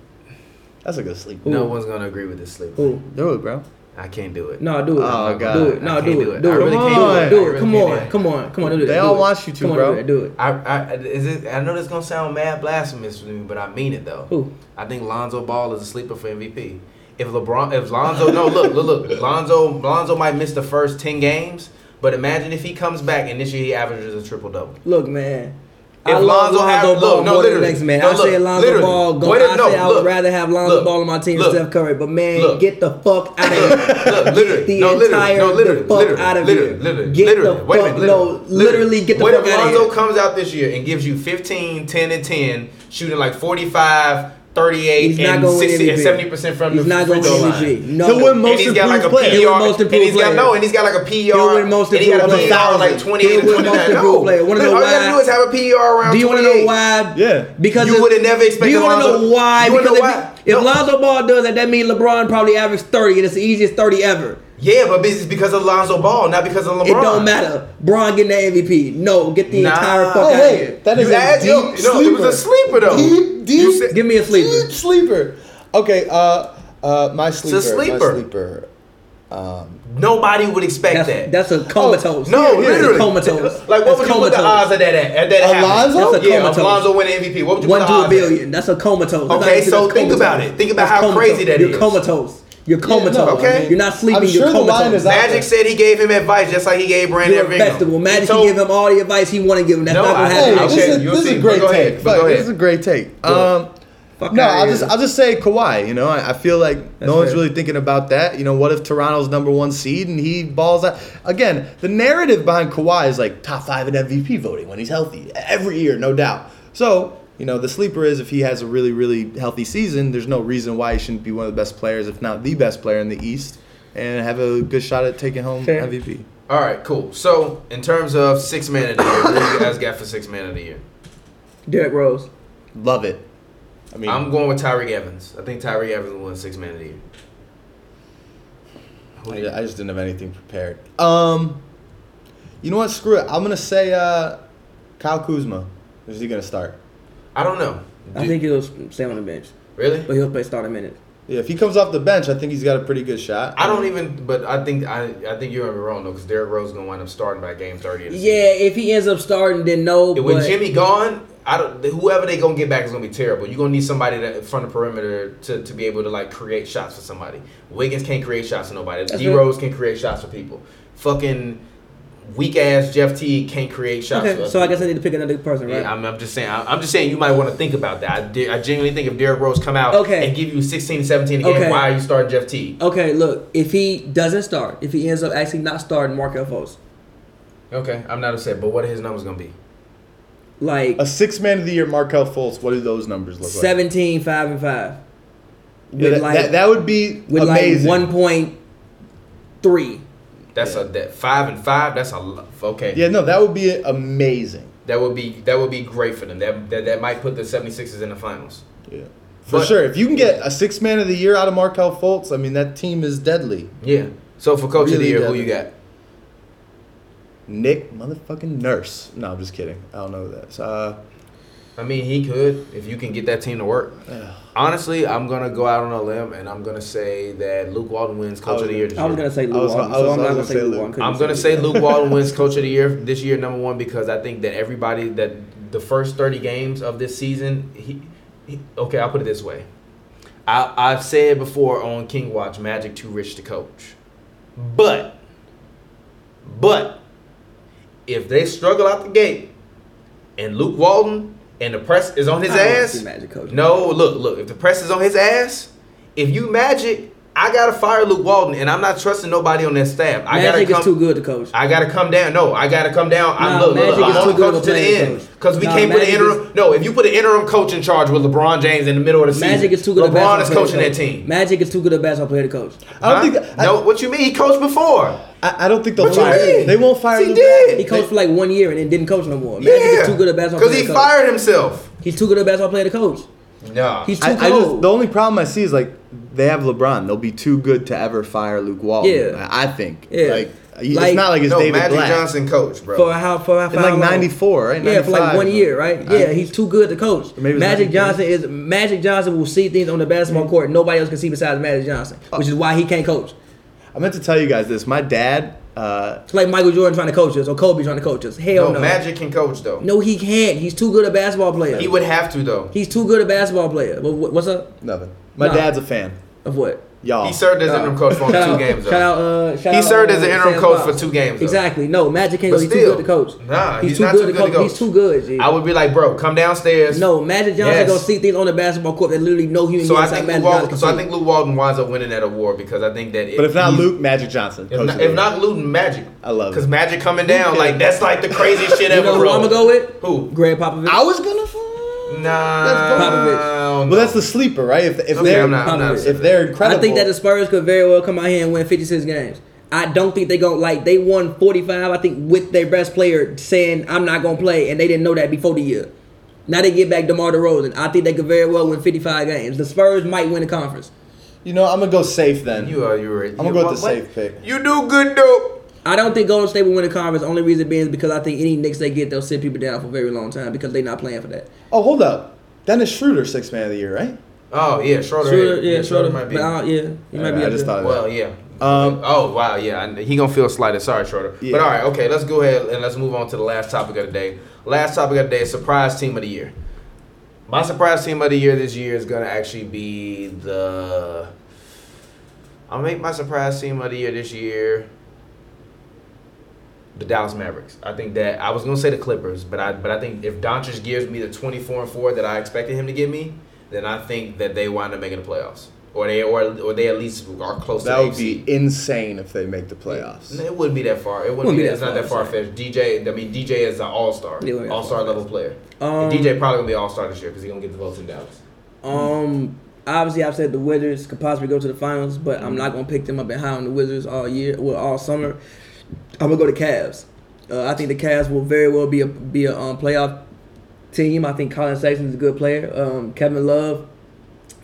[SPEAKER 3] That's a good sleeper.
[SPEAKER 1] no
[SPEAKER 2] Who?
[SPEAKER 1] one's going to agree with this sleeper.
[SPEAKER 2] Who?
[SPEAKER 3] Do it, bro.
[SPEAKER 1] I can't do it.
[SPEAKER 2] No, do it.
[SPEAKER 3] Oh, God.
[SPEAKER 2] Do it.
[SPEAKER 1] I
[SPEAKER 2] No,
[SPEAKER 1] can't
[SPEAKER 2] do
[SPEAKER 1] do
[SPEAKER 2] it.
[SPEAKER 1] it.
[SPEAKER 2] Do
[SPEAKER 1] I
[SPEAKER 2] it.
[SPEAKER 1] really
[SPEAKER 2] Do
[SPEAKER 1] can't
[SPEAKER 3] do
[SPEAKER 2] it.
[SPEAKER 3] it.
[SPEAKER 1] I
[SPEAKER 2] Do it.
[SPEAKER 1] really
[SPEAKER 2] Come
[SPEAKER 1] can't do
[SPEAKER 2] on.
[SPEAKER 1] it.
[SPEAKER 2] Come on. Come on. Do it.
[SPEAKER 3] They
[SPEAKER 2] Do
[SPEAKER 3] all
[SPEAKER 2] it.
[SPEAKER 3] want you to,
[SPEAKER 2] Come on,
[SPEAKER 3] bro.
[SPEAKER 2] Do it. Do it.
[SPEAKER 1] I, I is it. I know this gonna sound mad blasphemous to me, but I mean it though.
[SPEAKER 2] Who?
[SPEAKER 1] I think Lonzo Ball is a sleeper for MVP. If LeBron, if Lonzo, no, look, look, look, Lonzo, Lonzo might miss the first ten games, but imagine if he comes back and this year he averages a triple double.
[SPEAKER 2] Look, man.
[SPEAKER 1] If
[SPEAKER 2] I love
[SPEAKER 1] Lonzo
[SPEAKER 2] Lonzo,
[SPEAKER 1] had-
[SPEAKER 2] Ball
[SPEAKER 1] look, no,
[SPEAKER 2] more than the
[SPEAKER 1] literally.
[SPEAKER 2] next man.
[SPEAKER 1] No,
[SPEAKER 2] I say
[SPEAKER 1] look,
[SPEAKER 2] Lonzo
[SPEAKER 1] literally.
[SPEAKER 2] Ball. Go,
[SPEAKER 1] What if-
[SPEAKER 2] I
[SPEAKER 1] no,
[SPEAKER 2] say I would
[SPEAKER 1] look,
[SPEAKER 2] rather have Lonzo
[SPEAKER 1] look,
[SPEAKER 2] Ball on my team
[SPEAKER 1] look,
[SPEAKER 2] than Steph Curry. But man,
[SPEAKER 1] look.
[SPEAKER 2] get the fuck out of here.
[SPEAKER 1] Look,
[SPEAKER 2] Get the
[SPEAKER 1] literally, no, literally,
[SPEAKER 2] entire
[SPEAKER 1] no, literally,
[SPEAKER 2] the fuck
[SPEAKER 1] literally,
[SPEAKER 2] out of
[SPEAKER 1] literally,
[SPEAKER 2] here.
[SPEAKER 1] literally,
[SPEAKER 2] get
[SPEAKER 1] literally.
[SPEAKER 2] the
[SPEAKER 1] Wait a
[SPEAKER 2] fuck,
[SPEAKER 1] minute, literally,
[SPEAKER 2] no, literally get the
[SPEAKER 1] what
[SPEAKER 2] fuck
[SPEAKER 1] if
[SPEAKER 2] out of
[SPEAKER 1] Lonzo
[SPEAKER 2] here.
[SPEAKER 1] comes out this year and gives you 15, 10, and 10, shooting like 45, 38,
[SPEAKER 2] He's not
[SPEAKER 1] and
[SPEAKER 2] going
[SPEAKER 1] 60 and
[SPEAKER 2] MVP.
[SPEAKER 1] 70% from
[SPEAKER 2] He's
[SPEAKER 1] the
[SPEAKER 2] not
[SPEAKER 1] free
[SPEAKER 2] going
[SPEAKER 1] throw
[SPEAKER 2] MVP.
[SPEAKER 1] line.
[SPEAKER 2] No.
[SPEAKER 3] He'll win most
[SPEAKER 1] and he's got like a
[SPEAKER 3] improved player.
[SPEAKER 1] PR.
[SPEAKER 2] He'll win most
[SPEAKER 1] and he's got
[SPEAKER 2] improved player.
[SPEAKER 1] no, and he's got like a PR.
[SPEAKER 2] He'll win most
[SPEAKER 1] and he got a
[SPEAKER 2] improved
[SPEAKER 1] PR of
[SPEAKER 3] player.
[SPEAKER 1] like 28
[SPEAKER 2] He'll
[SPEAKER 1] to
[SPEAKER 2] win most
[SPEAKER 1] 29.
[SPEAKER 2] improved
[SPEAKER 1] No,
[SPEAKER 2] player. Wanna know
[SPEAKER 1] all you
[SPEAKER 2] why?
[SPEAKER 1] gotta do is have a PR around
[SPEAKER 2] Do you want to know
[SPEAKER 1] 28.
[SPEAKER 2] why?
[SPEAKER 3] Yeah.
[SPEAKER 2] Because
[SPEAKER 1] You
[SPEAKER 2] if-
[SPEAKER 1] would've never expected
[SPEAKER 2] Do you wanna
[SPEAKER 1] Lonzo-
[SPEAKER 2] know why?
[SPEAKER 1] You wanna
[SPEAKER 2] because
[SPEAKER 1] know
[SPEAKER 2] if,
[SPEAKER 1] why?
[SPEAKER 2] If
[SPEAKER 1] No.
[SPEAKER 2] Lonzo Ball does that, that means LeBron probably averaged thirty, and it's the easiest thirty ever.
[SPEAKER 1] Yeah, but it's because of Lonzo Ball, not because of LeBron.
[SPEAKER 2] It don't matter. Bron getting the MVP. No, get the
[SPEAKER 1] Nah.
[SPEAKER 2] entire fuck
[SPEAKER 1] Oh,
[SPEAKER 2] out
[SPEAKER 3] wait.
[SPEAKER 2] of here.
[SPEAKER 3] That is
[SPEAKER 1] You
[SPEAKER 3] a
[SPEAKER 1] asked-
[SPEAKER 3] deep
[SPEAKER 1] yo, no, it was a sleeper, though.
[SPEAKER 3] Deep, deep,
[SPEAKER 1] You said-
[SPEAKER 2] Give me a sleeper.
[SPEAKER 3] Deep sleeper. Okay, uh, uh, my sleeper.
[SPEAKER 1] sleeper.
[SPEAKER 3] My sleeper.
[SPEAKER 1] Nobody would expect that.
[SPEAKER 2] That's, that's a comatose.
[SPEAKER 1] No,
[SPEAKER 3] Yeah, yeah.
[SPEAKER 1] literally.
[SPEAKER 2] Comatose.
[SPEAKER 1] Like,
[SPEAKER 2] That's
[SPEAKER 1] what would you put the
[SPEAKER 2] comatose.
[SPEAKER 1] odds of that at? At that
[SPEAKER 3] Alonzo?
[SPEAKER 1] happening?
[SPEAKER 2] That's a
[SPEAKER 1] yeah,
[SPEAKER 2] comatose.
[SPEAKER 1] Alonzo winning MVP. What would you
[SPEAKER 2] One
[SPEAKER 1] put
[SPEAKER 2] to
[SPEAKER 1] the odds
[SPEAKER 2] a
[SPEAKER 1] at?
[SPEAKER 2] billion. That's a comatose. That's
[SPEAKER 1] Okay,
[SPEAKER 2] not-
[SPEAKER 1] so think
[SPEAKER 2] that's comatose.
[SPEAKER 1] about it. Think about how
[SPEAKER 2] comatose.
[SPEAKER 1] crazy that
[SPEAKER 2] you're
[SPEAKER 1] is.
[SPEAKER 2] comatose. You're comatose.
[SPEAKER 1] okay.
[SPEAKER 2] You're not sleeping.
[SPEAKER 3] I'm sure
[SPEAKER 2] you're
[SPEAKER 3] the
[SPEAKER 2] comatose.
[SPEAKER 3] line is out.
[SPEAKER 1] Magic said he gave him advice just like he gave Brandon
[SPEAKER 2] you're a
[SPEAKER 1] Ingram.
[SPEAKER 2] vegetable.
[SPEAKER 1] He
[SPEAKER 2] Magic
[SPEAKER 1] told-
[SPEAKER 2] can give him all the advice he want to give him. That's
[SPEAKER 1] No,
[SPEAKER 2] not gonna
[SPEAKER 1] I-
[SPEAKER 3] Hey,
[SPEAKER 2] happen.
[SPEAKER 1] I'll
[SPEAKER 3] this,
[SPEAKER 1] check.
[SPEAKER 3] is,
[SPEAKER 1] You'll
[SPEAKER 3] this is
[SPEAKER 1] see.
[SPEAKER 3] a great
[SPEAKER 1] Go ahead.
[SPEAKER 3] take.
[SPEAKER 1] Go
[SPEAKER 3] Fuck,
[SPEAKER 1] ahead.
[SPEAKER 3] This is a great take.
[SPEAKER 1] ahead.
[SPEAKER 3] Um,
[SPEAKER 2] Fuck
[SPEAKER 3] no,
[SPEAKER 2] outta
[SPEAKER 3] I'll
[SPEAKER 2] here.
[SPEAKER 3] just I'll just say Kawhi. You know, I, I feel like
[SPEAKER 2] That's
[SPEAKER 3] no one's
[SPEAKER 2] fair.
[SPEAKER 3] really thinking about that. You know, what if Toronto's number one seed and he balls out? Again, the narrative behind Kawhi is like top five in MVP voting when he's healthy every year, no doubt. So you know, the sleeper is if he has a really really healthy season, there's no reason why he shouldn't be one of the best players, if not the best player in the East, and have a good shot at taking home
[SPEAKER 2] Fair.
[SPEAKER 3] MVP.
[SPEAKER 1] All right, cool. So, in terms of six man of the year, what do you guys got for six man of the year?
[SPEAKER 2] Derrick Rose.
[SPEAKER 3] Love it. I mean,
[SPEAKER 1] I'm going with Tyreek Evans. I think Tyreek Evans will win six man of the year.
[SPEAKER 3] I ju- I just didn't have anything prepared. Um, you know what? Screw it. I'm gonna say uh, Kyle Kuzma. Is he gonna start?
[SPEAKER 1] I don't know.
[SPEAKER 2] I
[SPEAKER 1] Do-
[SPEAKER 2] think he'll stay on the bench,
[SPEAKER 1] really.
[SPEAKER 2] but he'll play starting minutes.
[SPEAKER 3] Yeah, if he comes off the bench, I think he's got a pretty good shot.
[SPEAKER 1] I don't even, but I think I, I think you're gonna be wrong though, because Derrick Rose is gonna wind up starting by game thirty. Of the
[SPEAKER 2] Yeah, if he ends up starting, then no.
[SPEAKER 1] season. with
[SPEAKER 2] but-
[SPEAKER 1] Jimmy gone, I don't. Whoever they gonna get back is gonna be terrible. You're gonna need somebody that from the perimeter to, to be able to like create shots for somebody. Wiggins can't create shots for nobody.
[SPEAKER 2] That's
[SPEAKER 1] D
[SPEAKER 2] fair.
[SPEAKER 1] Rose can create shots for people. Fucking weak ass Jeff T can't create shots. for
[SPEAKER 2] Okay,
[SPEAKER 1] us
[SPEAKER 2] so I guess
[SPEAKER 1] people.
[SPEAKER 2] I need to pick another person, right?
[SPEAKER 1] Yeah, I'm, I'm just saying. I- I'm just saying you might want to think about that. I, de- I genuinely think if Derrick Rose come out
[SPEAKER 2] Okay.
[SPEAKER 1] and give you 16, 17 a game,
[SPEAKER 2] Okay. Uh,
[SPEAKER 1] why are you starting Jeff T?
[SPEAKER 2] Okay, look, if he doesn't start, if he ends up actually not starting Markel Fultz,
[SPEAKER 1] Okay, I'm not upset, but what are his numbers gonna be?
[SPEAKER 2] like
[SPEAKER 3] A six man of the year, Markel Fultz. What do those numbers look
[SPEAKER 2] 17, 5, and 5.
[SPEAKER 3] like? Yeah,
[SPEAKER 2] With
[SPEAKER 3] that,
[SPEAKER 2] like,
[SPEAKER 3] that, that would be
[SPEAKER 2] with
[SPEAKER 3] amazing.
[SPEAKER 2] like 1.3.
[SPEAKER 1] That's a that five and five. That's a lo- okay.
[SPEAKER 3] yeah, no, that would be amazing.
[SPEAKER 1] That would be that would be great for them. That that, that might put the 76ers in the finals.
[SPEAKER 3] Yeah, for
[SPEAKER 1] But-
[SPEAKER 3] sure. If you can get a six man of the year out of Markel Fultz, I mean that team is deadly.
[SPEAKER 1] Yeah. So for coach of the
[SPEAKER 3] Really
[SPEAKER 1] year, who
[SPEAKER 3] does.
[SPEAKER 1] you got?
[SPEAKER 3] Nick motherfucking Nurse. No, I'm just kidding. I don't know who that. is. Uh,
[SPEAKER 1] I mean, he could if you can get that team to work. Honestly, I'm gonna go out on a limb and I'm gonna say that Luke Walton wins Coach of the Year. This
[SPEAKER 2] Oh, I was
[SPEAKER 1] year.
[SPEAKER 2] gonna say Luke
[SPEAKER 3] I was-
[SPEAKER 2] Walton,
[SPEAKER 3] I was-
[SPEAKER 2] so I'm not
[SPEAKER 3] I was
[SPEAKER 2] gonna
[SPEAKER 3] gonna
[SPEAKER 2] say
[SPEAKER 3] say
[SPEAKER 2] Luke
[SPEAKER 3] Luke.
[SPEAKER 2] Walton.
[SPEAKER 1] I'm gonna say Luke Walton
[SPEAKER 2] *laughs*
[SPEAKER 1] wins Coach of the Year this year, number one, because I think that everybody that the first 30 games of this season, he, he okay, I'll put it this way. I, I've said before on King Watch, Magic too rich to coach, but, but, if they struggle out the gate, and Luke Walton and the press is on his
[SPEAKER 2] I don't wanna
[SPEAKER 1] ass,
[SPEAKER 2] see Magic coach.
[SPEAKER 1] no, Oh, look, look. If the press is on his ass, if you magic, I gotta fire Luke Walton, and I'm not trusting nobody on that staff. I gotta
[SPEAKER 2] Magic
[SPEAKER 1] come.
[SPEAKER 2] is too good to coach.
[SPEAKER 1] I gotta come down. No, I gotta come down. I
[SPEAKER 2] Nah,
[SPEAKER 1] look, look,
[SPEAKER 2] Magic
[SPEAKER 1] I'm
[SPEAKER 2] is
[SPEAKER 1] only
[SPEAKER 2] too good of
[SPEAKER 1] coaching
[SPEAKER 2] a
[SPEAKER 1] to the
[SPEAKER 2] playing
[SPEAKER 1] end
[SPEAKER 2] coach.
[SPEAKER 1] because we
[SPEAKER 2] Nah,
[SPEAKER 1] can't put an
[SPEAKER 2] Magic
[SPEAKER 1] interim. no, if you put an interim coach in charge with LeBron James in the middle of the
[SPEAKER 2] Magic
[SPEAKER 1] season,
[SPEAKER 2] is too good. a
[SPEAKER 1] LeBron is
[SPEAKER 2] basketball
[SPEAKER 1] coaching
[SPEAKER 2] player
[SPEAKER 1] that
[SPEAKER 2] to coach.
[SPEAKER 1] team.
[SPEAKER 2] Magic is too good a basketball player to coach.
[SPEAKER 3] I don't
[SPEAKER 1] Huh?
[SPEAKER 3] think. I,
[SPEAKER 1] no, what you mean? He coached before.
[SPEAKER 3] I, I don't think they'll
[SPEAKER 1] What you
[SPEAKER 3] fire.
[SPEAKER 1] mean?
[SPEAKER 3] They won't fire.
[SPEAKER 1] He
[SPEAKER 3] Luke
[SPEAKER 1] did.
[SPEAKER 3] Walton.
[SPEAKER 2] He coached for like one year and then didn't coach no more. Magic
[SPEAKER 1] Yeah,
[SPEAKER 2] is too good a basketball player.
[SPEAKER 1] because he
[SPEAKER 2] to coach.
[SPEAKER 1] fired himself.
[SPEAKER 2] He's too good a basketball player to coach.
[SPEAKER 1] No,
[SPEAKER 2] He's too
[SPEAKER 3] I,
[SPEAKER 2] cold.
[SPEAKER 3] I just the only problem I see is like they have LeBron. They'll be too good to ever fire Luke Walton.
[SPEAKER 2] Yeah.
[SPEAKER 3] I I think.
[SPEAKER 2] Yeah.
[SPEAKER 3] Like,
[SPEAKER 2] Like-
[SPEAKER 3] it's not like it's
[SPEAKER 1] no
[SPEAKER 3] David
[SPEAKER 1] Magic
[SPEAKER 3] Black.
[SPEAKER 1] Johnson coach, bro.
[SPEAKER 2] for how for how
[SPEAKER 3] In like '94, right?
[SPEAKER 2] Yeah, for like
[SPEAKER 3] 95,
[SPEAKER 2] one year, right?
[SPEAKER 3] I-
[SPEAKER 2] Yeah, he's too good to coach.
[SPEAKER 3] Or maybe it's Mm-hmm.
[SPEAKER 2] Magic
[SPEAKER 3] 93.
[SPEAKER 2] Johnson is Magic Johnson will see things on the basketball court nobody else can see besides Magic Johnson, which is why he can't coach.
[SPEAKER 3] I meant to tell you guys this. My dad. Uh,
[SPEAKER 2] It's like Michael Jordan trying to coach us or Kobe trying to coach us. Hell
[SPEAKER 1] no,
[SPEAKER 2] no,
[SPEAKER 1] Magic can coach though.
[SPEAKER 2] No, he can't. He's too good a basketball player.
[SPEAKER 1] he would have to though.
[SPEAKER 2] he's too good a basketball player. But wh- what's up
[SPEAKER 3] Nothing. My
[SPEAKER 2] Nah.
[SPEAKER 3] dad's a fan.
[SPEAKER 2] of what?
[SPEAKER 3] Y'all.
[SPEAKER 1] He served as interim coach for only
[SPEAKER 2] Shout
[SPEAKER 1] two
[SPEAKER 2] out,
[SPEAKER 1] games.
[SPEAKER 2] Shout
[SPEAKER 1] though.
[SPEAKER 2] out, uh, shout
[SPEAKER 1] He
[SPEAKER 2] out,
[SPEAKER 1] served
[SPEAKER 2] uh,
[SPEAKER 1] as an interim
[SPEAKER 2] Sam
[SPEAKER 1] coach
[SPEAKER 2] Fox.
[SPEAKER 1] for two games, though.
[SPEAKER 2] Exactly. No, Magic can't.
[SPEAKER 1] But
[SPEAKER 2] coach. He's
[SPEAKER 1] still,
[SPEAKER 2] too good to coach.
[SPEAKER 1] nah, he's
[SPEAKER 2] too
[SPEAKER 1] not too good to
[SPEAKER 2] coach.
[SPEAKER 1] coach.
[SPEAKER 2] He's too good. G.
[SPEAKER 1] I would be like, bro, come downstairs.
[SPEAKER 2] No, Magic Johnson
[SPEAKER 1] Yes.
[SPEAKER 2] gonna see things on the basketball court that literally no human
[SPEAKER 1] So
[SPEAKER 2] being
[SPEAKER 1] I
[SPEAKER 2] outside
[SPEAKER 1] think Luke
[SPEAKER 2] Magic
[SPEAKER 1] Walton,
[SPEAKER 2] Johnson.
[SPEAKER 1] so I
[SPEAKER 2] can
[SPEAKER 1] think Luke Walton winds up winning that award because I think that.
[SPEAKER 3] But if not
[SPEAKER 1] he's-
[SPEAKER 3] Luke, Magic Johnson.
[SPEAKER 1] if
[SPEAKER 3] Coach
[SPEAKER 1] not,
[SPEAKER 3] of the
[SPEAKER 1] if not Luke, Magic.
[SPEAKER 3] I love it.
[SPEAKER 1] because Magic coming down like that's like the craziest shit
[SPEAKER 2] see. You
[SPEAKER 1] ever.
[SPEAKER 2] know who
[SPEAKER 1] bro.
[SPEAKER 2] I'm gonna go with?
[SPEAKER 1] Who?
[SPEAKER 2] Greg Popovich.
[SPEAKER 3] I was gonna.
[SPEAKER 1] Nah,
[SPEAKER 3] That's
[SPEAKER 2] Popovich.
[SPEAKER 1] Popovich.
[SPEAKER 3] Well, that's the sleeper, right? If, if
[SPEAKER 1] Okay,
[SPEAKER 3] they're
[SPEAKER 1] I'm not. I'm not
[SPEAKER 2] Popovich.
[SPEAKER 1] upset.
[SPEAKER 3] if they're incredible,
[SPEAKER 2] I think that the Spurs could very well come out here and win 56 games. I don't think they gonna like they won 45. I think with their best player saying I'm not gonna play, and they didn't know that before the year. Now they get back DeMar DeRozan. I think they could very well win 55 games. The Spurs might win the conference.
[SPEAKER 3] you know I'm gonna go safe then.
[SPEAKER 1] you are you right.
[SPEAKER 3] I'm gonna go with the safe pick.
[SPEAKER 1] You do good though.
[SPEAKER 2] I don't think Golden State will win the conference. Only reason being is because I think any Knicks they get, they'll sit people down for a very long time because they're not playing for that.
[SPEAKER 3] Oh, hold up. Dennis Schroeder, sixth man of the year, right?
[SPEAKER 1] Oh yeah, Schroeder.
[SPEAKER 2] Schroeder,
[SPEAKER 1] yeah,
[SPEAKER 2] yeah, Schroeder.
[SPEAKER 1] might be.
[SPEAKER 2] But I don't- yeah, he might
[SPEAKER 3] Alright,
[SPEAKER 2] be.
[SPEAKER 3] I
[SPEAKER 2] up
[SPEAKER 3] just
[SPEAKER 2] there.
[SPEAKER 3] thought of
[SPEAKER 1] Well, yeah.
[SPEAKER 3] that. Um,
[SPEAKER 1] Oh wow, yeah, and he gonna feel slighted. Sorry, Schroeder.
[SPEAKER 3] Yeah.
[SPEAKER 1] But all right, okay, let's go ahead and let's move on to the last topic of the day. Last topic of the day: is surprise team of the year. My surprise team of the year this year is gonna actually be the. I'll make my surprise team of the year this year. The Dallas Mavericks. I think that I was gonna say the Clippers, but I but I think if Doncic gives me the twenty four and four that I expected him to give me, then I think that they wind up making the playoffs, or they or or they at least are close.
[SPEAKER 3] that
[SPEAKER 1] to
[SPEAKER 3] would
[SPEAKER 1] the
[SPEAKER 3] be insane if they make the playoffs.
[SPEAKER 1] no, It wouldn't be that far. It wouldn't, be, that, it's not that far
[SPEAKER 2] far,
[SPEAKER 1] fetched. DJ, I mean DJ is an all star,
[SPEAKER 2] Yeah, it wouldn't be
[SPEAKER 1] all star level player.
[SPEAKER 2] Um,
[SPEAKER 1] and DJ probably gonna be all star this year because he's gonna get the votes in Dallas.
[SPEAKER 2] Um, obviously, I've said the Wizards could possibly go to the finals, but I'm not gonna pick them up and high on the Wizards all year, well, all summer. I'm gonna go to Cavs. Uh, I think the Cavs will very well be a be a um, playoff team. I think Colin Sexton is a good player. Um, Kevin Love,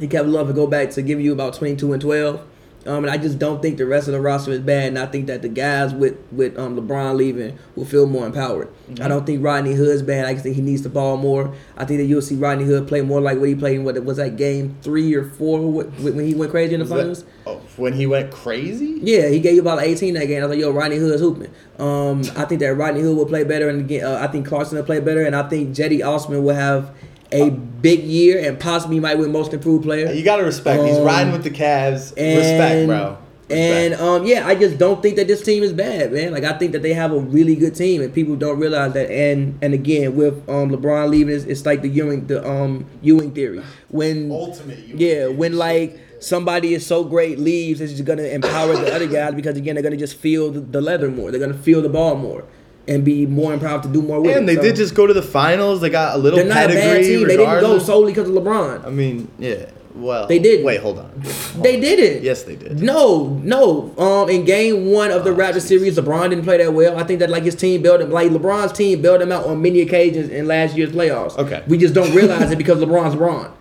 [SPEAKER 2] he Kevin Love to go back to give you about 22 and 12. Um, and I just don't think the rest of the roster is bad, and I think that the guys with with um, LeBron leaving will feel more empowered. I don't think Rodney Hood's bad. I just think he needs the ball more. I think that you'll see Rodney Hood play more like what he played in what was that game three or four wh- when he went crazy in the
[SPEAKER 3] Is that-
[SPEAKER 2] finals.
[SPEAKER 3] oh, when he went crazy?
[SPEAKER 2] Yeah, he gave you about 18 that game. I was like, yo, Rodney Hood's hooping. Um, I think that Rodney Hood will play better, and again, uh, I think Clarkson will play better, and I think Jetty Osman will have a big year and possibly might win Most Improved Player.
[SPEAKER 3] You gotta respect. He's
[SPEAKER 2] Um,
[SPEAKER 3] riding with the Cavs.
[SPEAKER 2] And,
[SPEAKER 3] respect, bro.
[SPEAKER 2] And
[SPEAKER 3] Respect.
[SPEAKER 2] um, yeah, I just don't think that this team is bad, man. Like I think that they have a really good team, and people don't realize that. And and again, with um LeBron leaving, it's, it's like the Ewing the um Ewing theory. When
[SPEAKER 9] Ultimate Ewing
[SPEAKER 2] yeah,
[SPEAKER 9] theory.
[SPEAKER 2] when like somebody is so great leaves, it's just gonna empower the other guys because again, they're gonna just feel the, the leather more. They're gonna feel the ball more and be more empowered to do more with.
[SPEAKER 3] And
[SPEAKER 2] it.
[SPEAKER 3] they
[SPEAKER 2] So,
[SPEAKER 3] did just go to the finals. They got a little
[SPEAKER 2] They're not a
[SPEAKER 3] pedigree.
[SPEAKER 2] bad team. They didn't go
[SPEAKER 3] regardless.
[SPEAKER 2] solely because of LeBron.
[SPEAKER 3] I mean, yeah. Well,
[SPEAKER 2] They didn't.
[SPEAKER 3] Wait, hold on.
[SPEAKER 2] They did Oh, it.
[SPEAKER 3] Yes, they did.
[SPEAKER 2] No, no. Um, in game one of the Raptors series, LeBron didn't play that well. I think that like his team bailed him, like LeBron's team bailed him out on many occasions in last year's playoffs.
[SPEAKER 3] Okay.
[SPEAKER 2] we just don't realize it because LeBron's LeBron. *laughs*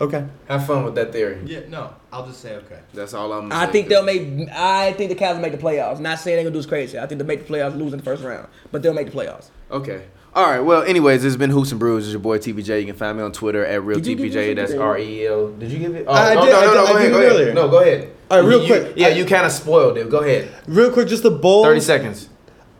[SPEAKER 3] Okay.
[SPEAKER 1] Have fun with that theory.
[SPEAKER 9] Yeah, no, I'll just say okay.
[SPEAKER 1] That's all I'm.
[SPEAKER 2] I think they'll make. I think the Cavs will make the playoffs. Not saying they're gonna do is crazy. I think they'll make the playoffs, lose in the first round, but they'll make the playoffs.
[SPEAKER 1] Okay. All right. Well, anyways, it's been Hoops and Brews. It's your boy TBJ. You can find me on Twitter at real
[SPEAKER 2] Did you give
[SPEAKER 1] TBJ.
[SPEAKER 2] us
[SPEAKER 1] That's
[SPEAKER 2] your-
[SPEAKER 1] R E L. Did you give it? Oh,
[SPEAKER 3] I
[SPEAKER 1] no,
[SPEAKER 3] did-
[SPEAKER 1] no,
[SPEAKER 3] I
[SPEAKER 1] no,
[SPEAKER 3] did-
[SPEAKER 1] no.
[SPEAKER 3] I
[SPEAKER 1] Go
[SPEAKER 3] gave
[SPEAKER 1] ahead.
[SPEAKER 3] it
[SPEAKER 1] Go ahead.
[SPEAKER 3] earlier.
[SPEAKER 10] No, go ahead.
[SPEAKER 3] All right, real
[SPEAKER 10] You-
[SPEAKER 3] quick.
[SPEAKER 10] Yeah,
[SPEAKER 3] I-
[SPEAKER 10] you kind of spoiled it. Go ahead.
[SPEAKER 3] Real quick, just the Bulls.
[SPEAKER 10] Thirty seconds.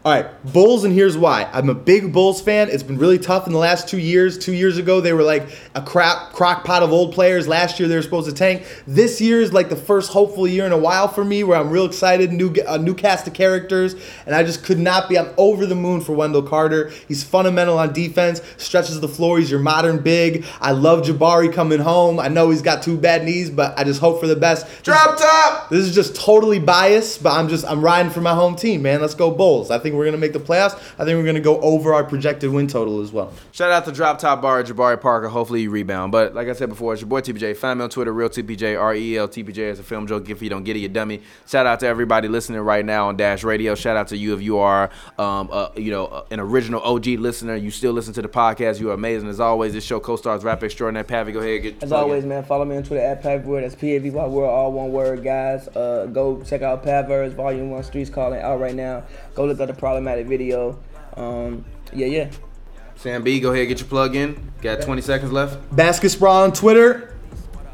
[SPEAKER 3] All right, Bulls, and here's why. I'm a big Bulls fan. It's been really tough in the last two years. Two years ago, they were like a crap crock pot of old players. Last year, they were supposed to tank. This year is like the first hopeful year in a while for me, where I'm real excited. New a new cast of characters, and I just could not be. I'm over the moon for Wendell Carter. He's fundamental on defense. Stretches the floor. He's your modern big. I love Jabari coming home. I know he's got two bad knees, but I just hope for the best.
[SPEAKER 10] Drop top.
[SPEAKER 3] This is just totally biased, but I'm just I'm riding for my home team, man. Let's go Bulls. I think we're gonna make the playoffs. I think we're gonna go over our projected win total as well.
[SPEAKER 1] Shout out to Drop Top Bar, Jabari Parker. Hopefully you rebound. But like I said before, it's your boy TPJ. Find me on Twitter, real TPJ, R E L TPJ. It's a film joke. If you don't get it, you dummy. Shout out to everybody listening right now on Dash Radio. Shout out to you if you are, um, uh, you know, uh, an original OG listener. You still listen to the podcast. You are amazing as always. This show co-stars rap extraordinaire Pavi. Go ahead, and get your
[SPEAKER 2] As
[SPEAKER 1] plug in.
[SPEAKER 2] always, man, follow me on Twitter at Pavword. That's P A V Y World, all one word, guys. Uh, go check out Pavers Volume One Streets Calling out right now. Go look up the problematic video. Um, yeah, yeah.
[SPEAKER 1] Sam B, go ahead, and get your plug in. Got 20 seconds left.
[SPEAKER 3] Basket Sprawl on Twitter,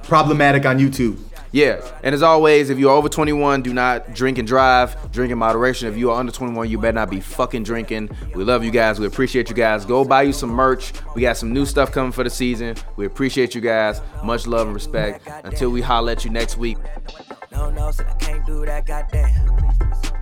[SPEAKER 3] problematic on YouTube.
[SPEAKER 1] Yeah, and as always, if you're over 21, do not drink and drive. Drink in moderation. If you are under 21, you better not be fucking drinking. We love you guys. We appreciate you guys. Go buy you some merch. We got some new stuff coming for the season. We appreciate you guys. Much love and respect. Until we holler at you next week.
[SPEAKER 11] No, no, said I can't do that, goddamn.